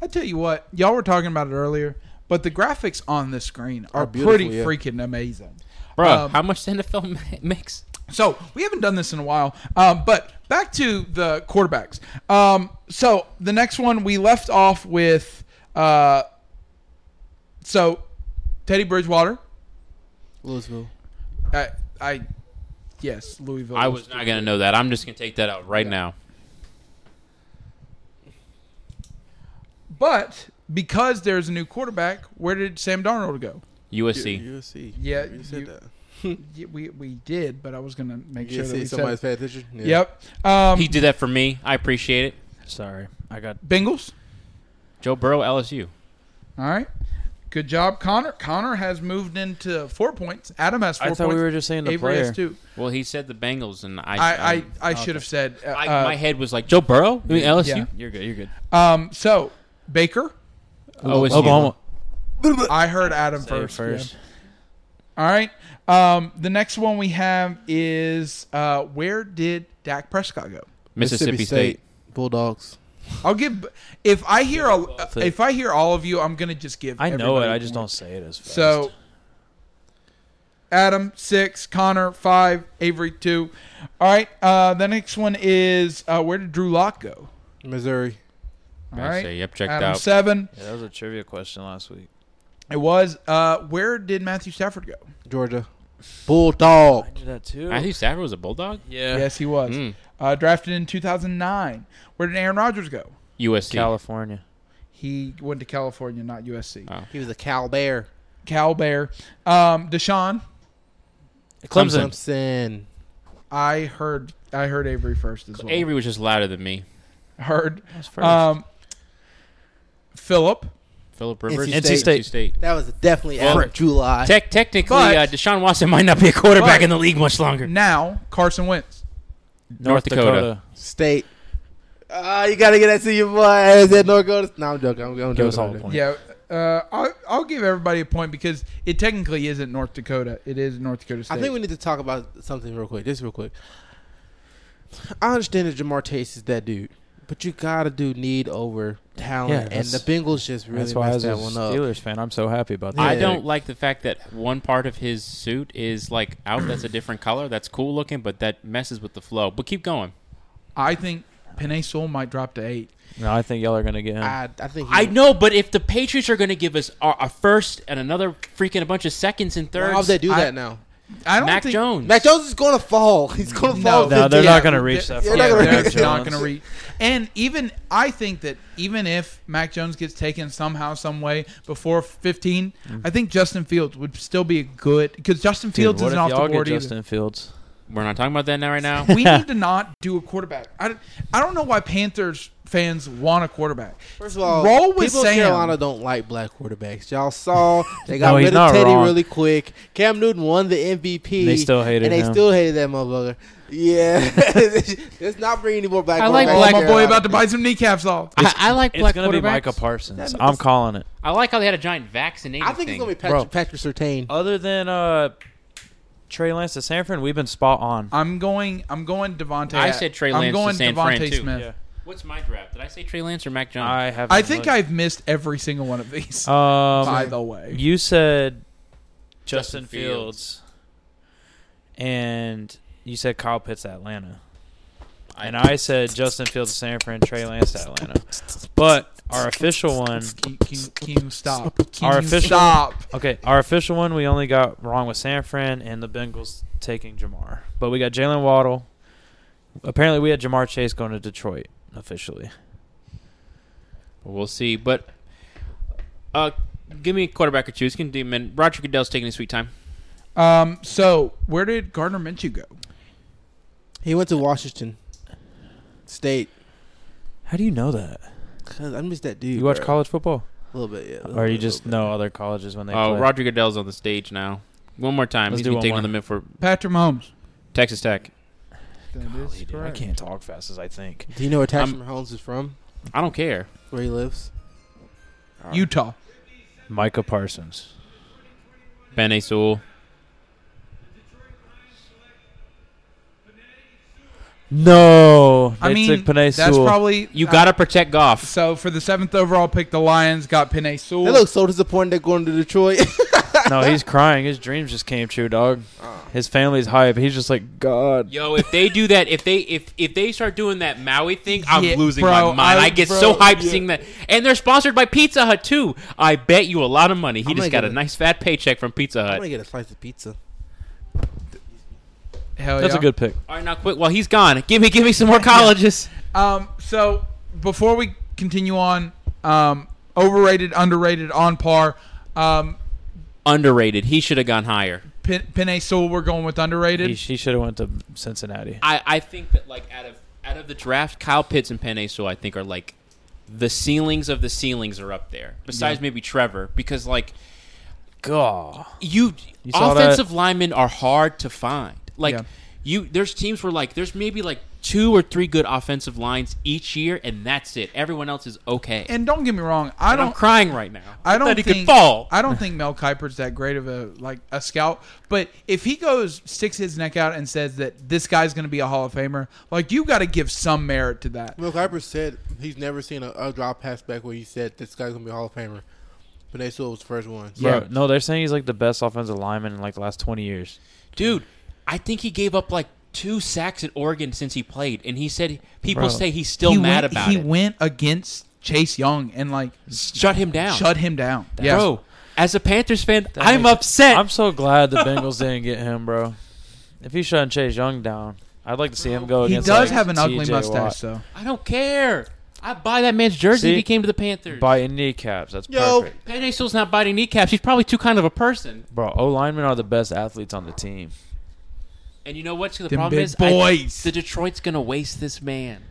[SPEAKER 1] I tell you what, y'all were talking about it earlier, but the graphics on the screen are,
[SPEAKER 4] Are beautiful,
[SPEAKER 1] pretty
[SPEAKER 4] yeah.
[SPEAKER 1] freaking amazing.
[SPEAKER 2] Bro,
[SPEAKER 1] Um,
[SPEAKER 2] how much the NFL ma- makes?
[SPEAKER 1] So we haven't done this in a while, um, but back to the quarterbacks. Um, so the next one we left off with, uh, so Teddy Bridgewater.
[SPEAKER 4] Louisville.
[SPEAKER 1] I, I yes, Louisville.
[SPEAKER 2] I was not going to know that. I'm just going to take that out right now.
[SPEAKER 1] but because there's a new quarterback, where did Sam Darnold go?
[SPEAKER 2] USC.
[SPEAKER 4] USC.
[SPEAKER 1] Yeah,
[SPEAKER 4] You said
[SPEAKER 1] you-
[SPEAKER 4] that.
[SPEAKER 1] Yeah, We we did, but I was gonna make sure
[SPEAKER 4] USC,
[SPEAKER 1] that we said.
[SPEAKER 4] somebody's paying attention. Yeah.
[SPEAKER 1] Yep. Um,
[SPEAKER 2] he did that for me. I appreciate it.
[SPEAKER 3] Sorry, I got
[SPEAKER 1] Bengals.
[SPEAKER 2] Joe Burrow, LSU.
[SPEAKER 1] All right. Good job, Connor. Connor has moved into four points. Adam has four
[SPEAKER 3] I thought
[SPEAKER 1] points.
[SPEAKER 3] we were just saying the
[SPEAKER 1] Avery
[SPEAKER 3] player.
[SPEAKER 1] has two.
[SPEAKER 2] Well, he said the Bengals, and I.
[SPEAKER 1] I, I,
[SPEAKER 2] I'm-
[SPEAKER 1] I should have said. Uh,
[SPEAKER 2] I, my head was like Joe Burrow, I mean, LSU,
[SPEAKER 1] yeah.
[SPEAKER 3] You're good. You're good.
[SPEAKER 1] um, so Baker,
[SPEAKER 2] OSU.
[SPEAKER 3] Oklahoma
[SPEAKER 1] I heard Adam
[SPEAKER 3] first.
[SPEAKER 1] first. yeah. All right. Um, the next one we have is uh, where did Dak Prescott go?
[SPEAKER 2] Mississippi, State.
[SPEAKER 4] Bulldogs.
[SPEAKER 1] I'll give if I hear all, if I hear all of you, I'm gonna just give.
[SPEAKER 3] I know it.
[SPEAKER 1] everybody
[SPEAKER 3] I just
[SPEAKER 1] one.
[SPEAKER 3] don't say it as fast.
[SPEAKER 1] So Adam six, Connor five, Avery two. All right. Uh, the next one is uh, where did Drew Lock go?
[SPEAKER 4] Missouri.
[SPEAKER 1] All
[SPEAKER 2] I
[SPEAKER 1] right.
[SPEAKER 2] say, yep, checked
[SPEAKER 1] Adam
[SPEAKER 2] out.
[SPEAKER 1] seven.
[SPEAKER 3] yeah, that was a trivia question last week.
[SPEAKER 1] It was. Uh, where did Matthew Stafford go?
[SPEAKER 4] Georgia. Bulldog.
[SPEAKER 3] I did that too.
[SPEAKER 2] Matthew Stafford was a bulldog.
[SPEAKER 3] yeah.
[SPEAKER 1] Yes, he was.
[SPEAKER 2] Mm.
[SPEAKER 1] Uh, drafted in 2009. Where did Aaron Rodgers go?
[SPEAKER 2] USC.
[SPEAKER 3] California.
[SPEAKER 1] He went to California, not USC.
[SPEAKER 2] Oh.
[SPEAKER 4] He was a Cal Bear.
[SPEAKER 1] Cal Bear. Um, Deshaun.
[SPEAKER 3] Clemson.
[SPEAKER 4] Clemson.
[SPEAKER 1] I heard. I heard Avery first as well.
[SPEAKER 2] Avery was just louder than me.
[SPEAKER 1] heard.
[SPEAKER 3] first.
[SPEAKER 1] Um, Philip.
[SPEAKER 2] Philip Rivers,
[SPEAKER 4] NC State.
[SPEAKER 2] NC State.
[SPEAKER 4] That was definitely out
[SPEAKER 2] Frick.
[SPEAKER 4] of July.
[SPEAKER 2] Tech, technically,
[SPEAKER 1] But-
[SPEAKER 2] uh, Deshaun Watson might not be a quarterback
[SPEAKER 1] But-
[SPEAKER 2] in the league much longer.
[SPEAKER 1] Now Carson Wentz.
[SPEAKER 2] North Dakota.
[SPEAKER 4] State. Ah, you gotta get that to your boy. I said North Dakota. No, I'm joking. I'm, I'm joking.
[SPEAKER 3] Give us all a point.
[SPEAKER 1] Yeah, uh, I'll, I'll give everybody a point because it technically isn't North Dakota. It is North Dakota State.
[SPEAKER 4] I think we need to talk about something real quick. Just real quick. I understand that Jamar Chase is that dude, but you gotta do need over
[SPEAKER 3] Yeah,
[SPEAKER 4] talent, and
[SPEAKER 3] that's-
[SPEAKER 4] the Bengals just really
[SPEAKER 3] That's why I
[SPEAKER 4] messed
[SPEAKER 3] was a
[SPEAKER 4] that one up.
[SPEAKER 3] Steelers fan. I'm so happy about that.
[SPEAKER 2] I
[SPEAKER 4] Yeah.
[SPEAKER 2] don't like the fact that one part of his suit is like out. That's a different color. That's cool looking, but that messes with the flow. But keep going.
[SPEAKER 1] I think Panay Sewell might drop to eight.
[SPEAKER 3] No, I think y'all are gonna get him.
[SPEAKER 1] Ah,
[SPEAKER 4] I, I think.
[SPEAKER 2] I know, but if the Patriots are going to give us a, a first and another freaking a bunch of seconds and thirds,
[SPEAKER 4] How they do
[SPEAKER 1] I-
[SPEAKER 4] that now?
[SPEAKER 1] I don't
[SPEAKER 2] Mac
[SPEAKER 1] think
[SPEAKER 2] Jones.
[SPEAKER 4] Mac Jones is gonna fall. He's gonna
[SPEAKER 1] No,
[SPEAKER 4] fall.
[SPEAKER 3] no, they're
[SPEAKER 4] 15.
[SPEAKER 3] not gonna reach that.
[SPEAKER 4] Yeah,
[SPEAKER 3] far.
[SPEAKER 4] they're not gonna
[SPEAKER 1] they're
[SPEAKER 4] reach
[SPEAKER 3] Mac
[SPEAKER 1] not
[SPEAKER 3] Jones.
[SPEAKER 1] going to reach. And even I think that even if Mac Jones gets taken somehow, some way before 15, I think Justin Fields would still be a good because Justin
[SPEAKER 3] Mm-hmm. Dude,
[SPEAKER 1] Fields
[SPEAKER 3] what
[SPEAKER 1] isn't
[SPEAKER 3] if
[SPEAKER 1] off
[SPEAKER 3] y'all
[SPEAKER 1] the
[SPEAKER 3] get
[SPEAKER 1] board either.
[SPEAKER 3] Justin Fields.
[SPEAKER 2] We're not talking about that now, right now.
[SPEAKER 1] we need to not do a quarterback. I, don't- I don't know why Panthers fans want a quarterback.
[SPEAKER 4] First of all,
[SPEAKER 1] Roll with
[SPEAKER 4] people
[SPEAKER 1] Sam.
[SPEAKER 4] in Carolina don't like black quarterbacks. Y'all saw they got
[SPEAKER 3] No, he's
[SPEAKER 4] rid
[SPEAKER 3] not
[SPEAKER 4] of Teddy
[SPEAKER 3] wrong.
[SPEAKER 4] really quick. Cam Newton won the MVP.
[SPEAKER 3] They still hate
[SPEAKER 4] and
[SPEAKER 3] it
[SPEAKER 4] they
[SPEAKER 3] now.
[SPEAKER 4] still hated that motherfucker. Yeah, let's not bring any more black.
[SPEAKER 2] I like
[SPEAKER 4] quarterbacks
[SPEAKER 1] Oh,
[SPEAKER 4] to
[SPEAKER 2] black-
[SPEAKER 1] my boy
[SPEAKER 4] Carolina.
[SPEAKER 1] about to buy some kneecaps off.
[SPEAKER 2] I, I like
[SPEAKER 3] It's
[SPEAKER 2] black
[SPEAKER 3] gonna be
[SPEAKER 2] quarterbacks.
[SPEAKER 3] Micah Parsons.
[SPEAKER 4] That
[SPEAKER 3] I'm
[SPEAKER 4] nigga's-
[SPEAKER 3] calling it.
[SPEAKER 2] I like how they had a giant vaccinating.
[SPEAKER 4] I think it's gonna be
[SPEAKER 3] Bro.
[SPEAKER 4] Patrick, Patrick Sertain.
[SPEAKER 3] Other than uh, Trey Lance to Sanford, we've been spot on.
[SPEAKER 1] I'm going. I'm going Devonte.
[SPEAKER 2] I said Trey
[SPEAKER 1] I'm
[SPEAKER 2] Lance to
[SPEAKER 1] going
[SPEAKER 2] San
[SPEAKER 1] Devontae
[SPEAKER 2] Fran, too.
[SPEAKER 1] Smith.
[SPEAKER 3] Yeah.
[SPEAKER 2] What's my draft? Did I say Trey Lance or Mac Jones?
[SPEAKER 3] I have.
[SPEAKER 1] I think I've missed every single one of these.
[SPEAKER 3] Um,
[SPEAKER 1] by the way,
[SPEAKER 3] You said
[SPEAKER 2] Justin
[SPEAKER 3] Justin Fields, and you said Kyle Pitts to Atlanta, and I said Justin Fields to San Fran, Trey Lance to Atlanta. But our official one,
[SPEAKER 1] can, can, can you stop? Can
[SPEAKER 3] Our
[SPEAKER 1] you
[SPEAKER 3] official-
[SPEAKER 1] stop?
[SPEAKER 3] okay, our official one, we only got wrong with San Fran and the Bengals taking Jamar, but we got Jalen Waddle. Apparently, we had Jamar Chase going to Detroit officially.
[SPEAKER 2] We'll see, but uh, give me a quarterback or two. It's gonna be a minute. Roger Goodell's taking his sweet time.
[SPEAKER 1] Um, so where did Gardner Minshew go?
[SPEAKER 4] He went to Washington State.
[SPEAKER 3] How do you know that?
[SPEAKER 4] Cause I miss that dude.
[SPEAKER 3] You watch
[SPEAKER 4] bro.
[SPEAKER 3] college football,
[SPEAKER 4] a little bit, yeah. a little
[SPEAKER 3] or you
[SPEAKER 4] bit, a
[SPEAKER 3] just
[SPEAKER 4] little
[SPEAKER 3] know other colleges when they
[SPEAKER 2] Oh,
[SPEAKER 3] play?
[SPEAKER 2] Roger Goodell's on the stage now. One more time.
[SPEAKER 3] Let's
[SPEAKER 2] He's
[SPEAKER 3] do
[SPEAKER 2] been
[SPEAKER 3] one
[SPEAKER 2] taking
[SPEAKER 3] more.
[SPEAKER 2] on the mid for
[SPEAKER 1] Patrick Mahomes.
[SPEAKER 2] Texas Tech.
[SPEAKER 3] Golly, dude, I can't talk fast as I think.
[SPEAKER 4] bit. Do you know where Patrick
[SPEAKER 2] I'm-
[SPEAKER 4] Mahomes is from?
[SPEAKER 2] I don't care.
[SPEAKER 4] Where he lives?
[SPEAKER 1] Utah.
[SPEAKER 3] Micah Parsons.
[SPEAKER 2] Ben A. Sewell.
[SPEAKER 3] No, they
[SPEAKER 1] I mean,
[SPEAKER 3] took Panay
[SPEAKER 1] that's
[SPEAKER 3] Sewell.
[SPEAKER 1] probably
[SPEAKER 2] You
[SPEAKER 1] uh,
[SPEAKER 2] got to protect Goff.
[SPEAKER 1] so for the seventh overall pick, the Lions got Panay Sewell.
[SPEAKER 4] They look so disappointed they're going to Detroit.
[SPEAKER 3] no, he's crying. His dreams just came true, dog. His family's hype. He's just like God.
[SPEAKER 2] Yo, if they do that, if they if if they start doing that Maui thing, I'm
[SPEAKER 1] Yeah,
[SPEAKER 2] losing
[SPEAKER 1] bro,
[SPEAKER 2] my mind.
[SPEAKER 1] I-
[SPEAKER 2] I, get
[SPEAKER 1] bro,
[SPEAKER 2] so hyped
[SPEAKER 1] yeah.
[SPEAKER 2] seeing that, and they're sponsored by Pizza Hut too. I bet you a lot of money. He
[SPEAKER 4] I'm
[SPEAKER 2] just
[SPEAKER 4] gonna
[SPEAKER 2] got
[SPEAKER 4] get
[SPEAKER 2] a
[SPEAKER 4] it.
[SPEAKER 2] nice fat paycheck from Pizza
[SPEAKER 4] I'm
[SPEAKER 2] Hut.
[SPEAKER 4] gonna get a slice of pizza.
[SPEAKER 1] Hell
[SPEAKER 3] That's
[SPEAKER 1] yeah.
[SPEAKER 3] a good pick.
[SPEAKER 2] All right, now quick, while he's gone, give me give me some more colleges.
[SPEAKER 1] Um, so before we continue on, um, overrated, underrated, on par. Um,
[SPEAKER 2] Underrated. He should have gone higher.
[SPEAKER 1] Pin- Pinay Sewell, we're going with underrated.
[SPEAKER 3] He, he should have went to Cincinnati.
[SPEAKER 2] I, I think that like out of out of the draft, Kyle Pitts and Penn Sewell, I think are like the ceilings of the ceilings are up there. Besides maybe Trevor, because like
[SPEAKER 3] God.
[SPEAKER 2] you,
[SPEAKER 3] You saw that?
[SPEAKER 2] offensive linemen are hard to find. Like
[SPEAKER 1] Yeah.
[SPEAKER 2] you, there's teams where like there's maybe like two or three good offensive lines each year, and that's it. Everyone else is okay. And,
[SPEAKER 1] and don't get me wrong, I
[SPEAKER 2] I'm
[SPEAKER 1] don't.
[SPEAKER 2] crying right now.
[SPEAKER 1] I don't
[SPEAKER 2] that he
[SPEAKER 1] think
[SPEAKER 2] could fall.
[SPEAKER 1] I don't think Mel Kiper's that great of a like a scout. But if he goes sticks his neck out and says that this guy's going to be a Hall of Famer, like you got to give some merit to that.
[SPEAKER 4] Will Kiper said he's never seen a, a drop pass back where he said this guy's gonna be a Hall of Famer. But they still was the first one.
[SPEAKER 3] Bro,
[SPEAKER 1] Yeah.
[SPEAKER 3] no, they're saying he's like the best offensive lineman in like the last 20 years.
[SPEAKER 2] Dude, I think he gave up like two sacks at Oregon since he played, and he said people
[SPEAKER 3] Bro.
[SPEAKER 2] say he's still
[SPEAKER 1] he
[SPEAKER 2] mad
[SPEAKER 1] went,
[SPEAKER 2] about
[SPEAKER 1] he
[SPEAKER 2] it.
[SPEAKER 1] went against Chase Young and like
[SPEAKER 2] Shut him down.
[SPEAKER 1] shut him down. Yeah.
[SPEAKER 2] Bro, as a Panthers fan,
[SPEAKER 3] That
[SPEAKER 2] I'm
[SPEAKER 3] makes-
[SPEAKER 2] upset.
[SPEAKER 3] I'm so glad the Bengals didn't get him, bro. If he shouldn't chase Young down, I'd like to see him go
[SPEAKER 1] he
[SPEAKER 3] against.
[SPEAKER 1] does
[SPEAKER 3] like,
[SPEAKER 1] have an ugly
[SPEAKER 3] TJ
[SPEAKER 1] mustache
[SPEAKER 3] Watt.
[SPEAKER 1] though.
[SPEAKER 2] I don't care. I buy that man's jersey
[SPEAKER 3] See?
[SPEAKER 2] if he came to the Panthers.
[SPEAKER 3] By kneecaps, that's
[SPEAKER 4] Yo.
[SPEAKER 3] perfect,
[SPEAKER 2] Penny Sewell's not biting kneecaps. He's probably too kind of a person.
[SPEAKER 3] bro. O linemen are the best athletes on the team.
[SPEAKER 2] And you know what? The
[SPEAKER 1] Them
[SPEAKER 2] problem
[SPEAKER 1] big
[SPEAKER 2] is, I think
[SPEAKER 1] boys.
[SPEAKER 2] the Detroit's gonna waste this man.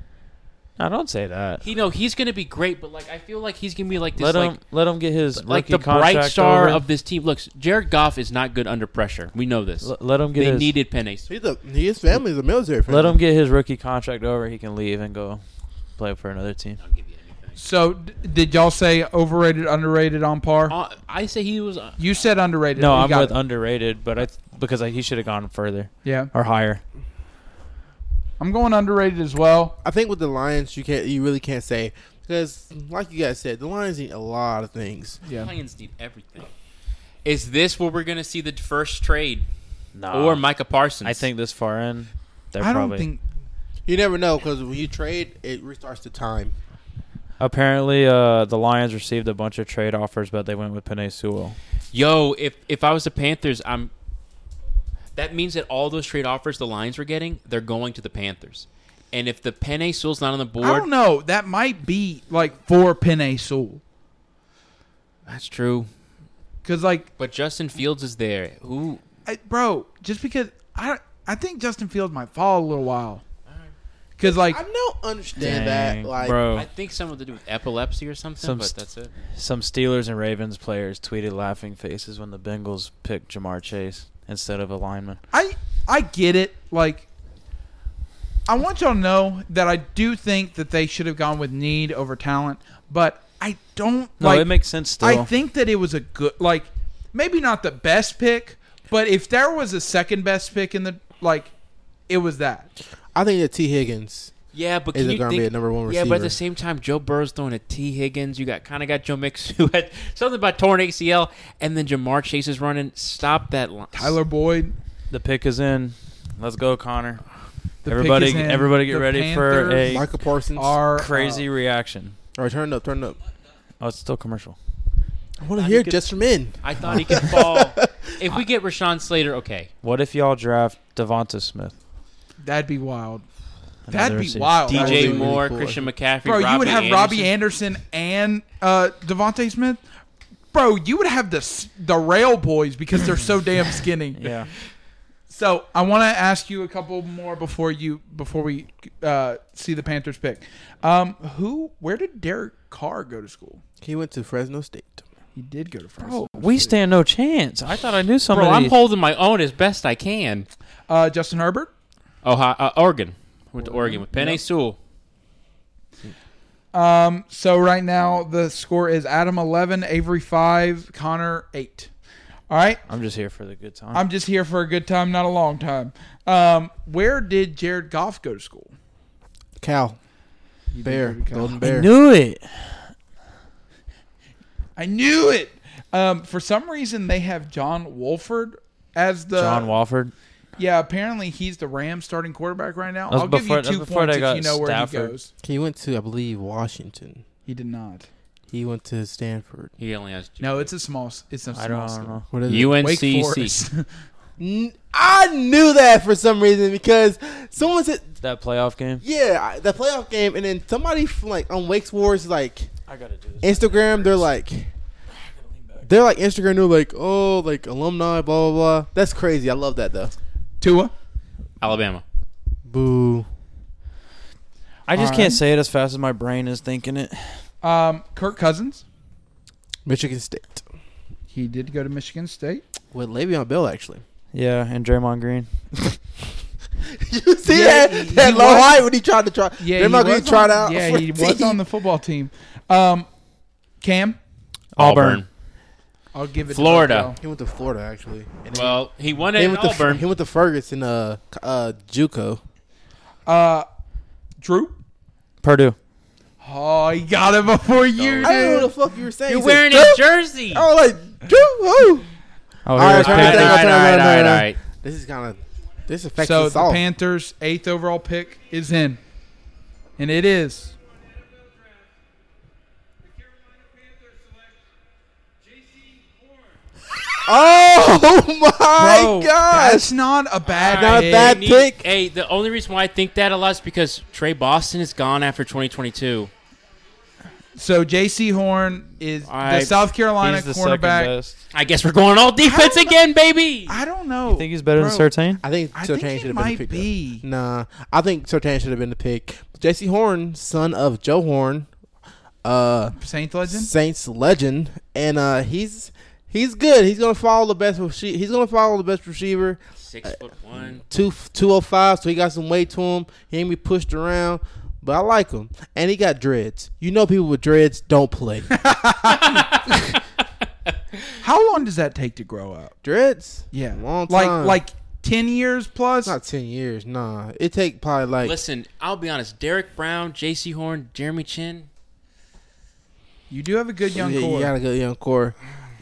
[SPEAKER 3] I don't say that.
[SPEAKER 2] He know he's gonna be great, but like I feel like he's gonna be like this,
[SPEAKER 3] let him
[SPEAKER 2] like,
[SPEAKER 3] let him get his
[SPEAKER 2] like
[SPEAKER 3] rookie
[SPEAKER 2] the bright
[SPEAKER 3] contract
[SPEAKER 2] star
[SPEAKER 3] over.
[SPEAKER 2] of this team. Look, Jared Goff is not good under pressure. We know this.
[SPEAKER 3] L- let him get
[SPEAKER 2] they
[SPEAKER 3] his
[SPEAKER 2] needed Penny. Sewell.
[SPEAKER 4] He's a he, his family's a military. Family.
[SPEAKER 3] let him get his rookie contract over. He can leave and go play for another team.
[SPEAKER 1] So d- did y'all say overrated, underrated, on par?
[SPEAKER 2] Uh, I say he was. Uh,
[SPEAKER 1] you said underrated.
[SPEAKER 3] No,
[SPEAKER 1] You
[SPEAKER 3] I'm
[SPEAKER 1] got
[SPEAKER 3] with
[SPEAKER 1] it.
[SPEAKER 3] underrated, but I th- because like, he should have gone further
[SPEAKER 1] yeah.
[SPEAKER 3] or higher.
[SPEAKER 1] I'm going underrated as well.
[SPEAKER 4] I think with the Lions, you can't you really can't say because, like you guys said, the Lions need a lot of things.
[SPEAKER 1] Yeah.
[SPEAKER 2] Lions need everything. Is this where we're gonna see the first trade
[SPEAKER 3] No,
[SPEAKER 2] or Micah Parsons?
[SPEAKER 3] Uh, I think this far in, they're
[SPEAKER 1] I don't
[SPEAKER 3] probably
[SPEAKER 1] think
[SPEAKER 4] You never know because when you trade, it restarts the time.
[SPEAKER 3] Apparently, uh, the Lions received a bunch of trade offers, but they went with Panay Sewell.
[SPEAKER 2] Yo, if if I was the Panthers, I'm. That means that all those trade offers the Lions were getting, they're going to the Panthers. And if the Penny Sewell's not on the
[SPEAKER 1] I don't
[SPEAKER 2] board,
[SPEAKER 1] know. That might be like for Pinay Sewell.
[SPEAKER 2] that's true.
[SPEAKER 1] Cause like,
[SPEAKER 2] But Justin Fields is there. Who?
[SPEAKER 1] I, bro, just because I I think Justin Fields might fall a little while. Cause like
[SPEAKER 4] I don't understand
[SPEAKER 3] Dang,
[SPEAKER 4] that. Like,
[SPEAKER 3] bro,
[SPEAKER 2] I think something to do with epilepsy or something.
[SPEAKER 3] Some
[SPEAKER 2] but
[SPEAKER 3] st-
[SPEAKER 2] that's it.
[SPEAKER 3] some Steelers and Ravens players tweeted laughing faces when the Bengals picked Jamar Chase instead of a lineman.
[SPEAKER 1] I I get it. Like, I want y'all to know that I do think that they should have gone with need over talent, but I don't
[SPEAKER 3] No,
[SPEAKER 1] like.
[SPEAKER 3] it makes sense. Still,
[SPEAKER 1] I think that it was a good, like, maybe not the best pick, but if there was a second best pick in the like, it was that.
[SPEAKER 4] I think that T Higgins.
[SPEAKER 2] Yeah, but
[SPEAKER 4] Is
[SPEAKER 2] can
[SPEAKER 4] it
[SPEAKER 2] you
[SPEAKER 4] gonna be
[SPEAKER 2] think,
[SPEAKER 4] a number one
[SPEAKER 2] Yeah, but at
[SPEAKER 4] receiver?
[SPEAKER 2] the same time, Joe Burrow's throwing a T. Higgins. You got kind of got Joe Mix who had something about torn ACL, and then Jamar Chase is running. Stop that line.
[SPEAKER 1] Tyler Boyd.
[SPEAKER 3] the pick is in. Let's go, Connor.
[SPEAKER 1] The pick
[SPEAKER 3] everybody,
[SPEAKER 1] is in.
[SPEAKER 3] everybody, get
[SPEAKER 1] The
[SPEAKER 3] ready for
[SPEAKER 1] Panthers
[SPEAKER 3] a
[SPEAKER 4] Michael Parsons. All
[SPEAKER 1] Are uh,
[SPEAKER 3] crazy reaction.
[SPEAKER 4] right, turn it up, turn it up.
[SPEAKER 3] Oh, it's still commercial.
[SPEAKER 4] I want to hear just from in.
[SPEAKER 2] I thought he could fall. if we get Rashawn Slater, okay.
[SPEAKER 3] What if y'all draft Devonta Smith?
[SPEAKER 1] that'd be wild.
[SPEAKER 3] Another
[SPEAKER 1] That'd be
[SPEAKER 3] receiver.
[SPEAKER 1] wild.
[SPEAKER 4] That would be
[SPEAKER 2] DJ
[SPEAKER 4] really
[SPEAKER 2] Moore,
[SPEAKER 4] cool,
[SPEAKER 2] Christian McCaffrey,
[SPEAKER 1] Bro,
[SPEAKER 2] Robbie
[SPEAKER 1] you would have Robbie
[SPEAKER 2] Anderson.
[SPEAKER 1] Anderson and uh, Devontae Smith. bro, you would have the s- the rail boys because they're so damn skinny.
[SPEAKER 3] Yeah.
[SPEAKER 1] So I want to ask you a couple more before you before we uh, see the Panthers pick. Um, who? Where did Derek Carr go to school?
[SPEAKER 4] He went to Fresno State.
[SPEAKER 1] He did go to Fresno.
[SPEAKER 3] Bro, we stand no chance. I thought I knew some
[SPEAKER 2] Bro,
[SPEAKER 3] of
[SPEAKER 2] I'm
[SPEAKER 3] these.
[SPEAKER 2] holding my own as best I can.
[SPEAKER 1] Uh, Justin Herbert.
[SPEAKER 2] Ohio, uh, Oregon. Went to Oregon with Penny Sewell.
[SPEAKER 1] Um, so right now the score is Adam eleven, Avery five, Connor eight. All right.
[SPEAKER 3] I'm just here for the good time.
[SPEAKER 1] I'm just here for a good time, not a long time. Um, where did Jared Goff go to school?
[SPEAKER 4] Cal. Bear.
[SPEAKER 1] go to Cal.
[SPEAKER 4] Golden
[SPEAKER 3] I
[SPEAKER 4] Bear.
[SPEAKER 3] knew it.
[SPEAKER 1] I knew it. Um, for some reason, they have John Wolford as the
[SPEAKER 3] John Walford.
[SPEAKER 1] Yeah, apparently he's the Rams starting quarterback right now.
[SPEAKER 3] That was
[SPEAKER 1] I'll
[SPEAKER 3] before-
[SPEAKER 1] give
[SPEAKER 3] that
[SPEAKER 1] you
[SPEAKER 3] was
[SPEAKER 1] two
[SPEAKER 3] before
[SPEAKER 1] points
[SPEAKER 3] they
[SPEAKER 1] if
[SPEAKER 3] got
[SPEAKER 1] you know where he
[SPEAKER 3] Stafford.
[SPEAKER 1] goes.
[SPEAKER 4] He went to, I believe, Washington.
[SPEAKER 1] He did not.
[SPEAKER 4] He went to Stanford.
[SPEAKER 2] He only has two.
[SPEAKER 1] No, it's a small. s- It's a small.
[SPEAKER 3] I don't,
[SPEAKER 1] school.
[SPEAKER 3] know.
[SPEAKER 4] What is it?
[SPEAKER 1] Wake
[SPEAKER 2] UNCC.
[SPEAKER 1] Forest.
[SPEAKER 4] N- I knew that for some reason because someone said,
[SPEAKER 3] That playoff game.
[SPEAKER 4] yeah, I- the playoff game, and then somebody from like on Wake's Wars like
[SPEAKER 3] I gotta do this.
[SPEAKER 4] Instagram, they're like, they're like Instagram, they're like, oh, like alumni, blah blah blah. That's crazy. I love that though.
[SPEAKER 1] Tua.
[SPEAKER 2] Alabama.
[SPEAKER 4] Boo.
[SPEAKER 3] I
[SPEAKER 1] All
[SPEAKER 3] just
[SPEAKER 1] right.
[SPEAKER 3] can't say it as fast as my brain is thinking it.
[SPEAKER 1] Um, Kirk Cousins.
[SPEAKER 4] Michigan State
[SPEAKER 1] He did go to Michigan State.
[SPEAKER 4] with Le'Veon Bell actually.
[SPEAKER 3] Yeah, and Draymond Green.
[SPEAKER 4] you see
[SPEAKER 1] Yeah,
[SPEAKER 4] that
[SPEAKER 1] he-
[SPEAKER 4] that
[SPEAKER 1] he
[SPEAKER 4] low
[SPEAKER 1] was-
[SPEAKER 4] height when he tried to try.
[SPEAKER 1] Yeah,
[SPEAKER 4] they're
[SPEAKER 1] he
[SPEAKER 4] not going
[SPEAKER 1] was
[SPEAKER 4] to try
[SPEAKER 1] on-
[SPEAKER 4] it out.
[SPEAKER 1] Yeah,
[SPEAKER 4] for
[SPEAKER 1] he
[SPEAKER 4] the
[SPEAKER 1] was
[SPEAKER 4] team.
[SPEAKER 1] on the football team. Um, Cam.
[SPEAKER 3] Auburn.
[SPEAKER 1] I'll give it. to
[SPEAKER 2] Florida.
[SPEAKER 1] Burrow.
[SPEAKER 4] He went to Florida actually. And then
[SPEAKER 2] Well, he won it
[SPEAKER 4] he
[SPEAKER 2] in
[SPEAKER 4] went to
[SPEAKER 2] Auburn.
[SPEAKER 4] he went to Ferguson, uh, uh, JUCO.
[SPEAKER 1] Uh, Drew.
[SPEAKER 3] Purdue.
[SPEAKER 1] Oh, he got it before you
[SPEAKER 4] I didn't know what the
[SPEAKER 1] did.
[SPEAKER 4] fuck you were saying.
[SPEAKER 2] You're
[SPEAKER 4] He said,
[SPEAKER 2] wearing
[SPEAKER 4] "Duh."
[SPEAKER 2] his jersey.
[SPEAKER 4] I was like, "Duh, whoa."
[SPEAKER 3] Oh,
[SPEAKER 4] All
[SPEAKER 3] here it is.
[SPEAKER 4] right, all right,
[SPEAKER 3] Panthers.
[SPEAKER 4] all right.
[SPEAKER 2] all
[SPEAKER 4] no,
[SPEAKER 2] right.
[SPEAKER 4] This is kind of this affects
[SPEAKER 1] So
[SPEAKER 4] us
[SPEAKER 1] the
[SPEAKER 4] all.
[SPEAKER 1] Panthers' eighth overall pick is in, and it is
[SPEAKER 5] NFL draft, the Carolina Panthers select J.C. Horn.
[SPEAKER 4] oh my
[SPEAKER 1] Bro,
[SPEAKER 4] gosh!
[SPEAKER 1] That's not a bad
[SPEAKER 4] Not a
[SPEAKER 1] pick.
[SPEAKER 4] bad-
[SPEAKER 2] Need-
[SPEAKER 4] pick.
[SPEAKER 2] Hey, the only reason why I think that a lot is because Trey Boston is gone after 2022.
[SPEAKER 1] So J.C. Horn is
[SPEAKER 2] I-
[SPEAKER 1] the South Carolina
[SPEAKER 3] He's the second
[SPEAKER 1] cornerback.
[SPEAKER 3] best.
[SPEAKER 2] I guess we're going all defense again, baby.
[SPEAKER 1] I don't know.
[SPEAKER 3] You think he's better
[SPEAKER 1] Bro,
[SPEAKER 3] than Sertain?
[SPEAKER 4] I think
[SPEAKER 1] I
[SPEAKER 4] Sertan
[SPEAKER 1] think
[SPEAKER 4] should have
[SPEAKER 1] he might
[SPEAKER 4] been the pick. though.
[SPEAKER 1] be.
[SPEAKER 4] Nah, I think Sertan should have been the pick. J.C. Horn, son of Joe Horn, uh,
[SPEAKER 1] Saints legend.
[SPEAKER 4] Saints legend, and uh, he's he's good. He's gonna follow the best. rece- He's gonna follow the best receiver.
[SPEAKER 2] Six foot one.
[SPEAKER 4] two two oh five, so he got some weight to him. He ain't be pushed around, but I like him. And he got dreads. You know, people with dreads don't play
[SPEAKER 1] How long does that take to grow up?
[SPEAKER 4] dreads.
[SPEAKER 1] Yeah,
[SPEAKER 4] long
[SPEAKER 1] Like
[SPEAKER 4] time.
[SPEAKER 1] like ten years plus.
[SPEAKER 4] It's not ten years. Nah, it take probably like
[SPEAKER 2] Listen, I'll be honest. Derek Brown, J.C. Horn, Jeremy Chin.
[SPEAKER 1] you do have a good young
[SPEAKER 4] Oh, yeah,
[SPEAKER 1] core.
[SPEAKER 4] you got a good young core.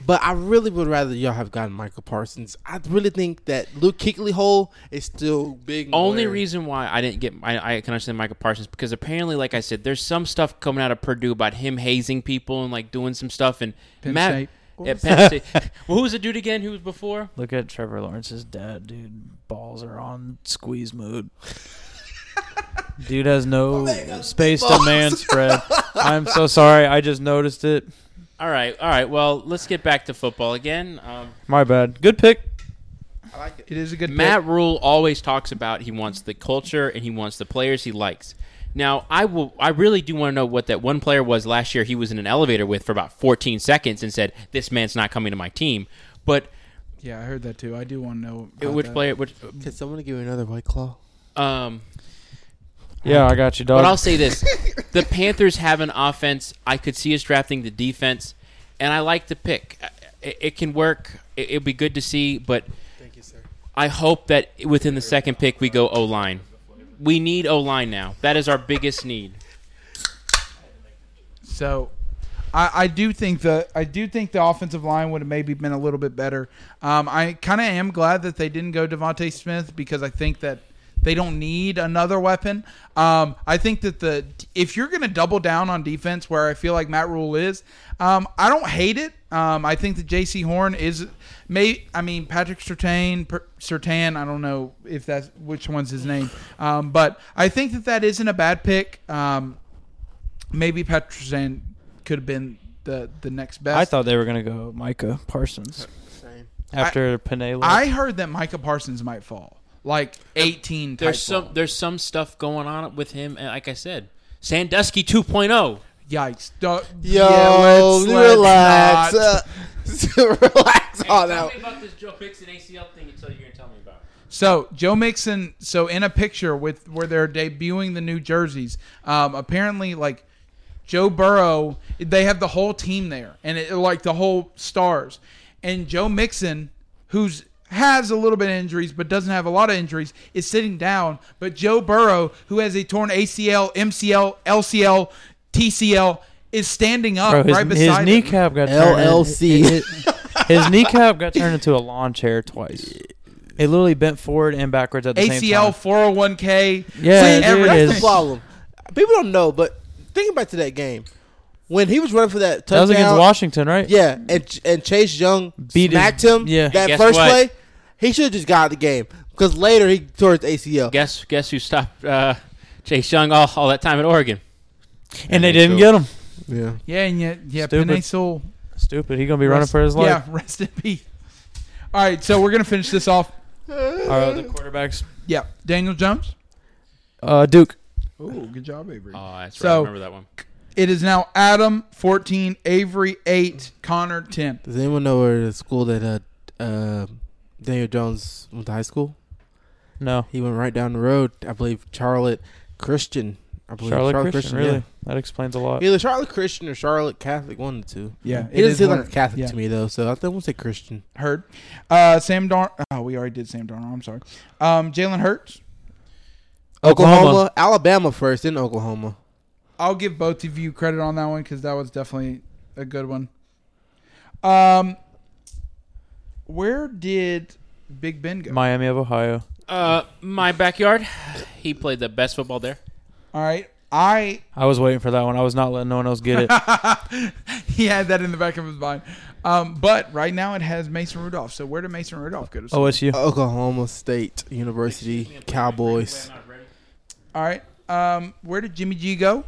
[SPEAKER 4] But I really would rather y'all have gotten Michael Parsons. I really think that Luke Kuechly hole is still big. and
[SPEAKER 2] Only
[SPEAKER 4] glaring.
[SPEAKER 2] reason why I didn't get I, I can understand Michael Parsons because apparently, like I said, there's some stuff coming out of Purdue about him hazing people and like doing some stuff and
[SPEAKER 1] Penn State.
[SPEAKER 2] Yeah, Penn State. well, who was the dude again? Who was before?
[SPEAKER 3] Look at Trevor Lawrence's dad, dude. Balls are on squeeze mode. dude has no space to man spread. I'm so sorry. I just noticed it.
[SPEAKER 2] All right, all right. Well, let's get back to football again. Um,
[SPEAKER 3] My bad. Good pick.
[SPEAKER 1] it is a good
[SPEAKER 2] Matt Rule always talks about he wants the culture and he wants the players he likes. Now, I will. I really do want to know what that one player was last year. He was in an elevator with for about 14 seconds and said, "This man's not coming to my team." But
[SPEAKER 1] pick. Yeah, I heard that too. I do want to know about
[SPEAKER 2] which
[SPEAKER 1] that.
[SPEAKER 2] player? Which
[SPEAKER 4] Can someone give me another white claw?
[SPEAKER 2] um.
[SPEAKER 3] Yeah, I got you, dog.
[SPEAKER 2] But I'll say this: the Panthers have an offense. I could see us drafting the defense, and I like the pick. It, it can work. It, it'd be good to see, but
[SPEAKER 4] Thank you, sir.
[SPEAKER 2] I hope that within the second pick we go O line. We need O line now. That is our biggest need.
[SPEAKER 1] So I, I do think the I do think the offensive line would have maybe been a little bit better. Um, I kind of am glad that they didn't go Devonte Smith because I think that they don't need another weapon. Um, I think that the if you're going to double down on defense, where I feel like Matt Rule is, um, I don't hate it. Um, I think that J.C. Horn is may I mean Patrick Sertain per, Sertan I don't know if that's which one's his name, um, but I think that that isn't a bad pick. Um, maybe Petrosan could have been the the next best.
[SPEAKER 3] I thought they were gonna go Micah Parsons
[SPEAKER 4] Same.
[SPEAKER 3] after Pineda.
[SPEAKER 1] I heard that Micah Parsons might fall like 18.
[SPEAKER 2] There's
[SPEAKER 1] type
[SPEAKER 2] some
[SPEAKER 1] fall.
[SPEAKER 2] there's some stuff going on with him, and like I said, Sandusky oh. 2.0.
[SPEAKER 1] yikes. Duh,
[SPEAKER 4] Yo,
[SPEAKER 1] yeah, let's- let's
[SPEAKER 4] relax.
[SPEAKER 1] not.
[SPEAKER 4] Uh, relax
[SPEAKER 3] Oh,
[SPEAKER 4] on out.
[SPEAKER 2] about this Joe Mixon ACL thing until you're gonna tell me about.
[SPEAKER 1] So Joe Mixon, so in a picture with where they're debuting the new jerseys, um, apparently like Joe Burrow, they have the whole team there and it, like the whole stars, and Joe Mixon, who's has a little bit of injuries but doesn't have a lot of injuries, is sitting down. But Joe Burrow, who has a torn ACL, MCL, LCL, TCL, is standing up
[SPEAKER 3] Bro, his,
[SPEAKER 1] right
[SPEAKER 3] his
[SPEAKER 1] beside him.
[SPEAKER 3] kneecap got turned in-
[SPEAKER 4] LLC.
[SPEAKER 3] his kneecap got turned into a lawn chair twice. It literally bent forward and backwards at the same time.
[SPEAKER 1] ACL, 401k, see,
[SPEAKER 3] Yeah, dude,
[SPEAKER 1] everything.
[SPEAKER 3] it's-
[SPEAKER 4] That's the problem. People don't know, but thinking back to that game when he was running for that touchdown.
[SPEAKER 3] that was against Washington, right?
[SPEAKER 4] Yeah, and and Chase Young
[SPEAKER 3] Beat his-
[SPEAKER 4] smacked him.
[SPEAKER 3] yeah.
[SPEAKER 4] that
[SPEAKER 2] Guess
[SPEAKER 4] first
[SPEAKER 2] what?
[SPEAKER 4] play, he should have just got out of the game because later he tore his ACL.
[SPEAKER 2] Guess guess who stopped uh, Chase Young all, all that time at Oregon?
[SPEAKER 3] and they didn't get him.
[SPEAKER 4] yeah,
[SPEAKER 1] Yeah, and yet, yeah,
[SPEAKER 3] Stupid.
[SPEAKER 1] Penasul.
[SPEAKER 3] Stupid. He gonna be running
[SPEAKER 1] Rest-
[SPEAKER 3] for his life.
[SPEAKER 1] Yeah, rest in peace. All right, so we're gonna finish this off.
[SPEAKER 3] Our other quarterbacks.
[SPEAKER 1] Yeah, Daniel Jones.
[SPEAKER 3] Uh, Duke.
[SPEAKER 1] Ooh, good job, Avery.
[SPEAKER 2] Oh, that's right. I
[SPEAKER 1] So-
[SPEAKER 2] remember that one.
[SPEAKER 1] It is now Adam fourteen, Avery eight, Connor ten.
[SPEAKER 4] Does anyone know where the school that uh, uh, Daniel Jones went to high school?
[SPEAKER 3] No.
[SPEAKER 4] He went right down the road, I believe, Charlotte Christian. I believe
[SPEAKER 3] Charlotte, Christian, Really,
[SPEAKER 4] yeah.
[SPEAKER 3] that explains a lot.
[SPEAKER 4] Either Charlotte Christian or Charlotte Catholic, one of the two.
[SPEAKER 1] Yeah,
[SPEAKER 4] He doesn't seem like a
[SPEAKER 1] one-
[SPEAKER 4] Catholic
[SPEAKER 1] yeah,
[SPEAKER 4] to me though, so I think we'll say Christian.
[SPEAKER 1] Heard. Uh, Sam Darn. Oh, we already did Sam Darnold. I'm sorry. Um, Jalen Hurts.
[SPEAKER 3] Oklahoma.
[SPEAKER 4] Alabama first, then Oklahoma.
[SPEAKER 1] I'll give both of you credit on that one because that was definitely a good one. Um, where did Big Ben go?
[SPEAKER 3] Miami of Ohio.
[SPEAKER 2] Uh, my backyard. He played the best football there.
[SPEAKER 1] All right, I
[SPEAKER 3] I was waiting for that one. I was not letting no one else get it.
[SPEAKER 1] he had that in the back of his mind. Um, but right now it has Mason Rudolph. So where did Mason Rudolph go to? school?
[SPEAKER 3] OSU.
[SPEAKER 4] Oklahoma State University Cowboys.
[SPEAKER 1] All right. Um, where did Jimmy G go?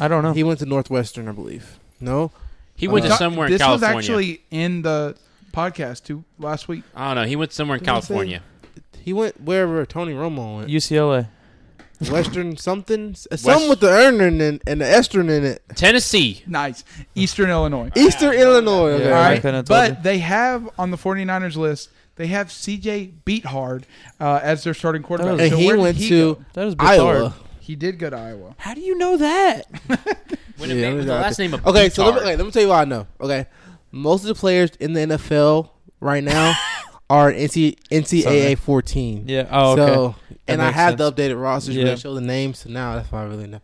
[SPEAKER 3] I don't know.
[SPEAKER 4] He went to Northwestern, I believe. No,
[SPEAKER 2] He went
[SPEAKER 1] Uh,
[SPEAKER 2] to somewhere in
[SPEAKER 1] this
[SPEAKER 2] California.
[SPEAKER 1] was actually in the podcast too last week.
[SPEAKER 2] I don't know. He went somewhere in
[SPEAKER 4] Did I say-
[SPEAKER 2] California.
[SPEAKER 4] he went wherever Tony Romo went.
[SPEAKER 3] UCLA.
[SPEAKER 4] Western something, S- something with the earner and and the estern in it.
[SPEAKER 2] Tennessee.
[SPEAKER 1] Nice. Eastern Illinois.
[SPEAKER 4] Eastern Illinois.
[SPEAKER 3] Yeah.
[SPEAKER 4] okay.
[SPEAKER 1] All
[SPEAKER 3] I
[SPEAKER 1] right.
[SPEAKER 3] couldn't have told you.
[SPEAKER 1] But they have on the 49ers list, they have CJ Beathard uh, as their starting quarterback.
[SPEAKER 3] was-
[SPEAKER 4] And
[SPEAKER 1] so
[SPEAKER 4] Oh, he
[SPEAKER 1] where did
[SPEAKER 4] went
[SPEAKER 1] he
[SPEAKER 4] to
[SPEAKER 1] go?
[SPEAKER 3] That was bizarre.
[SPEAKER 4] Iowa.
[SPEAKER 1] He did go to Iowa.
[SPEAKER 3] How do you know that?
[SPEAKER 2] When
[SPEAKER 4] Yeah,
[SPEAKER 2] it was the
[SPEAKER 4] exactly.
[SPEAKER 2] last name of
[SPEAKER 4] Okay, so let me,
[SPEAKER 2] Petard.
[SPEAKER 4] okay, let me tell you what I know. Okay, most of the players in the NFL right now are NC,
[SPEAKER 3] Sorry.
[SPEAKER 4] NCAA 14.
[SPEAKER 3] Yeah. Oh, okay.
[SPEAKER 4] So, and I
[SPEAKER 3] makes
[SPEAKER 4] have the updated rosters where
[SPEAKER 3] Yeah.
[SPEAKER 4] they show the names, so now that's why I really know.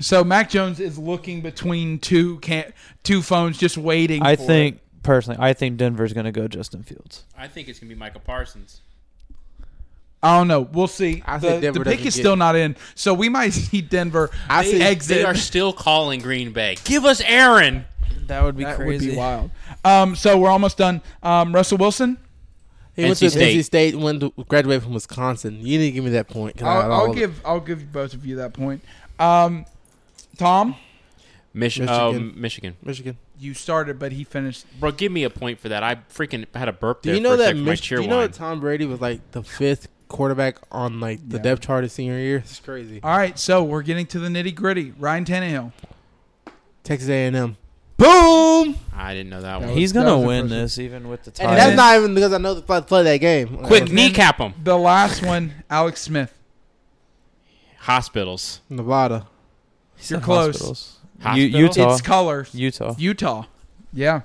[SPEAKER 1] So Mac Jones is looking between two can two phones, just waiting.
[SPEAKER 3] I
[SPEAKER 1] for
[SPEAKER 3] think
[SPEAKER 1] it.
[SPEAKER 3] personally, I think Denver's going to go Justin Fields.
[SPEAKER 2] I think it's gonna be Michael Parsons.
[SPEAKER 1] I don't know. We'll see.
[SPEAKER 4] I think
[SPEAKER 1] the,
[SPEAKER 4] Denver
[SPEAKER 1] the pick
[SPEAKER 4] doesn't
[SPEAKER 1] is
[SPEAKER 4] get-
[SPEAKER 1] still not in, so we might see Denver
[SPEAKER 4] I see-
[SPEAKER 1] exit.
[SPEAKER 2] They are still calling Green Bay. Give us Aaron.
[SPEAKER 3] That would be
[SPEAKER 1] that would be wild. Um, so we're almost done. Um, Russell Wilson.
[SPEAKER 4] He went
[SPEAKER 2] NC
[SPEAKER 4] to
[SPEAKER 2] State.
[SPEAKER 4] NC State and went to graduate from Wisconsin. You didn't give me that point. 'cause I had
[SPEAKER 1] I'll,
[SPEAKER 4] all
[SPEAKER 1] I'll
[SPEAKER 4] of it.
[SPEAKER 1] give I'll give both of you that point. Um, Tom,
[SPEAKER 2] Mich- Michigan.
[SPEAKER 4] Michigan.
[SPEAKER 2] oh, Michigan.
[SPEAKER 4] Michigan.
[SPEAKER 1] you started, but he finished.
[SPEAKER 2] Bro, give me a point for that. I freaking had a burp
[SPEAKER 4] Do
[SPEAKER 2] there
[SPEAKER 4] you know
[SPEAKER 2] for a
[SPEAKER 4] that?
[SPEAKER 2] second. My
[SPEAKER 4] Mich-
[SPEAKER 2] cheer
[SPEAKER 4] do you know
[SPEAKER 2] wine.
[SPEAKER 4] that Tom Brady was like the fifth quarterback on like the
[SPEAKER 1] Yeah.
[SPEAKER 4] depth chart his senior year? It's crazy.
[SPEAKER 1] All right, so we're getting to the nitty gritty. Ryan Tannehill.
[SPEAKER 4] Texas A&M. Boom.
[SPEAKER 2] I didn't know that
[SPEAKER 1] That
[SPEAKER 2] one.
[SPEAKER 1] was-
[SPEAKER 3] He's
[SPEAKER 1] that
[SPEAKER 3] going
[SPEAKER 1] was
[SPEAKER 3] to win
[SPEAKER 1] impressive.
[SPEAKER 3] this, even with the
[SPEAKER 4] And
[SPEAKER 3] tie.
[SPEAKER 4] that's
[SPEAKER 1] then-
[SPEAKER 4] not even because I know the play, play that game.
[SPEAKER 2] Quick
[SPEAKER 4] Uh,
[SPEAKER 2] kneecap him.
[SPEAKER 1] The last one, Alex Smith.
[SPEAKER 2] Hospitals.
[SPEAKER 4] Nevada.
[SPEAKER 1] You're close.
[SPEAKER 3] U-
[SPEAKER 2] Hospitals?
[SPEAKER 3] Utah.
[SPEAKER 1] It's colors.
[SPEAKER 3] Utah.
[SPEAKER 1] Utah. Yeah.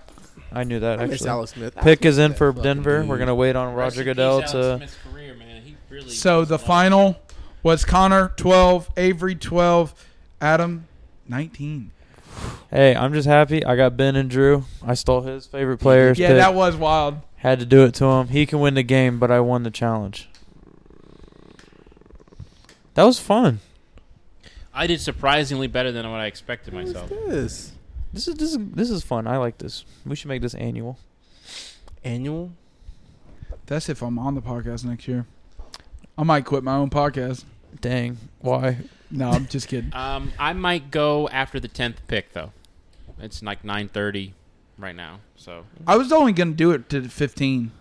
[SPEAKER 3] I knew that
[SPEAKER 4] It's
[SPEAKER 3] actually.
[SPEAKER 4] Alex Smith.
[SPEAKER 3] Pick is in for
[SPEAKER 4] Fucking
[SPEAKER 3] Denver. We're
[SPEAKER 4] dude.
[SPEAKER 3] going to wait on Roger Goodell to.
[SPEAKER 1] So the final was Connor twelve, Avery twelve, Adam nineteen.
[SPEAKER 3] Hey, I'm just happy. I got Ben and Drew. I stole his favorite players.
[SPEAKER 1] Yeah,
[SPEAKER 3] pick.
[SPEAKER 1] that was wild.
[SPEAKER 3] Had to do it to him. He can win the game, but I won the challenge. That was fun.
[SPEAKER 2] I did surprisingly better than what I expected myself.
[SPEAKER 4] This
[SPEAKER 3] This is this is this is fun. I like this. We should make this annual.
[SPEAKER 4] annual.
[SPEAKER 1] That's if I'm on the podcast next year. I might quit my own podcast.
[SPEAKER 3] Dang, why?
[SPEAKER 1] No, I'm just kidding.
[SPEAKER 2] Um, I might go after the tenth pick though. It's like 9:30 right now. So
[SPEAKER 1] I was only going to do it to 15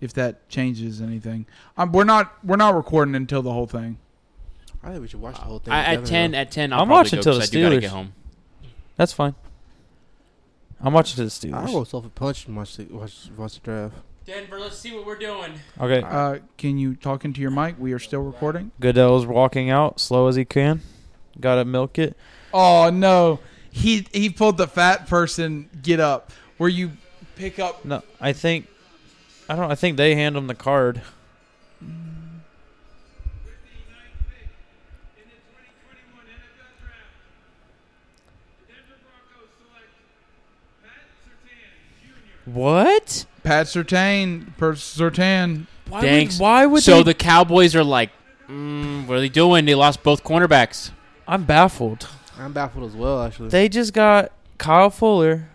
[SPEAKER 1] if that changes anything. Um, we're not we're not recording until the whole thing.
[SPEAKER 4] I think we should watch the whole thing.
[SPEAKER 2] I, at
[SPEAKER 4] together,
[SPEAKER 2] 10
[SPEAKER 4] though.
[SPEAKER 2] at 10 I'll
[SPEAKER 3] I'm
[SPEAKER 2] probably
[SPEAKER 3] watching
[SPEAKER 2] go
[SPEAKER 3] till
[SPEAKER 2] 'cause
[SPEAKER 3] the
[SPEAKER 2] I do gotta
[SPEAKER 3] Steelers.
[SPEAKER 2] get home.
[SPEAKER 3] That's fine. I'm watching to the
[SPEAKER 4] I
[SPEAKER 3] Steelers.
[SPEAKER 4] will self a punch and watch the watch, watch the draft.
[SPEAKER 2] Denver, let's see what we're doing.
[SPEAKER 3] Okay.
[SPEAKER 1] Uh, can you talk into your mic? We are still recording.
[SPEAKER 3] Goodell's walking out slow as he can. Gotta milk it.
[SPEAKER 1] Oh no. He he pulled the fat person get up where you pick up
[SPEAKER 3] No, I think I don't. I think they hand him the card.
[SPEAKER 5] with the ninth pick in the 2021 NFL Draft. The Denver Broncos select Pat Sertan Jr.
[SPEAKER 3] What?
[SPEAKER 1] Pat Sertain, Per Sertan.
[SPEAKER 3] Why
[SPEAKER 2] Thanks.
[SPEAKER 3] would? Why would
[SPEAKER 2] so
[SPEAKER 3] they-
[SPEAKER 2] the Cowboys are like, mm, what are they doing? They lost both cornerbacks.
[SPEAKER 3] I'm baffled.
[SPEAKER 4] I'm baffled as well, actually.
[SPEAKER 3] They just got Kyle Fuller,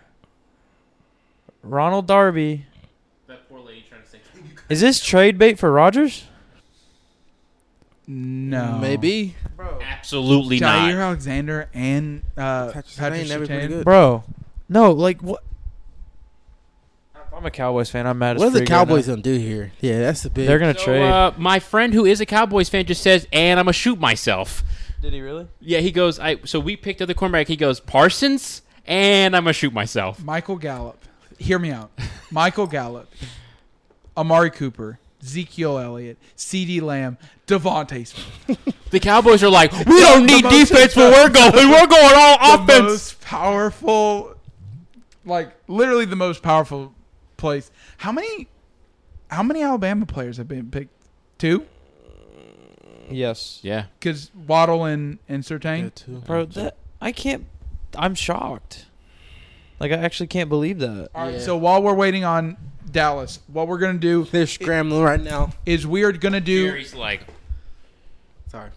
[SPEAKER 3] Ronald Darby.
[SPEAKER 2] That poor lady trying to say.
[SPEAKER 3] Is this trade bait for Rogers?
[SPEAKER 1] No.
[SPEAKER 4] Maybe.
[SPEAKER 2] Absolutely
[SPEAKER 1] Jair
[SPEAKER 2] not.
[SPEAKER 1] Alexander and uh,
[SPEAKER 4] Patrick Sertain
[SPEAKER 1] Patrick
[SPEAKER 4] never been
[SPEAKER 1] Sertain.
[SPEAKER 4] good.
[SPEAKER 3] Bro, no, like what? If I'm a Cowboys fan. I'm mad. as
[SPEAKER 4] What are the
[SPEAKER 3] freak right now.
[SPEAKER 4] Cowboys gonna do here? Yeah, that's the big.
[SPEAKER 3] They're gonna
[SPEAKER 2] So,
[SPEAKER 3] trade.
[SPEAKER 2] uh, my friend who is a Cowboys fan just says, "And I'm gonna shoot myself."
[SPEAKER 3] Did he really?
[SPEAKER 2] Yeah, he goes. I so we picked up the cornerback. He goes Parsons, and I'm gonna shoot myself.
[SPEAKER 1] Michael Gallup. Hear me out. Michael Gallup, Amari Cooper, Ezekiel Elliott, C.D. Lamb, Devontae Smith.
[SPEAKER 2] The Cowboys are like, we don't
[SPEAKER 1] The
[SPEAKER 2] need
[SPEAKER 1] most-
[SPEAKER 2] defense, but we're going, we're going all
[SPEAKER 1] The
[SPEAKER 2] offense.
[SPEAKER 1] most powerful, like literally the most powerful place. How many, how many Alabama players have been picked? Two,
[SPEAKER 3] Yes.
[SPEAKER 2] yeah,
[SPEAKER 1] because Waddle and and
[SPEAKER 4] Yeah,
[SPEAKER 1] Sertain.
[SPEAKER 4] too.
[SPEAKER 3] Bro, that I can't. I'm shocked. Like I actually can't believe that.
[SPEAKER 1] All right.
[SPEAKER 4] Yeah.
[SPEAKER 1] So while we're waiting on Dallas, what we're gonna do
[SPEAKER 4] They're scrambling right now.
[SPEAKER 1] is we are gonna do.
[SPEAKER 2] Jerry's like,
[SPEAKER 4] Sorry.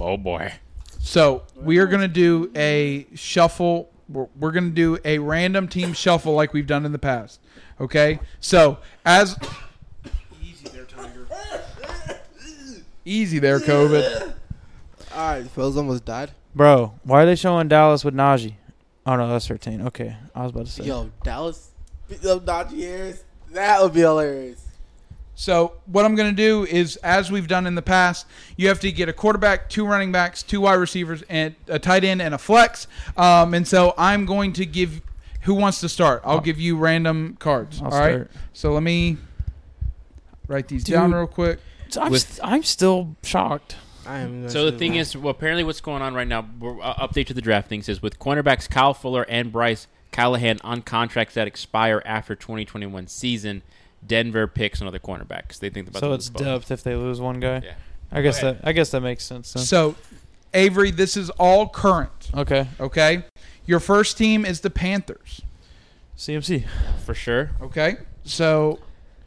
[SPEAKER 2] oh boy,
[SPEAKER 1] So we are going to do a shuffle. We're, we're going to do a random team shuffle like we've done in the past. Okay. So as easy there, Tiger. Easy there, COVID.
[SPEAKER 4] All right, Phil's almost died.
[SPEAKER 3] Bro, why are they showing Dallas with Najee? Oh no, that's 13. Okay, I was about to say.
[SPEAKER 4] Yo, Dallas beat up Najee Harris. That would be hilarious.
[SPEAKER 1] So what I'm going to do is, as we've done in the past, you have to get a quarterback, two running backs, two wide receivers, and a tight end and a flex. Um, and so I'm going to give. Who wants to start? I'll give you random cards.
[SPEAKER 3] I'll
[SPEAKER 1] all right.
[SPEAKER 3] start.
[SPEAKER 1] So let me write these
[SPEAKER 3] Dude.
[SPEAKER 1] down real quick.
[SPEAKER 3] So I'm,
[SPEAKER 2] With-
[SPEAKER 3] st- I'm still shocked.
[SPEAKER 4] I am. gonna
[SPEAKER 2] So the
[SPEAKER 4] shoot
[SPEAKER 2] thing
[SPEAKER 4] him.
[SPEAKER 2] is, well, apparently what's going on right now, we're- uh, update to the draft things is with cornerbacks Kyle Fuller and Bryce Callahan on contracts that expire after 2021 season, Denver picks another cornerback 'cause they think about
[SPEAKER 3] So
[SPEAKER 2] the
[SPEAKER 3] it's depth if they lose one guy.
[SPEAKER 2] Yeah.
[SPEAKER 3] I guess
[SPEAKER 2] Okay.
[SPEAKER 3] that I guess that makes sense. Then.
[SPEAKER 1] So, Avery, this is all current.
[SPEAKER 3] Okay,
[SPEAKER 1] Okay. Your first team is the Panthers.
[SPEAKER 3] CMC.
[SPEAKER 2] for sure.
[SPEAKER 1] Okay. So,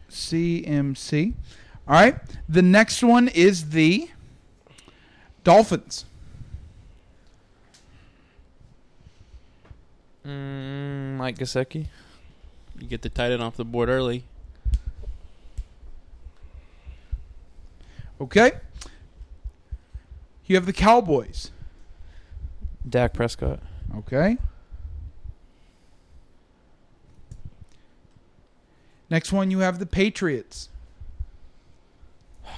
[SPEAKER 1] CMC. All right. The next one is the Dolphins.
[SPEAKER 3] Mm, Mike Gesicki.
[SPEAKER 2] You get the tight end off the board early.
[SPEAKER 1] Okay. You have the Cowboys.
[SPEAKER 3] Dak Prescott.
[SPEAKER 1] Okay. Next one, you have the Patriots.
[SPEAKER 2] Can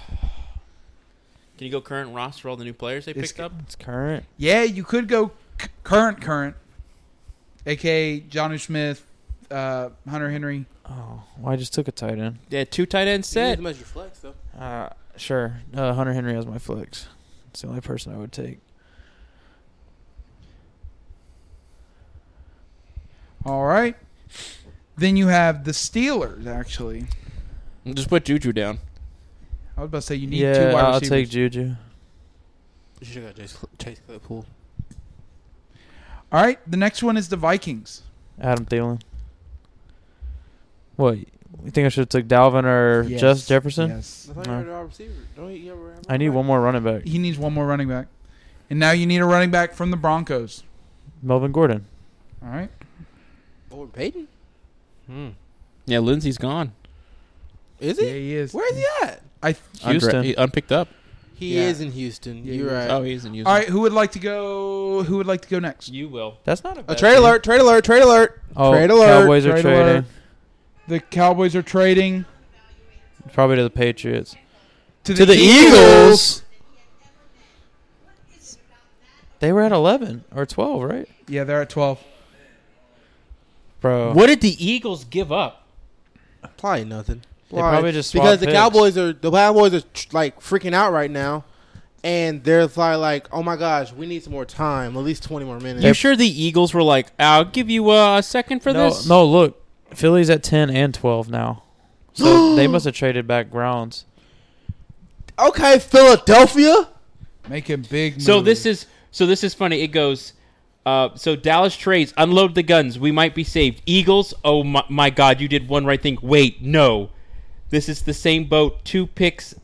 [SPEAKER 2] you go current roster all the new players they
[SPEAKER 1] It's-
[SPEAKER 2] picked up?
[SPEAKER 3] It's current.
[SPEAKER 1] Yeah, you could go c- current, current, aka Johnny Smith, uh, Hunter Henry.
[SPEAKER 3] Oh, well, I just took a tight end.
[SPEAKER 2] Yeah, two tight ends
[SPEAKER 4] You need
[SPEAKER 2] set.
[SPEAKER 4] to measure flex though.
[SPEAKER 3] Uh, sure. Uh, Hunter Henry has my flex. It's the only person I would take.
[SPEAKER 1] All right. Then you have the Steelers. Actually,
[SPEAKER 2] Just put Juju down.
[SPEAKER 1] I was about to say you need
[SPEAKER 3] yeah,
[SPEAKER 1] two
[SPEAKER 3] i
[SPEAKER 1] wide
[SPEAKER 3] I'll
[SPEAKER 1] receivers.
[SPEAKER 3] take Juju.
[SPEAKER 4] You should have got Chase, Chase Claypool.
[SPEAKER 1] All right. The next one is the Vikings.
[SPEAKER 3] Adam Thielen. What? You think I should have took Dalvin or
[SPEAKER 1] Yes.
[SPEAKER 3] Jess Er, Jefferson?
[SPEAKER 1] Yes.
[SPEAKER 4] I thought you
[SPEAKER 3] No.
[SPEAKER 4] were the receiver. Don't you ever have
[SPEAKER 3] I need one more running back.
[SPEAKER 1] He needs one more running back, and now you need a running back from the Broncos.
[SPEAKER 3] Melvin Gordon.
[SPEAKER 1] All right.
[SPEAKER 4] Gordon Payton? Hmm.
[SPEAKER 2] Yeah, Lindsey's gone.
[SPEAKER 4] Is
[SPEAKER 1] Yeah,
[SPEAKER 4] he?
[SPEAKER 1] he is.
[SPEAKER 4] Where is he at?
[SPEAKER 1] I.
[SPEAKER 3] Houston.
[SPEAKER 2] Undra- he unpicked up.
[SPEAKER 4] He
[SPEAKER 3] Yeah.
[SPEAKER 4] is in Houston. You're right.
[SPEAKER 2] Oh, he's in Houston.
[SPEAKER 1] All right, who would like to go? Who would like to go next?
[SPEAKER 2] You will.
[SPEAKER 3] That's not a,
[SPEAKER 4] A
[SPEAKER 3] bad
[SPEAKER 4] Uh, trade
[SPEAKER 3] thing.
[SPEAKER 4] alert! Trade alert! Trade alert!
[SPEAKER 3] Oh,
[SPEAKER 4] trade alert!
[SPEAKER 3] Cowboys are
[SPEAKER 1] Trade
[SPEAKER 3] trading
[SPEAKER 1] alert. The Cowboys are trading
[SPEAKER 3] probably to the Patriots.
[SPEAKER 1] to the,
[SPEAKER 3] To the
[SPEAKER 1] Eagles.
[SPEAKER 3] Eagles. They were at 11 or 12, right?
[SPEAKER 1] Yeah, they're at twelve.
[SPEAKER 3] Bro.
[SPEAKER 2] What did the Eagles give up?
[SPEAKER 4] Probably nothing.
[SPEAKER 3] They probably just swapped
[SPEAKER 4] because the
[SPEAKER 3] picks.
[SPEAKER 4] Cowboys are the Cowboys are tr- like freaking out right now, and they're probably like, "Oh my gosh, we need some more time, at least twenty more minutes."
[SPEAKER 2] You sure the Eagles were like, "I'll give you uh, a second for
[SPEAKER 3] "Ah, no,
[SPEAKER 2] this"?
[SPEAKER 3] no, look. Philly's at 10 and 12 now. So they must have traded back rounds.
[SPEAKER 4] okay, Philadelphia.
[SPEAKER 1] Making big. Moves.
[SPEAKER 2] So
[SPEAKER 4] Hmm.
[SPEAKER 2] this is so this is funny. It goes. Uh, so Dallas trades unload the guns. We might be saved. Eagles. Oh my, my God! You did one right thing. Wait, no, this is the same boat. Two picks.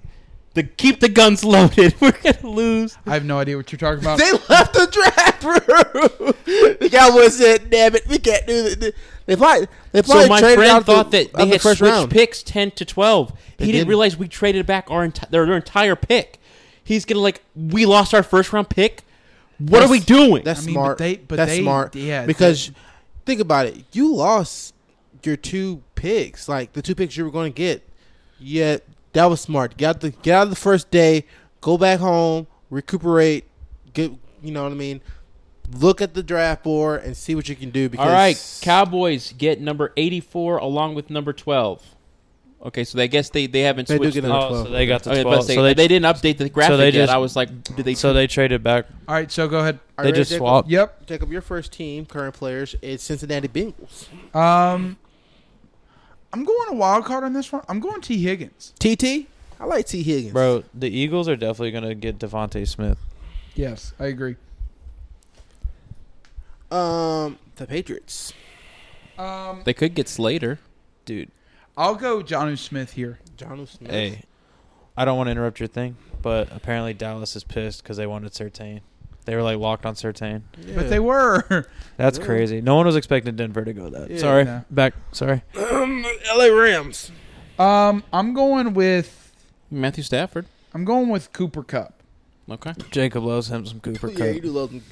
[SPEAKER 2] The keep the guns loaded. We're gonna lose.
[SPEAKER 1] I have no idea what you're talking
[SPEAKER 3] Uh.
[SPEAKER 1] about.
[SPEAKER 4] They left the draft room. the Cowboys said, "Damn it, we can't do this." They probably they probably
[SPEAKER 2] So my
[SPEAKER 4] traded
[SPEAKER 2] friend
[SPEAKER 4] out the-
[SPEAKER 2] thought that
[SPEAKER 4] out
[SPEAKER 2] they
[SPEAKER 4] the
[SPEAKER 2] had
[SPEAKER 4] first
[SPEAKER 2] switched
[SPEAKER 4] round.
[SPEAKER 2] picks ten to twelve.
[SPEAKER 4] They
[SPEAKER 2] he didn't,
[SPEAKER 4] didn't.
[SPEAKER 2] realize we traded back our enti- their, their entire pick. He's gonna like we lost our first round pick. What
[SPEAKER 4] That's-
[SPEAKER 2] are we doing?
[SPEAKER 4] That's
[SPEAKER 1] I mean, but
[SPEAKER 4] smart.
[SPEAKER 1] they- but
[SPEAKER 4] That's
[SPEAKER 1] they-
[SPEAKER 4] smart.
[SPEAKER 1] yeah,
[SPEAKER 4] Because think about it. You lost your two picks, like the two picks you were going to get. Yeah, that was smart. Get out the get out of the first day. Go back home, recuperate. Get you know what I mean. Look at the draft board and see what you can do. Because
[SPEAKER 2] All right, Cowboys get number eighty-four along with number twelve. Okay, so I guess they, they haven't
[SPEAKER 4] They do
[SPEAKER 2] switched.
[SPEAKER 4] get
[SPEAKER 2] the-
[SPEAKER 4] another
[SPEAKER 2] oh,
[SPEAKER 4] 12.
[SPEAKER 3] So they got
[SPEAKER 2] I
[SPEAKER 3] to
[SPEAKER 2] was about
[SPEAKER 3] 12.
[SPEAKER 2] to say,
[SPEAKER 3] so they,
[SPEAKER 2] they didn't update the graphic
[SPEAKER 3] they
[SPEAKER 2] yet.
[SPEAKER 3] just-
[SPEAKER 2] I was like, did they?
[SPEAKER 3] so they traded back.
[SPEAKER 1] All right, so go ahead.
[SPEAKER 4] All
[SPEAKER 3] They
[SPEAKER 4] right,
[SPEAKER 3] just
[SPEAKER 4] Jacob,
[SPEAKER 3] swapped.
[SPEAKER 1] Yep.
[SPEAKER 4] Jacob, your first team, current players, is Cincinnati Bengals.
[SPEAKER 1] Um, I'm going a wild card on this one. I'm going T Higgins.
[SPEAKER 4] TT, I like T Higgins,
[SPEAKER 3] Bro, the Eagles are definitely going to get Devontae Smith.
[SPEAKER 1] Yes, I agree.
[SPEAKER 4] Um, the Patriots.
[SPEAKER 1] Um,
[SPEAKER 2] They could get Slater.
[SPEAKER 3] Dude,
[SPEAKER 1] I'll go Johnny Smith here.
[SPEAKER 4] John Smith.
[SPEAKER 3] hey. I don't want to interrupt your thing, but apparently Dallas is pissed because they wanted Sertain. They were like locked on Sertain.
[SPEAKER 4] Yeah.
[SPEAKER 1] But they were.
[SPEAKER 3] That's
[SPEAKER 4] Yeah.
[SPEAKER 3] crazy. No one was expecting Denver to go that.
[SPEAKER 4] Yeah.
[SPEAKER 3] Sorry.
[SPEAKER 1] No.
[SPEAKER 3] Back. Sorry.
[SPEAKER 4] Um, LA Rams.
[SPEAKER 1] Um, I'm going with
[SPEAKER 2] Matthew Stafford.
[SPEAKER 1] I'm going with Cooper Cup.
[SPEAKER 2] Okay.
[SPEAKER 3] Jacob loves him some Cooper
[SPEAKER 4] Yeah, you
[SPEAKER 3] Kupp.
[SPEAKER 4] do love them.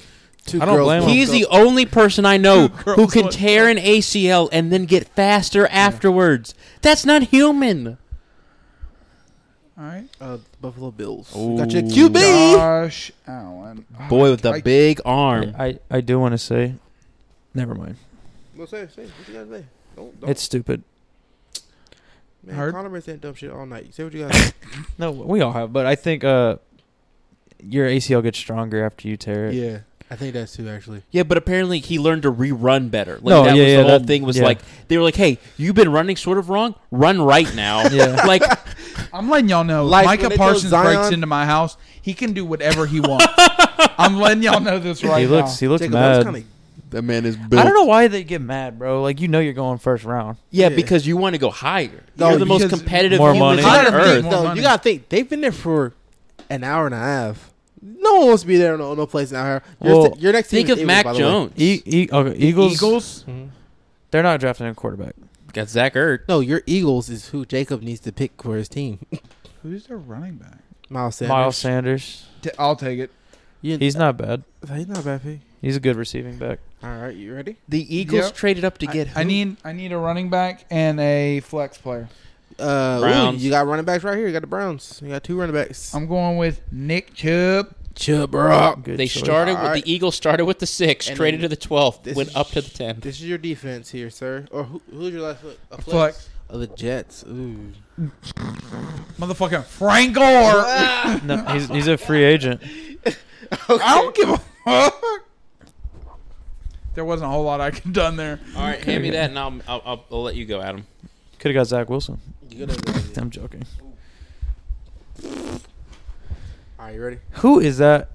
[SPEAKER 4] Two
[SPEAKER 3] I don't
[SPEAKER 4] girls,
[SPEAKER 3] blame
[SPEAKER 4] one
[SPEAKER 3] him.
[SPEAKER 2] He's
[SPEAKER 4] cup.
[SPEAKER 2] the only person I know
[SPEAKER 1] Two
[SPEAKER 2] who
[SPEAKER 1] girls,
[SPEAKER 2] can
[SPEAKER 1] one
[SPEAKER 2] tear an ACL and then get faster afterwards. That's not human.
[SPEAKER 1] All right.
[SPEAKER 4] uh, Buffalo Bills. We Got your
[SPEAKER 2] Ooh.
[SPEAKER 4] QB.
[SPEAKER 1] Josh Allen. Oh,
[SPEAKER 2] Boy with
[SPEAKER 1] I-
[SPEAKER 2] a big arm.
[SPEAKER 3] I, I do want to say, never mind.
[SPEAKER 4] Well, say, say, what you gotta say? Don't, don't.
[SPEAKER 3] It's stupid.
[SPEAKER 4] man,
[SPEAKER 1] hard.
[SPEAKER 4] Connor been saying dumb shit all night. Say what you gotta say.
[SPEAKER 3] No, we all have, but I think uh, your ACL gets stronger after you tear it.
[SPEAKER 4] yeah, I think that's too actually.
[SPEAKER 2] Yeah, but apparently he learned to rerun better. Like
[SPEAKER 3] No,
[SPEAKER 2] that
[SPEAKER 3] yeah,
[SPEAKER 2] was
[SPEAKER 3] yeah,
[SPEAKER 2] the whole
[SPEAKER 3] that-
[SPEAKER 2] thing was
[SPEAKER 3] yeah.
[SPEAKER 2] like they were like, "Hey, you've been running sort of wrong. Run right now."
[SPEAKER 3] Yeah.
[SPEAKER 2] Like
[SPEAKER 1] I'm letting y'all know.
[SPEAKER 4] Like, when
[SPEAKER 1] Micah
[SPEAKER 4] they go
[SPEAKER 1] Parsons
[SPEAKER 4] Zion-
[SPEAKER 1] breaks into my house. He can do whatever he wants. I'm letting y'all know this right
[SPEAKER 3] he
[SPEAKER 1] now.
[SPEAKER 3] looks he looks
[SPEAKER 4] Jacob, that was
[SPEAKER 3] mad.
[SPEAKER 4] kinda-
[SPEAKER 2] that man is built.
[SPEAKER 3] I don't know why they get mad, bro. Like you know you're going first round.
[SPEAKER 2] Yeah,
[SPEAKER 4] Yeah.
[SPEAKER 2] because you want to go higher.
[SPEAKER 4] No,
[SPEAKER 2] You're the most
[SPEAKER 1] because
[SPEAKER 2] competitive
[SPEAKER 3] more
[SPEAKER 2] humans
[SPEAKER 3] money.
[SPEAKER 2] on
[SPEAKER 1] I don't
[SPEAKER 2] earth.
[SPEAKER 1] think- more
[SPEAKER 4] though,
[SPEAKER 1] money.
[SPEAKER 4] you gotta think they've been there for an hour and a half. No one wants to be there. No, no place now. Your,
[SPEAKER 3] Well,
[SPEAKER 4] your next team
[SPEAKER 2] Think
[SPEAKER 4] is
[SPEAKER 2] of
[SPEAKER 4] Eagles,
[SPEAKER 2] Mac
[SPEAKER 4] by the way.
[SPEAKER 2] Jones.
[SPEAKER 3] E, e, okay, Eagles,
[SPEAKER 1] Eagles.
[SPEAKER 4] Mhm.
[SPEAKER 3] They're not drafting a quarterback.
[SPEAKER 2] got Zach Ertz.
[SPEAKER 4] No, your Eagles is who Jacob needs to pick for his team.
[SPEAKER 1] Who's their running back?
[SPEAKER 4] Miles Sanders.
[SPEAKER 3] Miles Sanders.
[SPEAKER 1] T- I'll take it.
[SPEAKER 4] You-
[SPEAKER 3] He's not bad.
[SPEAKER 4] he's not a bad pick.
[SPEAKER 3] He's a good receiving back.
[SPEAKER 4] All right, you ready?
[SPEAKER 2] The Eagles
[SPEAKER 1] Yep.
[SPEAKER 2] traded up to get.
[SPEAKER 1] I, I
[SPEAKER 2] who?
[SPEAKER 1] need I need a running back and a flex player.
[SPEAKER 4] Uh, ooh,
[SPEAKER 2] Browns.
[SPEAKER 4] you got running backs right here. You got the Browns. You got two running backs.
[SPEAKER 1] I'm going with Nick Chubb.
[SPEAKER 4] Chubb Rock.
[SPEAKER 3] Good
[SPEAKER 2] They
[SPEAKER 3] choice.
[SPEAKER 2] started with
[SPEAKER 4] All right.
[SPEAKER 2] the Eagles started with the six,
[SPEAKER 4] And
[SPEAKER 2] traded
[SPEAKER 4] then
[SPEAKER 2] to the twelfth,
[SPEAKER 4] this
[SPEAKER 2] went
[SPEAKER 4] is-
[SPEAKER 2] up to the tenth.
[SPEAKER 4] This is your defense here, sir. Or who, who's your last foot? A
[SPEAKER 1] flex.
[SPEAKER 4] Of the Jets. Ooh.
[SPEAKER 1] Motherfucking Frank Gore. I
[SPEAKER 3] No, he's he's a free agent.
[SPEAKER 1] don't give a fuck. There wasn't a whole lot I could done there.
[SPEAKER 2] All right, hand me that, and I'll I'll, I'll, I'll let you go, Adam.
[SPEAKER 3] Could have got Zach Wilson.
[SPEAKER 4] You gotta go with it.
[SPEAKER 3] I'm joking.
[SPEAKER 4] All right, you ready?
[SPEAKER 3] Who is that?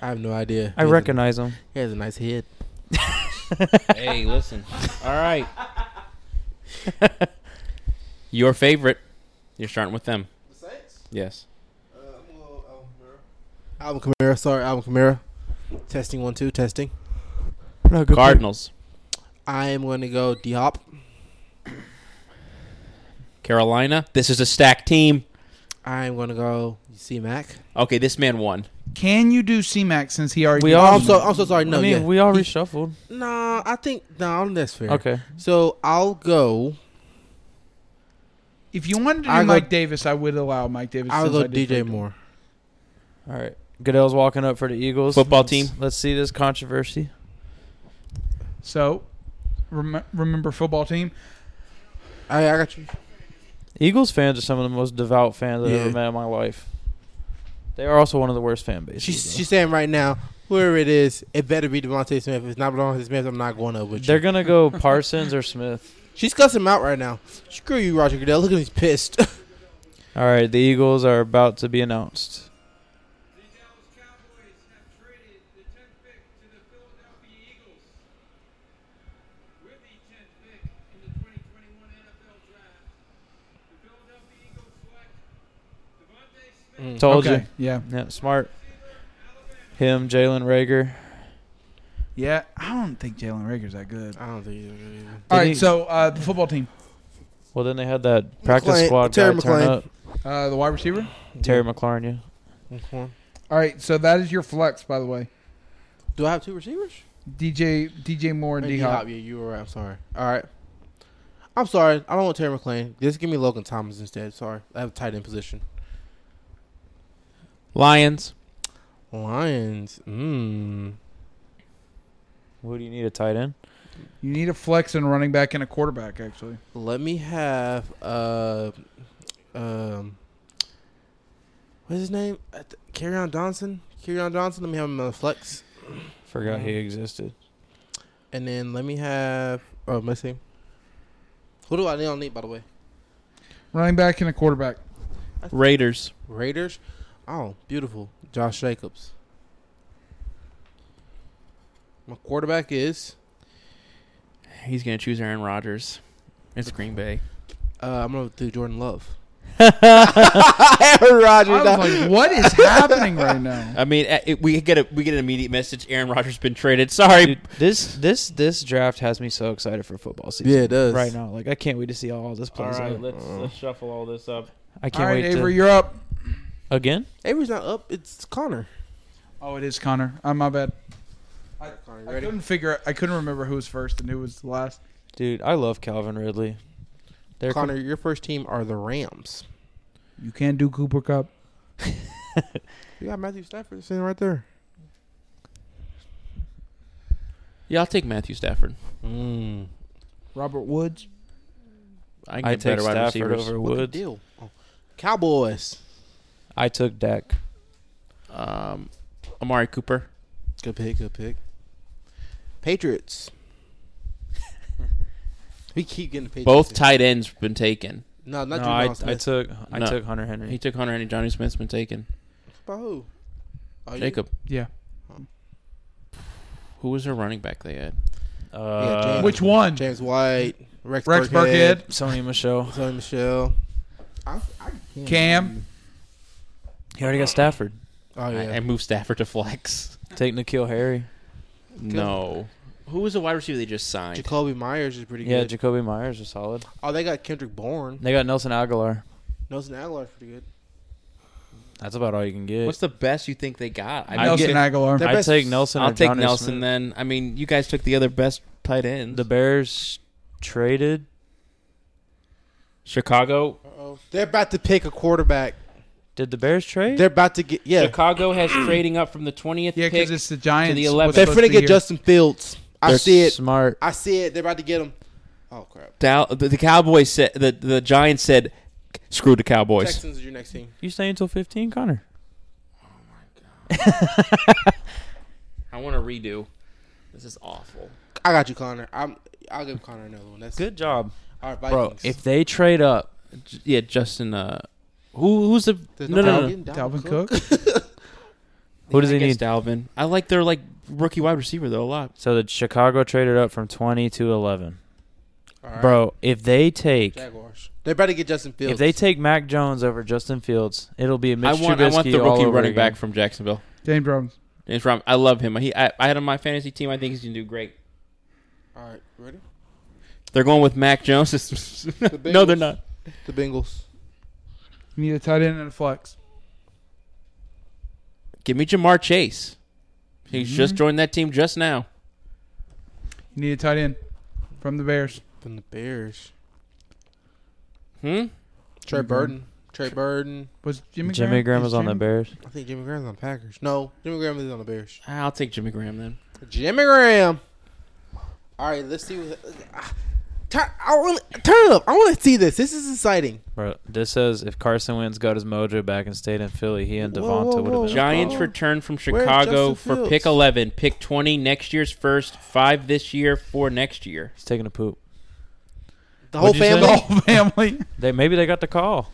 [SPEAKER 4] I have no idea. He
[SPEAKER 3] I
[SPEAKER 4] has a-
[SPEAKER 3] recognize him.
[SPEAKER 4] He has a nice head.
[SPEAKER 2] hey, listen. All right. Your favorite. You're starting with them.
[SPEAKER 4] The Saints?
[SPEAKER 2] Yes.
[SPEAKER 4] Uh, I'm gonna go Alvin Kamara. Alvin Kamara. Sorry, Alvin Kamara. Testing one, two. Testing.
[SPEAKER 2] Cardinals.
[SPEAKER 4] I am going to go D Hop.
[SPEAKER 2] Carolina. This is a stacked team.
[SPEAKER 4] I'm gonna go. You see, Mac.
[SPEAKER 2] Okay, this man won.
[SPEAKER 1] Can you do CMAC since he already?
[SPEAKER 3] We
[SPEAKER 1] did
[SPEAKER 3] all-
[SPEAKER 4] I'm
[SPEAKER 1] CMAC?
[SPEAKER 4] so I'm so sorry. No,
[SPEAKER 3] Um, I mean,
[SPEAKER 4] yeah.
[SPEAKER 3] we all reshuffled.
[SPEAKER 4] Nah, I think no, that's fair.
[SPEAKER 3] Okay.
[SPEAKER 4] So I'll go.
[SPEAKER 1] If you wanted to do
[SPEAKER 4] I go-
[SPEAKER 1] Mike Davis, I would allow Mike Davis.
[SPEAKER 4] I'll
[SPEAKER 1] since
[SPEAKER 4] go
[SPEAKER 1] I did
[SPEAKER 4] DJ
[SPEAKER 1] Frank.
[SPEAKER 4] Moore.
[SPEAKER 3] All right. Goodell's walking up for the Eagles
[SPEAKER 2] Football
[SPEAKER 3] Let's-
[SPEAKER 2] team.
[SPEAKER 3] Let's see this controversy.
[SPEAKER 1] So, rem- remember football team.
[SPEAKER 4] I, I got you.
[SPEAKER 3] Eagles fans are some of the most devout fans I've
[SPEAKER 4] Yeah.
[SPEAKER 3] ever met in my life. They are also one of the worst fan bases.
[SPEAKER 4] She's
[SPEAKER 3] though.
[SPEAKER 4] she's saying right now, whoever it is, it better be Devontae Smith. If it's not Devontae Smith, I'm not going up with
[SPEAKER 3] They're
[SPEAKER 4] you.
[SPEAKER 3] gonna go Parsons or Smith.
[SPEAKER 4] She's cussing him out right now. Screw you, Roger Goodell. Look at him, he's pissed.
[SPEAKER 3] All right, the Eagles are about to be announced.
[SPEAKER 5] The Dallas Cowboys have traded the 10th pick to the Philadelphia Eagles. With the 10th pick in the 2021 NFL Draft, the Philadelphia Eagles select Devontae Smith,
[SPEAKER 3] Told
[SPEAKER 1] okay. Yeah.
[SPEAKER 3] you. Yeah, smart. Him, Jalen Rager.
[SPEAKER 1] Yeah. I don't think Jalen Rager's that good.
[SPEAKER 4] I don't think he's gonna either.
[SPEAKER 1] All right.
[SPEAKER 3] he-
[SPEAKER 1] So uh, the football team,
[SPEAKER 3] Well, then they had that practice
[SPEAKER 4] McLean-
[SPEAKER 3] squad
[SPEAKER 4] Terry
[SPEAKER 3] guy turn
[SPEAKER 4] McLean.
[SPEAKER 3] up.
[SPEAKER 1] uh, the wide receiver.
[SPEAKER 3] Terry McLaurin, yeah.
[SPEAKER 4] Mhm.
[SPEAKER 1] All right. So that is your flex, by the way.
[SPEAKER 4] Do I have two receivers?
[SPEAKER 1] DJ DJ Moore and
[SPEAKER 4] Or
[SPEAKER 1] D
[SPEAKER 4] D-Hop,
[SPEAKER 1] Hop.
[SPEAKER 4] Yeah, you were right. I'm sorry. All right. I'm sorry. I don't want Terry McLean. Just give me Logan Thomas instead. Sorry. I have a tight end position.
[SPEAKER 2] Lions.
[SPEAKER 4] Lions. Mmm.
[SPEAKER 3] Who do you need a tight end?
[SPEAKER 1] You need a flex and running back and a quarterback, actually.
[SPEAKER 4] Let me have uh um what's his name? Carry Johnson. Carry Johnson. Let me have him on the flex,
[SPEAKER 3] Forgot
[SPEAKER 4] Mhm.
[SPEAKER 3] he existed.
[SPEAKER 4] and then let me have oh let's see. Who do I need on need by the way?
[SPEAKER 1] Running back and a quarterback.
[SPEAKER 2] Raiders.
[SPEAKER 4] Raiders. Oh, beautiful. Josh Jacobs. My quarterback is
[SPEAKER 2] He's gonna choose Aaron Rodgers. It's Green Bay.
[SPEAKER 4] Uh, I'm gonna do Jordan Love.
[SPEAKER 1] I was like, what is happening right now?
[SPEAKER 2] I mean, uh, it, we get a we get an immediate message. Aaron Rodgers been traded. Sorry.
[SPEAKER 3] Dude, this this this draft has me so excited for football season.
[SPEAKER 4] Yeah, it does.
[SPEAKER 3] Right now, like I can't wait to see how all this plays out.
[SPEAKER 6] let's, let's shuffle all this up.
[SPEAKER 3] I can't
[SPEAKER 1] All right,
[SPEAKER 3] wait
[SPEAKER 1] Avery,
[SPEAKER 3] to
[SPEAKER 1] you're up.
[SPEAKER 3] again.
[SPEAKER 4] Avery's not up. It's Connor.
[SPEAKER 1] Oh, it is Connor. I'm my bad.
[SPEAKER 4] Connor,
[SPEAKER 1] I couldn't figure. I couldn't remember who was first and who was last.
[SPEAKER 3] Dude, I love Calvin Ridley. They're
[SPEAKER 4] Connor, your first team are the Rams.
[SPEAKER 1] You can't do Cooper Cup.
[SPEAKER 4] You got Matthew Stafford sitting right there.
[SPEAKER 2] Yeah, I'll take Matthew Stafford.
[SPEAKER 4] Mm.
[SPEAKER 1] Robert Woods.
[SPEAKER 2] I can
[SPEAKER 3] I
[SPEAKER 2] get
[SPEAKER 3] take
[SPEAKER 2] better wide
[SPEAKER 3] Stafford
[SPEAKER 2] receivers.
[SPEAKER 3] over
[SPEAKER 4] What the
[SPEAKER 3] Woods.
[SPEAKER 4] deal? Oh. Cowboys.
[SPEAKER 3] I took Dak.
[SPEAKER 2] Um, Amari Cooper.
[SPEAKER 4] Good pick. Good pick. Patriots. we keep getting the Patriots.
[SPEAKER 2] Both tight ends been taken.
[SPEAKER 4] No,
[SPEAKER 3] No,
[SPEAKER 4] not
[SPEAKER 3] I,
[SPEAKER 4] Jordan.
[SPEAKER 3] I took I
[SPEAKER 2] No.
[SPEAKER 3] took Hunter
[SPEAKER 2] He
[SPEAKER 3] Henry.
[SPEAKER 2] took Hunter and Johnny Smith's been taken.
[SPEAKER 4] By who? Oh, you-
[SPEAKER 2] Jacob.
[SPEAKER 1] Yeah.
[SPEAKER 2] Who was their running back they had?
[SPEAKER 4] Yeah,
[SPEAKER 3] Uh,
[SPEAKER 4] James.
[SPEAKER 1] Which one?
[SPEAKER 4] James White. Rex,
[SPEAKER 1] Rex
[SPEAKER 4] Burkhead.
[SPEAKER 1] Burkhead.
[SPEAKER 3] Sony Michelle.
[SPEAKER 4] Sony Michelle. I, I can't-
[SPEAKER 1] Cam.
[SPEAKER 3] He already got Stafford.
[SPEAKER 4] Oh
[SPEAKER 2] I,
[SPEAKER 4] yeah.
[SPEAKER 2] I moved Stafford to flex.
[SPEAKER 3] Take Nikhil Harry.
[SPEAKER 2] No. Who was the wide receiver they just signed?
[SPEAKER 4] Jacoby Myers is pretty
[SPEAKER 3] Yeah,
[SPEAKER 4] good.
[SPEAKER 3] Jacoby Myers is solid.
[SPEAKER 4] oh, they got Kendrick Bourne.
[SPEAKER 3] They got Nelson Aguilar.
[SPEAKER 4] Nelson Aguilar's pretty good.
[SPEAKER 3] That's about all you can get.
[SPEAKER 2] What's the best you think they got? I
[SPEAKER 3] I
[SPEAKER 2] mean,
[SPEAKER 1] Nelson
[SPEAKER 3] get-
[SPEAKER 1] Aguilar.
[SPEAKER 4] Their
[SPEAKER 3] I
[SPEAKER 4] best-
[SPEAKER 3] take Nelson. or
[SPEAKER 2] I'll take
[SPEAKER 3] Johnny
[SPEAKER 2] Nelson
[SPEAKER 3] Smith.
[SPEAKER 2] then. I mean, you guys took the other best tight end.
[SPEAKER 3] The Bears traded.
[SPEAKER 6] Chicago.
[SPEAKER 4] Uh-oh. They're about to pick a quarterback.
[SPEAKER 3] Did the Bears trade?
[SPEAKER 4] They're about to get yeah.
[SPEAKER 6] Chicago has trading up from the 20th
[SPEAKER 1] Yeah,
[SPEAKER 6] pick.
[SPEAKER 1] because it's the Giants.
[SPEAKER 6] the
[SPEAKER 1] What's
[SPEAKER 6] 11th.
[SPEAKER 4] They're
[SPEAKER 1] supposed
[SPEAKER 4] finna
[SPEAKER 1] to
[SPEAKER 4] get
[SPEAKER 1] hear?
[SPEAKER 4] Justin Fields. I
[SPEAKER 3] They're
[SPEAKER 4] see it.
[SPEAKER 3] Smart.
[SPEAKER 4] I see it. They're about to get him. Oh crap.
[SPEAKER 2] Dal- the, the Cowboys said the the Giants said, "Screw the Cowboys."
[SPEAKER 4] Texans is your next team.
[SPEAKER 3] You stay until fifteen, Connor.
[SPEAKER 2] I want to redo. This is awful.
[SPEAKER 4] I got you, Connor. I'm. I'll give Connor another one. That's
[SPEAKER 3] Good job,
[SPEAKER 4] All right,
[SPEAKER 3] bro.
[SPEAKER 4] Vikings.
[SPEAKER 3] If they trade up,
[SPEAKER 2] J- yeah, Justin. Uh, who who's the
[SPEAKER 4] There's
[SPEAKER 2] no no no?
[SPEAKER 4] Dalvin-
[SPEAKER 1] Dalvin Cook.
[SPEAKER 3] who does
[SPEAKER 2] I
[SPEAKER 3] he
[SPEAKER 2] guess
[SPEAKER 3] need?
[SPEAKER 2] Dalvin. I like their like rookie wide receiver though a lot.
[SPEAKER 3] So the Chicago traded up from twenty to eleven,
[SPEAKER 4] All right,
[SPEAKER 3] bro. If they take,
[SPEAKER 4] Jaguars. They're about to get Justin Fields.
[SPEAKER 3] if they take Mac Jones over Justin Fields, it'll be a Mitch
[SPEAKER 2] I want
[SPEAKER 3] Trubisky
[SPEAKER 2] I want the
[SPEAKER 3] all
[SPEAKER 2] rookie
[SPEAKER 3] over
[SPEAKER 2] running
[SPEAKER 3] again.
[SPEAKER 2] back from Jacksonville.
[SPEAKER 1] James Robinson.
[SPEAKER 2] James Robinson. I love him. He I, I had him on my fantasy team. I think he's gonna do great.
[SPEAKER 4] All right, ready?
[SPEAKER 2] They're going with Mac Jones. no, they're
[SPEAKER 4] Bengals.
[SPEAKER 2] not.
[SPEAKER 4] The Bengals.
[SPEAKER 1] You need a tight end and a flex.
[SPEAKER 2] Give me Jamar Chase. He's
[SPEAKER 3] Mm-hmm.
[SPEAKER 2] just joined that team just now.
[SPEAKER 1] You need a tight end from the Bears.
[SPEAKER 4] From the Bears.
[SPEAKER 2] Hmm.
[SPEAKER 4] Trey Burden. Trey Burden.
[SPEAKER 1] Was Jimmy
[SPEAKER 3] Jimmy Graham
[SPEAKER 1] is
[SPEAKER 3] was on the
[SPEAKER 1] Jimmy-
[SPEAKER 3] Bears.
[SPEAKER 4] I think Jimmy Graham's on the Packers. No, Jimmy Graham is on the Bears.
[SPEAKER 2] I'll take Jimmy Graham then.
[SPEAKER 4] Jimmy Graham. All right, let's see. What, ah, turn, I want turn it up. I want to see this. This is exciting.
[SPEAKER 3] Bro, this says if Carson Wentz got his mojo back and stayed in Philly, he and
[SPEAKER 4] Whoa,
[SPEAKER 3] Devonta
[SPEAKER 4] whoa,
[SPEAKER 3] would have
[SPEAKER 4] whoa.
[SPEAKER 3] been.
[SPEAKER 4] John-
[SPEAKER 2] Giants
[SPEAKER 4] Oh.
[SPEAKER 2] return from
[SPEAKER 4] Where's
[SPEAKER 2] Chicago
[SPEAKER 4] Justin
[SPEAKER 2] for
[SPEAKER 4] Fields?
[SPEAKER 2] pick 11, pick 20 next year's first, five this year, four next year.
[SPEAKER 3] He's taking a poop.
[SPEAKER 4] The whole
[SPEAKER 3] What'd you say?
[SPEAKER 1] The
[SPEAKER 4] family.
[SPEAKER 1] whole family.
[SPEAKER 3] They maybe they got the call.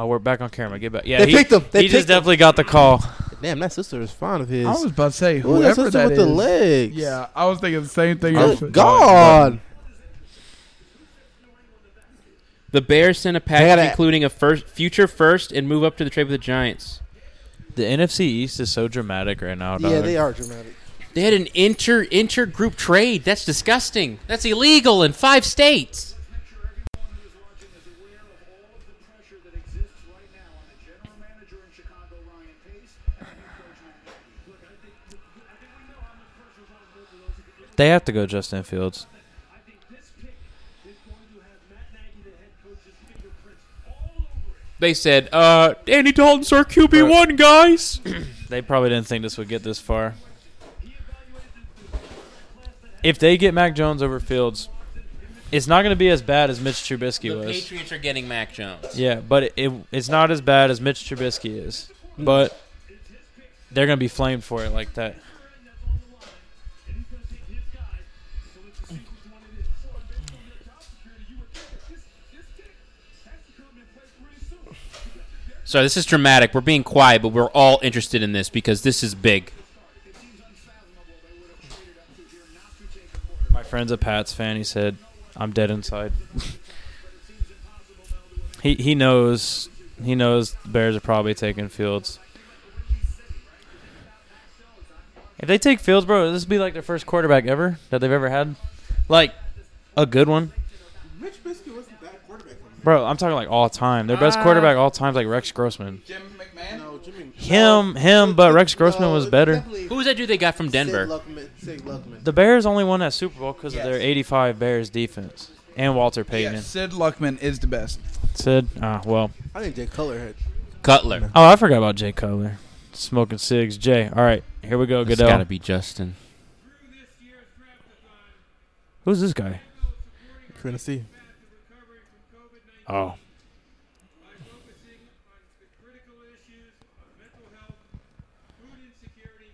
[SPEAKER 3] Oh, we're back on camera. Get back. Yeah,
[SPEAKER 4] They
[SPEAKER 3] he,
[SPEAKER 4] picked him. They
[SPEAKER 3] he just
[SPEAKER 4] picked him.
[SPEAKER 3] definitely got the call.
[SPEAKER 4] Damn, that sister is fond of his.
[SPEAKER 1] I was about to say
[SPEAKER 4] Ooh, that
[SPEAKER 1] whoever
[SPEAKER 4] sister
[SPEAKER 1] that is.
[SPEAKER 4] with the legs.
[SPEAKER 1] Yeah, I was thinking the same thing.
[SPEAKER 4] Good
[SPEAKER 1] Actually.
[SPEAKER 4] God.
[SPEAKER 2] The Bears sent a
[SPEAKER 4] They
[SPEAKER 2] package
[SPEAKER 4] gotta-
[SPEAKER 2] including a first, future first, and move up to the trade with the Giants.
[SPEAKER 3] The NFC East is so dramatic right now.
[SPEAKER 4] Yeah,
[SPEAKER 3] dog.
[SPEAKER 4] they are dramatic.
[SPEAKER 2] They had an inter intergroup trade. That's disgusting. That's illegal in five states.
[SPEAKER 5] Make sure everyone who is watching is aware of all of the pressure that exists right now on the general manager in Chicago, Ryan Pace, and the head coach, Matt Nagy. Look, I think, I think we know how much pressure is on both of those.
[SPEAKER 3] They have to go Justin Fields.
[SPEAKER 5] I think this pick is going to have Matt Nagy, the head coach's fingerprints all over it.
[SPEAKER 2] They said, uh, Danny Dalton's our QB1, guys.
[SPEAKER 3] They probably didn't think this would get this far.
[SPEAKER 5] He evaluated the, the class that
[SPEAKER 3] If they get Mac Jones over Fields, it's not going to be as bad as Mitch Trubisky
[SPEAKER 2] The
[SPEAKER 3] was.
[SPEAKER 2] Patriots are getting Mac Jones.
[SPEAKER 3] Yeah, but it, it it's not as bad as Mitch Trubisky is. But they're going to be flamed for it like that.
[SPEAKER 5] and that's on the line, and he's going to take his guy. So let's just see which one it is. Or based on your job security, you would think that this, this pick has to come in play pretty soon.
[SPEAKER 2] So this is dramatic. We're being quiet, but we're all interested in this because this is big.
[SPEAKER 5] It seems unfathomable they would have traded up to here not to take a
[SPEAKER 3] My friend's a Pats fan. He said, "I'm dead inside." he he knows he knows the Bears are probably taking Fields. If they take Fields, bro, this would be like their first quarterback ever that they've ever had, like a good one,
[SPEAKER 4] Mitch Trubisky wasn't a bad quarterback.
[SPEAKER 3] bro. I'm talking like all time. Their best quarterback all time is like Rex Grossman.
[SPEAKER 1] Jim McMahon.
[SPEAKER 4] No, Jimmy.
[SPEAKER 3] Him, him, but Rex Grossman was better.
[SPEAKER 2] Who was that dude they got from Denver?
[SPEAKER 3] The Bears only won that Super Bowl because
[SPEAKER 4] Yes.
[SPEAKER 3] of their '85 Bears defense and Walter Payton.
[SPEAKER 1] Yeah, Sid Luckman is the best.
[SPEAKER 3] Said, ah, well.
[SPEAKER 4] I think Jay Cutler had.
[SPEAKER 2] Cutler.
[SPEAKER 3] Oh, I forgot about Jay Cutler. Smoking cigs. Jay. All right. Here we go,
[SPEAKER 2] It's
[SPEAKER 3] Goodell.
[SPEAKER 2] got to be Justin.
[SPEAKER 3] Who's this guy?
[SPEAKER 4] Tennessee.
[SPEAKER 3] Oh.
[SPEAKER 5] by focusing on the critical issues of mental health, food insecurity,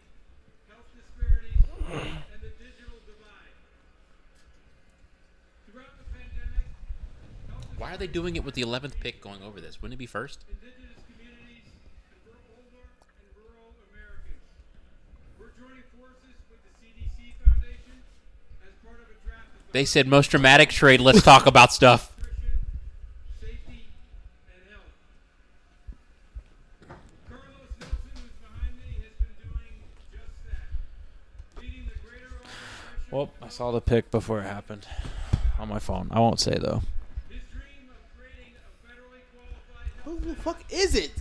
[SPEAKER 5] health disparities, and the digital divide. Throughout the pandemic,
[SPEAKER 2] Why are they doing it with the 11th pick going over this? Wouldn't it be first?
[SPEAKER 5] indigenous communities, and we're older and rural Americans. We're joining forces with the CDC Foundation as part of a draft of
[SPEAKER 2] They said most dramatic trade. Let's talk about stuff.
[SPEAKER 5] nutrition, safety, and health. Carlos Nelson, who's behind me, has been doing just that, leading the greater organization.
[SPEAKER 3] Well, I saw the pick before it happened on my phone. I won't say, though.
[SPEAKER 5] His dream of creating a federally qualified health
[SPEAKER 4] Who the fuck is it?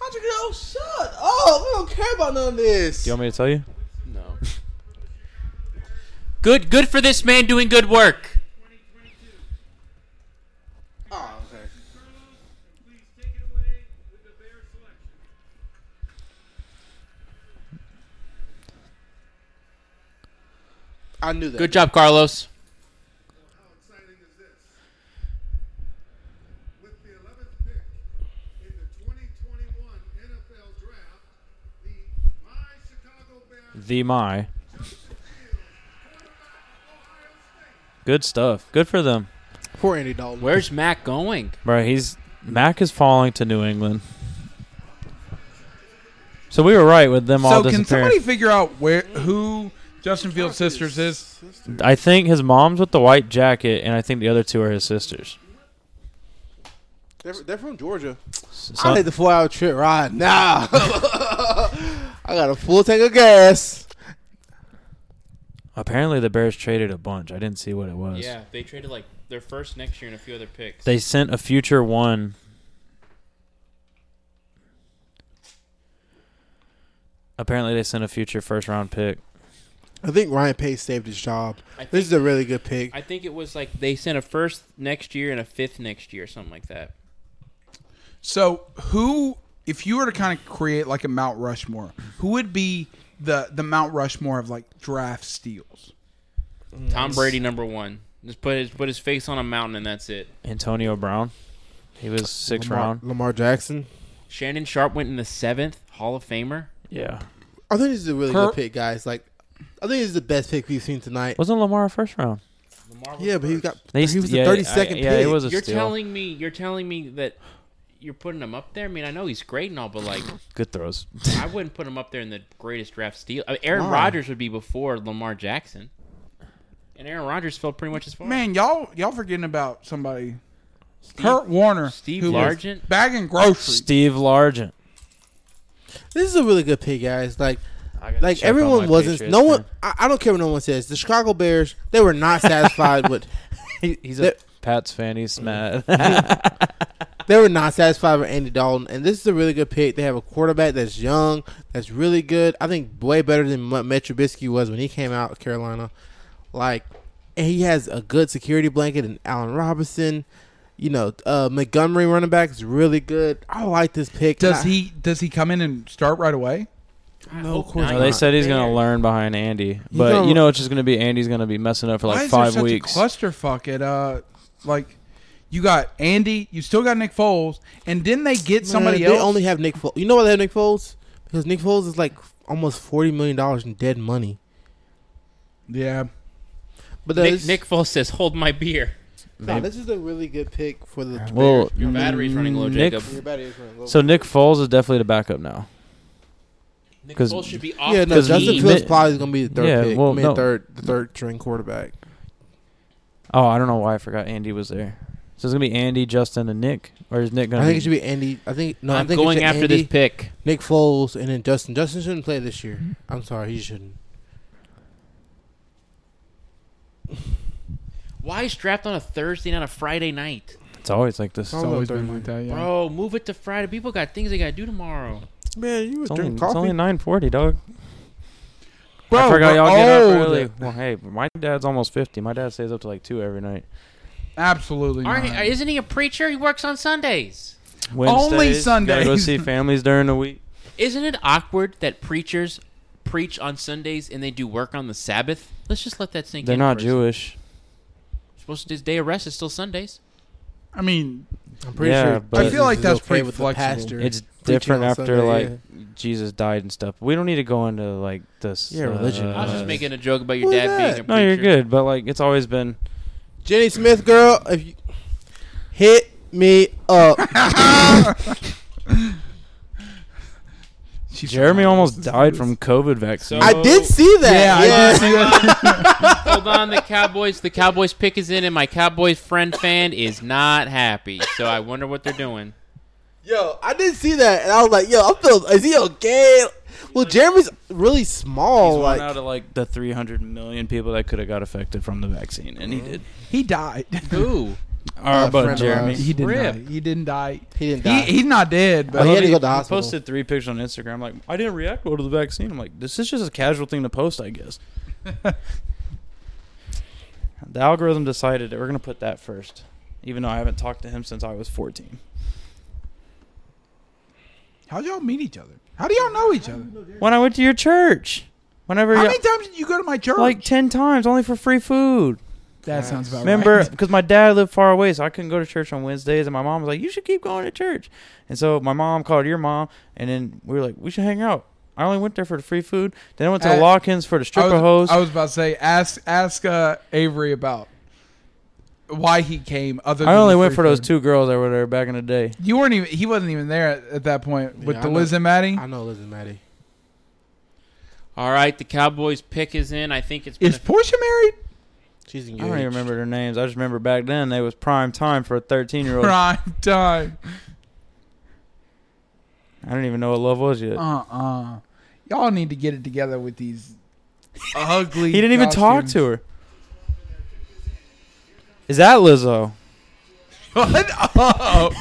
[SPEAKER 4] How'd you get? Oh, shut up! We don't care about none of this.
[SPEAKER 3] Do you want me to tell you?
[SPEAKER 2] No. good, good for this man doing good work.
[SPEAKER 4] oh, okay.
[SPEAKER 5] Carlos, please take it away with the Bears selection.
[SPEAKER 4] I knew that.
[SPEAKER 2] Good job, Carlos.
[SPEAKER 5] How exciting is this? With the 11th pick in the 2021 NFL Draft, the My Chicago Bears
[SPEAKER 3] The my.
[SPEAKER 5] quarterback of Ohio State.
[SPEAKER 3] Good stuff. Good for them.
[SPEAKER 4] Poor Andy Dalton.
[SPEAKER 2] Where's Mac going?
[SPEAKER 3] Bro, he's. Mac is falling to New England. So we were right with them all
[SPEAKER 1] so can
[SPEAKER 3] disappearing.
[SPEAKER 1] somebody figure out where who Justin Fields' sisters is?
[SPEAKER 3] I think his mom's with the white jacket, and I think the other two are his sisters.
[SPEAKER 4] They're, they're from Georgia.
[SPEAKER 3] So-
[SPEAKER 4] I need the four-hour trip right now. I got a full tank of gas.
[SPEAKER 3] apparently, the Bears traded a bunch. I didn't see what it was.
[SPEAKER 2] they traded like their first next year and a few other picks.
[SPEAKER 3] They sent a future one Apparently, they sent a future first round pick.
[SPEAKER 4] I think Ryan Pace saved his job.
[SPEAKER 2] I
[SPEAKER 4] This is a really good pick.
[SPEAKER 2] I think it was like they sent a first next year and a fifth next year, something like that.
[SPEAKER 1] So who, if you were to kind of create like a Mount Rushmore, who would be the the Mount Rushmore of like draft steals?
[SPEAKER 2] Tom Brady number one. Just put his put his face on a mountain and that's it.
[SPEAKER 3] Antonio Brown. He was sixth
[SPEAKER 4] Lamar,
[SPEAKER 3] round.
[SPEAKER 4] Lamar Jackson.
[SPEAKER 2] Shannon Sharp went in the seventh Hall of Famer.
[SPEAKER 3] Yeah.
[SPEAKER 4] I think this is a really
[SPEAKER 1] Her-
[SPEAKER 4] good pick, guys. Like, I think this is the best pick we've seen tonight.
[SPEAKER 3] Wasn't Lamar a first round?
[SPEAKER 2] Lamar was
[SPEAKER 4] Yeah, but he
[SPEAKER 2] first.
[SPEAKER 4] got
[SPEAKER 3] They-
[SPEAKER 4] he was
[SPEAKER 3] yeah,
[SPEAKER 4] the thirty second
[SPEAKER 3] I-
[SPEAKER 4] pick.
[SPEAKER 3] Yeah, it was a
[SPEAKER 2] You're
[SPEAKER 3] steal.
[SPEAKER 2] telling me you're telling me that you're putting him up there. I mean, I know he's great and all, but like
[SPEAKER 3] Good throws.
[SPEAKER 2] I wouldn't put him up there in the greatest draft steal. I mean, Aaron
[SPEAKER 4] Why?
[SPEAKER 2] Rodgers would be before Lamar Jackson, and Aaron Rodgers fell pretty much as far.
[SPEAKER 1] Man, y'all y'all forgetting about somebody. Kurt Warner,
[SPEAKER 2] Steve
[SPEAKER 1] who was
[SPEAKER 2] Largent?
[SPEAKER 1] bagging groceries.
[SPEAKER 3] Oh, Steve Largent.
[SPEAKER 4] This is a really good pick, guys. Like,
[SPEAKER 3] I gotta
[SPEAKER 4] like
[SPEAKER 3] check on my
[SPEAKER 4] everyone wasn't.
[SPEAKER 3] Patriots,
[SPEAKER 4] no one.
[SPEAKER 3] man.
[SPEAKER 4] I, I don't care what no one says. The Chicago Bears. They were not satisfied with.
[SPEAKER 3] He, he's a
[SPEAKER 4] They're-
[SPEAKER 3] Pats fan. He's mad.
[SPEAKER 4] They were not satisfied with Andy Dalton, and this is a really good pick. They have a quarterback that's young, that's really good. I think way better than what Mitch Trubisky was when he came out of Carolina. Like, and he has a good security blanket and Allen Robinson. You know, uh, Montgomery running back is really good. I like this pick.
[SPEAKER 1] Does
[SPEAKER 4] And I-
[SPEAKER 1] he does he come in and start right away?
[SPEAKER 2] I
[SPEAKER 4] No
[SPEAKER 2] hope
[SPEAKER 4] question.
[SPEAKER 2] not.
[SPEAKER 3] No, they said he's gonna
[SPEAKER 2] There.
[SPEAKER 3] learn behind Andy, but
[SPEAKER 4] gonna-
[SPEAKER 3] you know it's just gonna be Andy's gonna be messing up for
[SPEAKER 1] Why
[SPEAKER 3] like
[SPEAKER 1] is
[SPEAKER 3] five
[SPEAKER 1] there such
[SPEAKER 3] weeks.
[SPEAKER 1] A clusterfuck at uh, like you got Andy, you still got Nick Foles, and didn't they get somebody
[SPEAKER 4] Man,
[SPEAKER 1] else?
[SPEAKER 4] They only have Nick Foles. You know why they have Nick Foles? Because Nick Foles is like almost forty million dollars in dead money.
[SPEAKER 1] yeah,
[SPEAKER 4] But
[SPEAKER 2] Nick,
[SPEAKER 4] this,
[SPEAKER 2] Nick Foles says, "Hold my beer."
[SPEAKER 4] nah, this is a really good pick for the.
[SPEAKER 3] well,
[SPEAKER 4] Bears.
[SPEAKER 2] Your battery's running low,
[SPEAKER 3] Nick-
[SPEAKER 2] Jacob.
[SPEAKER 4] Your battery is running low.
[SPEAKER 3] So Nick Foles is definitely the backup now.
[SPEAKER 2] Nick
[SPEAKER 3] 'Cause-
[SPEAKER 2] Foles should be off
[SPEAKER 4] Yeah,
[SPEAKER 2] the
[SPEAKER 4] no,
[SPEAKER 3] Because
[SPEAKER 4] Justin
[SPEAKER 2] team.
[SPEAKER 3] Fields-
[SPEAKER 4] Fields probably is going to be the third
[SPEAKER 3] Yeah,
[SPEAKER 4] pick.
[SPEAKER 3] well,
[SPEAKER 4] I mean,
[SPEAKER 3] no.
[SPEAKER 4] third, the third string quarterback.
[SPEAKER 3] Oh, I don't know why I forgot Andy was there. So it's gonna be Andy, Justin, and Nick, or is Nick gonna?
[SPEAKER 4] I think
[SPEAKER 3] be,
[SPEAKER 4] it should be Andy. I think no, I
[SPEAKER 2] I'm
[SPEAKER 4] think it
[SPEAKER 2] going
[SPEAKER 4] should
[SPEAKER 2] after
[SPEAKER 4] Andy,
[SPEAKER 2] this pick.
[SPEAKER 4] Nick Foles and then Justin. Justin shouldn't play this year. I'm sorry, he shouldn't.
[SPEAKER 2] Why is draft on a Thursday, not a Friday night?
[SPEAKER 3] It's always like this.
[SPEAKER 4] It's always been like
[SPEAKER 1] that.
[SPEAKER 2] Bro, move it to Friday. People got things they got to do tomorrow.
[SPEAKER 4] Man, you were
[SPEAKER 3] It's only,
[SPEAKER 4] drinking
[SPEAKER 3] it's only
[SPEAKER 4] coffee.
[SPEAKER 3] nine forty, dog. I forgot y'all get up early. Well, hey, my dad's almost fifty. My dad stays up to like two every night.
[SPEAKER 1] Absolutely.
[SPEAKER 2] Aren't
[SPEAKER 1] not.
[SPEAKER 2] he, isn't he a preacher? He works on Sundays.
[SPEAKER 3] Wednesdays, Gotta go
[SPEAKER 1] Sundays.
[SPEAKER 3] see families during the week.
[SPEAKER 2] Isn't it awkward that preachers preach on Sundays and they do work on the Sabbath? Let's just let that sink
[SPEAKER 3] They're
[SPEAKER 2] in.
[SPEAKER 3] not
[SPEAKER 2] first.
[SPEAKER 3] Jewish.
[SPEAKER 2] Supposed to his day of rest is still Sundays.
[SPEAKER 1] I mean,
[SPEAKER 4] I'm pretty
[SPEAKER 3] Yeah,
[SPEAKER 4] sure.
[SPEAKER 3] but- I feel
[SPEAKER 1] like
[SPEAKER 4] is
[SPEAKER 1] that's
[SPEAKER 4] okay
[SPEAKER 1] pretty
[SPEAKER 4] with
[SPEAKER 1] flexible.
[SPEAKER 4] The pastor.
[SPEAKER 3] It's
[SPEAKER 4] preaching
[SPEAKER 3] different
[SPEAKER 4] on
[SPEAKER 3] after
[SPEAKER 4] Sunday,
[SPEAKER 3] like Jesus died and stuff. We don't need to go into like this.
[SPEAKER 4] Yeah, religion.
[SPEAKER 2] I was
[SPEAKER 4] Uh,
[SPEAKER 2] just making a joke about your
[SPEAKER 4] what's
[SPEAKER 2] dad being a
[SPEAKER 4] that?
[SPEAKER 2] preacher.
[SPEAKER 3] No, you're good, but like it's always been.
[SPEAKER 4] Jenny Smith, girl, if you hit me up,
[SPEAKER 1] she's
[SPEAKER 3] Jeremy almost died from COVID vaccine.
[SPEAKER 2] So-
[SPEAKER 4] I did see
[SPEAKER 1] Yeah,
[SPEAKER 4] that.
[SPEAKER 1] I did see that.
[SPEAKER 2] Hold on, the Cowboys. The Cowboys pick is in, and my Cowboys friend fan is not happy. So I wonder what they're doing.
[SPEAKER 4] Yo, I did see that, and I was like, "Yo, I feel is he okay?" Well, Jeremy's really small.
[SPEAKER 3] He's one
[SPEAKER 4] like,
[SPEAKER 3] out of like the 300 million people that could have got affected from the vaccine, and he did.
[SPEAKER 1] he died.
[SPEAKER 2] Ooh,
[SPEAKER 3] Our
[SPEAKER 4] Oh. a friend
[SPEAKER 3] buddy
[SPEAKER 4] of
[SPEAKER 3] Jeremy.
[SPEAKER 4] ours.
[SPEAKER 1] He didn't
[SPEAKER 2] Rip.
[SPEAKER 1] die. He didn't die.
[SPEAKER 4] he didn't
[SPEAKER 1] He,
[SPEAKER 4] die.
[SPEAKER 1] he's not dead,
[SPEAKER 4] But he
[SPEAKER 1] but
[SPEAKER 4] had to go to the
[SPEAKER 3] I
[SPEAKER 4] hospital.
[SPEAKER 3] posted three pictures on Instagram. Like, I didn't react well to the vaccine. I'm like, this is just a casual thing to post, I guess. the algorithm decided that we're gonna put that first, even though I haven't talked to him since I was 14.
[SPEAKER 1] how do y'all meet each other? How do y'all know each other?
[SPEAKER 3] When I went to your church, whenever
[SPEAKER 1] How
[SPEAKER 3] y'all-
[SPEAKER 1] many times did you go to my church?
[SPEAKER 3] like 10 times, only for free food.
[SPEAKER 1] that sounds about
[SPEAKER 3] Remember,
[SPEAKER 1] right.
[SPEAKER 3] because my dad lived far away, so I couldn't go to church on Wednesdays, and my mom was like, "You should keep going to church." And so my mom called your mom, and then we were like, "We should hang out." I only went there for the free food. Then I went to
[SPEAKER 1] Uh,
[SPEAKER 3] Lawkins for
[SPEAKER 1] I
[SPEAKER 3] the stripper
[SPEAKER 1] was,
[SPEAKER 3] hose.
[SPEAKER 1] I was about to say, ask ask uh, Avery about why he came. Other,
[SPEAKER 3] I
[SPEAKER 1] than
[SPEAKER 3] only
[SPEAKER 1] the
[SPEAKER 3] went
[SPEAKER 1] free
[SPEAKER 3] for those
[SPEAKER 1] food.
[SPEAKER 3] two girls that were there back in the day.
[SPEAKER 1] You weren't even. He wasn't even there at, at that point with
[SPEAKER 4] Yeah,
[SPEAKER 1] the
[SPEAKER 4] I
[SPEAKER 1] Liz and Maddie.
[SPEAKER 4] I know, listen, Maddie.
[SPEAKER 2] All right, the Cowboys pick is in. I think it's been
[SPEAKER 1] Is Portia married?
[SPEAKER 4] She's
[SPEAKER 3] I
[SPEAKER 4] engaged.
[SPEAKER 3] don't even remember their names. I just remember back then they was prime time for a thirteen year old. I
[SPEAKER 1] Prime time.
[SPEAKER 3] didn't even know what love was yet.
[SPEAKER 1] Uh uh-uh. uh. you all need to get it together with these ugly.
[SPEAKER 3] he didn't even talk
[SPEAKER 1] costumes.
[SPEAKER 3] to her. Is that Lizzo?
[SPEAKER 1] Shut up.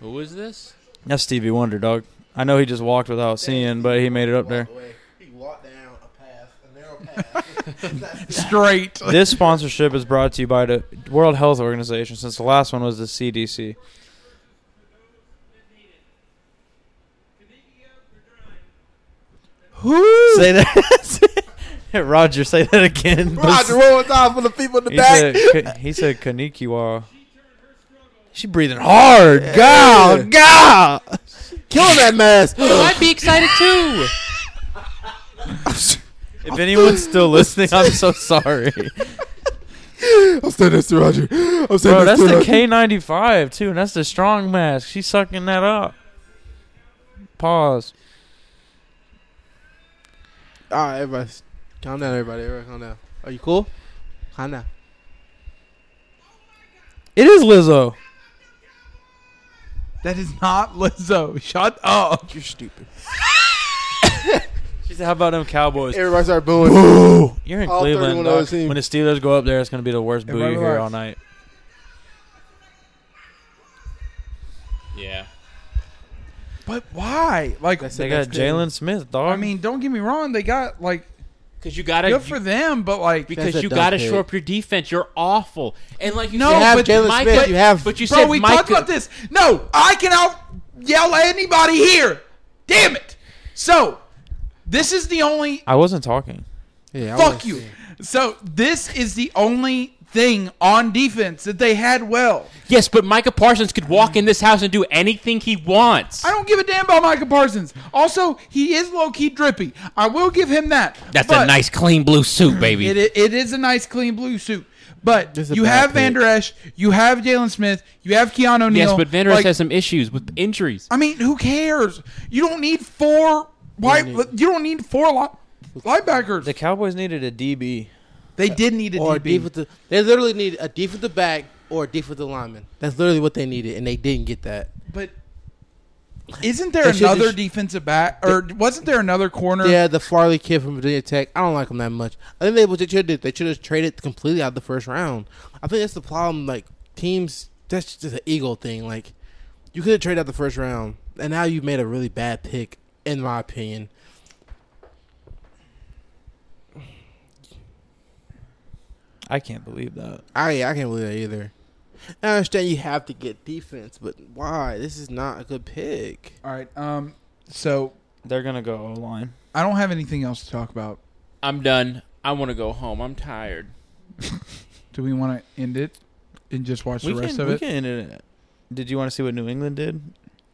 [SPEAKER 2] Who is this?
[SPEAKER 3] That's Stevie Wonder, dog. I know he just walked without seeing, but he made it up there.
[SPEAKER 4] He walked down a path, a narrow path.
[SPEAKER 1] Straight.
[SPEAKER 3] This sponsorship is brought to you by the World Health Organization since the last one was the CDC.
[SPEAKER 4] Who?
[SPEAKER 3] Say that. Roger, say that again.
[SPEAKER 4] Roger, one more time for the people in the
[SPEAKER 3] He
[SPEAKER 4] back.
[SPEAKER 3] said, he said Konnichiwa. She breathing hard.
[SPEAKER 4] Gow, gow. Killing that mask.
[SPEAKER 2] I'd be excited too.
[SPEAKER 3] If anyone's still listening, I'm so sorry.
[SPEAKER 4] I'm saying this to Roger. I'm saying
[SPEAKER 3] Bro,
[SPEAKER 4] this
[SPEAKER 3] that's
[SPEAKER 4] to
[SPEAKER 3] the
[SPEAKER 4] Roger.
[SPEAKER 3] K95 too, and that's the strong mask. She's sucking that up. Pause.
[SPEAKER 4] All right, everybody. Calm down, everybody. Everybody, calm down. Are you cool? Calm down.
[SPEAKER 3] It is Lizzo.
[SPEAKER 1] That is not Lizzo. Shut up.
[SPEAKER 4] You're stupid.
[SPEAKER 3] She said, "How about them Cowboys?
[SPEAKER 4] Everybody start booing.
[SPEAKER 3] You're in
[SPEAKER 4] All 31
[SPEAKER 3] Cleveland.
[SPEAKER 4] other
[SPEAKER 3] dog.
[SPEAKER 4] teams.
[SPEAKER 3] When the Steelers go up there, it's gonna be the worst boo
[SPEAKER 1] Everybody
[SPEAKER 3] you hear
[SPEAKER 1] relax.
[SPEAKER 3] all night."
[SPEAKER 2] Yeah.
[SPEAKER 1] But why? Like,
[SPEAKER 4] That's
[SPEAKER 3] They
[SPEAKER 4] it.
[SPEAKER 3] got Jalen Smith, dog.
[SPEAKER 1] I mean, don't get me wrong. They got like
[SPEAKER 2] Because you gotta
[SPEAKER 1] good for them, but like,
[SPEAKER 4] That's
[SPEAKER 2] because
[SPEAKER 4] a
[SPEAKER 2] you
[SPEAKER 4] dumb
[SPEAKER 2] gotta
[SPEAKER 4] pick.
[SPEAKER 2] shore up your defense. You're awful. And like you
[SPEAKER 1] No,
[SPEAKER 2] said,
[SPEAKER 1] You have
[SPEAKER 2] but
[SPEAKER 4] Jalen
[SPEAKER 2] Micah-
[SPEAKER 4] Smith, you have-
[SPEAKER 2] But you
[SPEAKER 1] bro,
[SPEAKER 2] said
[SPEAKER 1] we
[SPEAKER 2] Micah,
[SPEAKER 1] talked about this. No, I can out yell at anybody here. Damn it. So, this is the only
[SPEAKER 3] I wasn't talking.
[SPEAKER 4] Yeah, I
[SPEAKER 1] Fuck
[SPEAKER 4] was-
[SPEAKER 1] you. So this is the only thing on defense that they had well.
[SPEAKER 2] Yes, but Micah Parsons could walk in this house and do anything he wants.
[SPEAKER 1] I don't give a damn about Micah Parsons. Also, he is low key drippy. I will give him that.
[SPEAKER 2] That's a
[SPEAKER 1] But
[SPEAKER 2] nice clean blue suit, baby.
[SPEAKER 1] It, it is a nice clean blue suit. But
[SPEAKER 4] This is a
[SPEAKER 1] you
[SPEAKER 4] bad
[SPEAKER 1] have Van
[SPEAKER 4] pick.
[SPEAKER 1] Der Esch, you have Jalen Smith, you have Keanu Neal.
[SPEAKER 2] yes, but Vander Esch
[SPEAKER 1] Like,
[SPEAKER 2] has some issues with injuries.
[SPEAKER 1] I mean, who cares? You don't need four. Why
[SPEAKER 4] need-
[SPEAKER 1] you don't need four li- linebackers?
[SPEAKER 3] The Cowboys needed a DB.
[SPEAKER 1] They did need a
[SPEAKER 4] Or a
[SPEAKER 1] DB.
[SPEAKER 4] defensive. They literally need a defensive back or a defensive lineman. That's literally what they needed, and they didn't get that.
[SPEAKER 1] But isn't there
[SPEAKER 4] They should
[SPEAKER 1] another
[SPEAKER 4] just-
[SPEAKER 1] defensive back, or wasn't there another corner?
[SPEAKER 4] Yeah, the Farley kid from Virginia Tech. I don't like him that much. I think they what they should do. They should have traded completely out the first round. I think that's the problem. Like teams, that's just an ego thing. Like you could have traded out the first round, and now you made a really bad pick, in my opinion.
[SPEAKER 3] I can't believe that.
[SPEAKER 4] I I can't believe that either. I understand you have to get defense, but why? This is not a good pick.
[SPEAKER 1] All right. Um. So
[SPEAKER 3] They're gonna go O line.
[SPEAKER 1] I don't have anything else to talk about.
[SPEAKER 2] I'm done. I want to go home. I'm tired.
[SPEAKER 1] Do we want to end it and just watch
[SPEAKER 3] We
[SPEAKER 1] the rest
[SPEAKER 3] can,
[SPEAKER 1] of
[SPEAKER 3] we
[SPEAKER 1] it?
[SPEAKER 3] can end it. Did you want to see what New England did,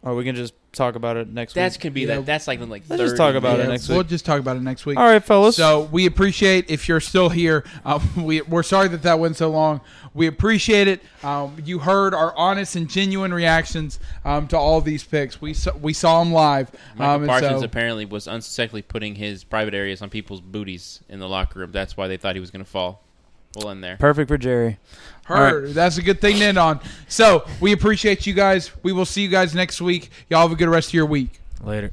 [SPEAKER 3] or we can just talk about it next
[SPEAKER 2] That's
[SPEAKER 3] week?
[SPEAKER 2] can be
[SPEAKER 1] Yeah.
[SPEAKER 2] that. That's like in like.
[SPEAKER 3] Let's just
[SPEAKER 2] 30
[SPEAKER 3] talk about it
[SPEAKER 2] minutes.
[SPEAKER 3] next
[SPEAKER 1] we'll
[SPEAKER 3] week.
[SPEAKER 1] just talk about it next week.
[SPEAKER 3] All right, fellas.
[SPEAKER 1] So we appreciate if you're still here. Uh, we, we're sorry that that went so long. We appreciate it. Um, you heard our honest and genuine reactions um, to all these picks. We saw, we saw them live.
[SPEAKER 2] Michael
[SPEAKER 1] um, and
[SPEAKER 2] Parsons
[SPEAKER 1] so-
[SPEAKER 2] apparently was unsuccessfully putting his private areas on people's booties in the locker room. That's why they thought he was going to fall. We'll end there.
[SPEAKER 3] Perfect for Jerry.
[SPEAKER 1] Heard. That's a good thing to end on. So we appreciate you guys. We will see you guys next week. Y'all have a good rest of your week.
[SPEAKER 3] Later.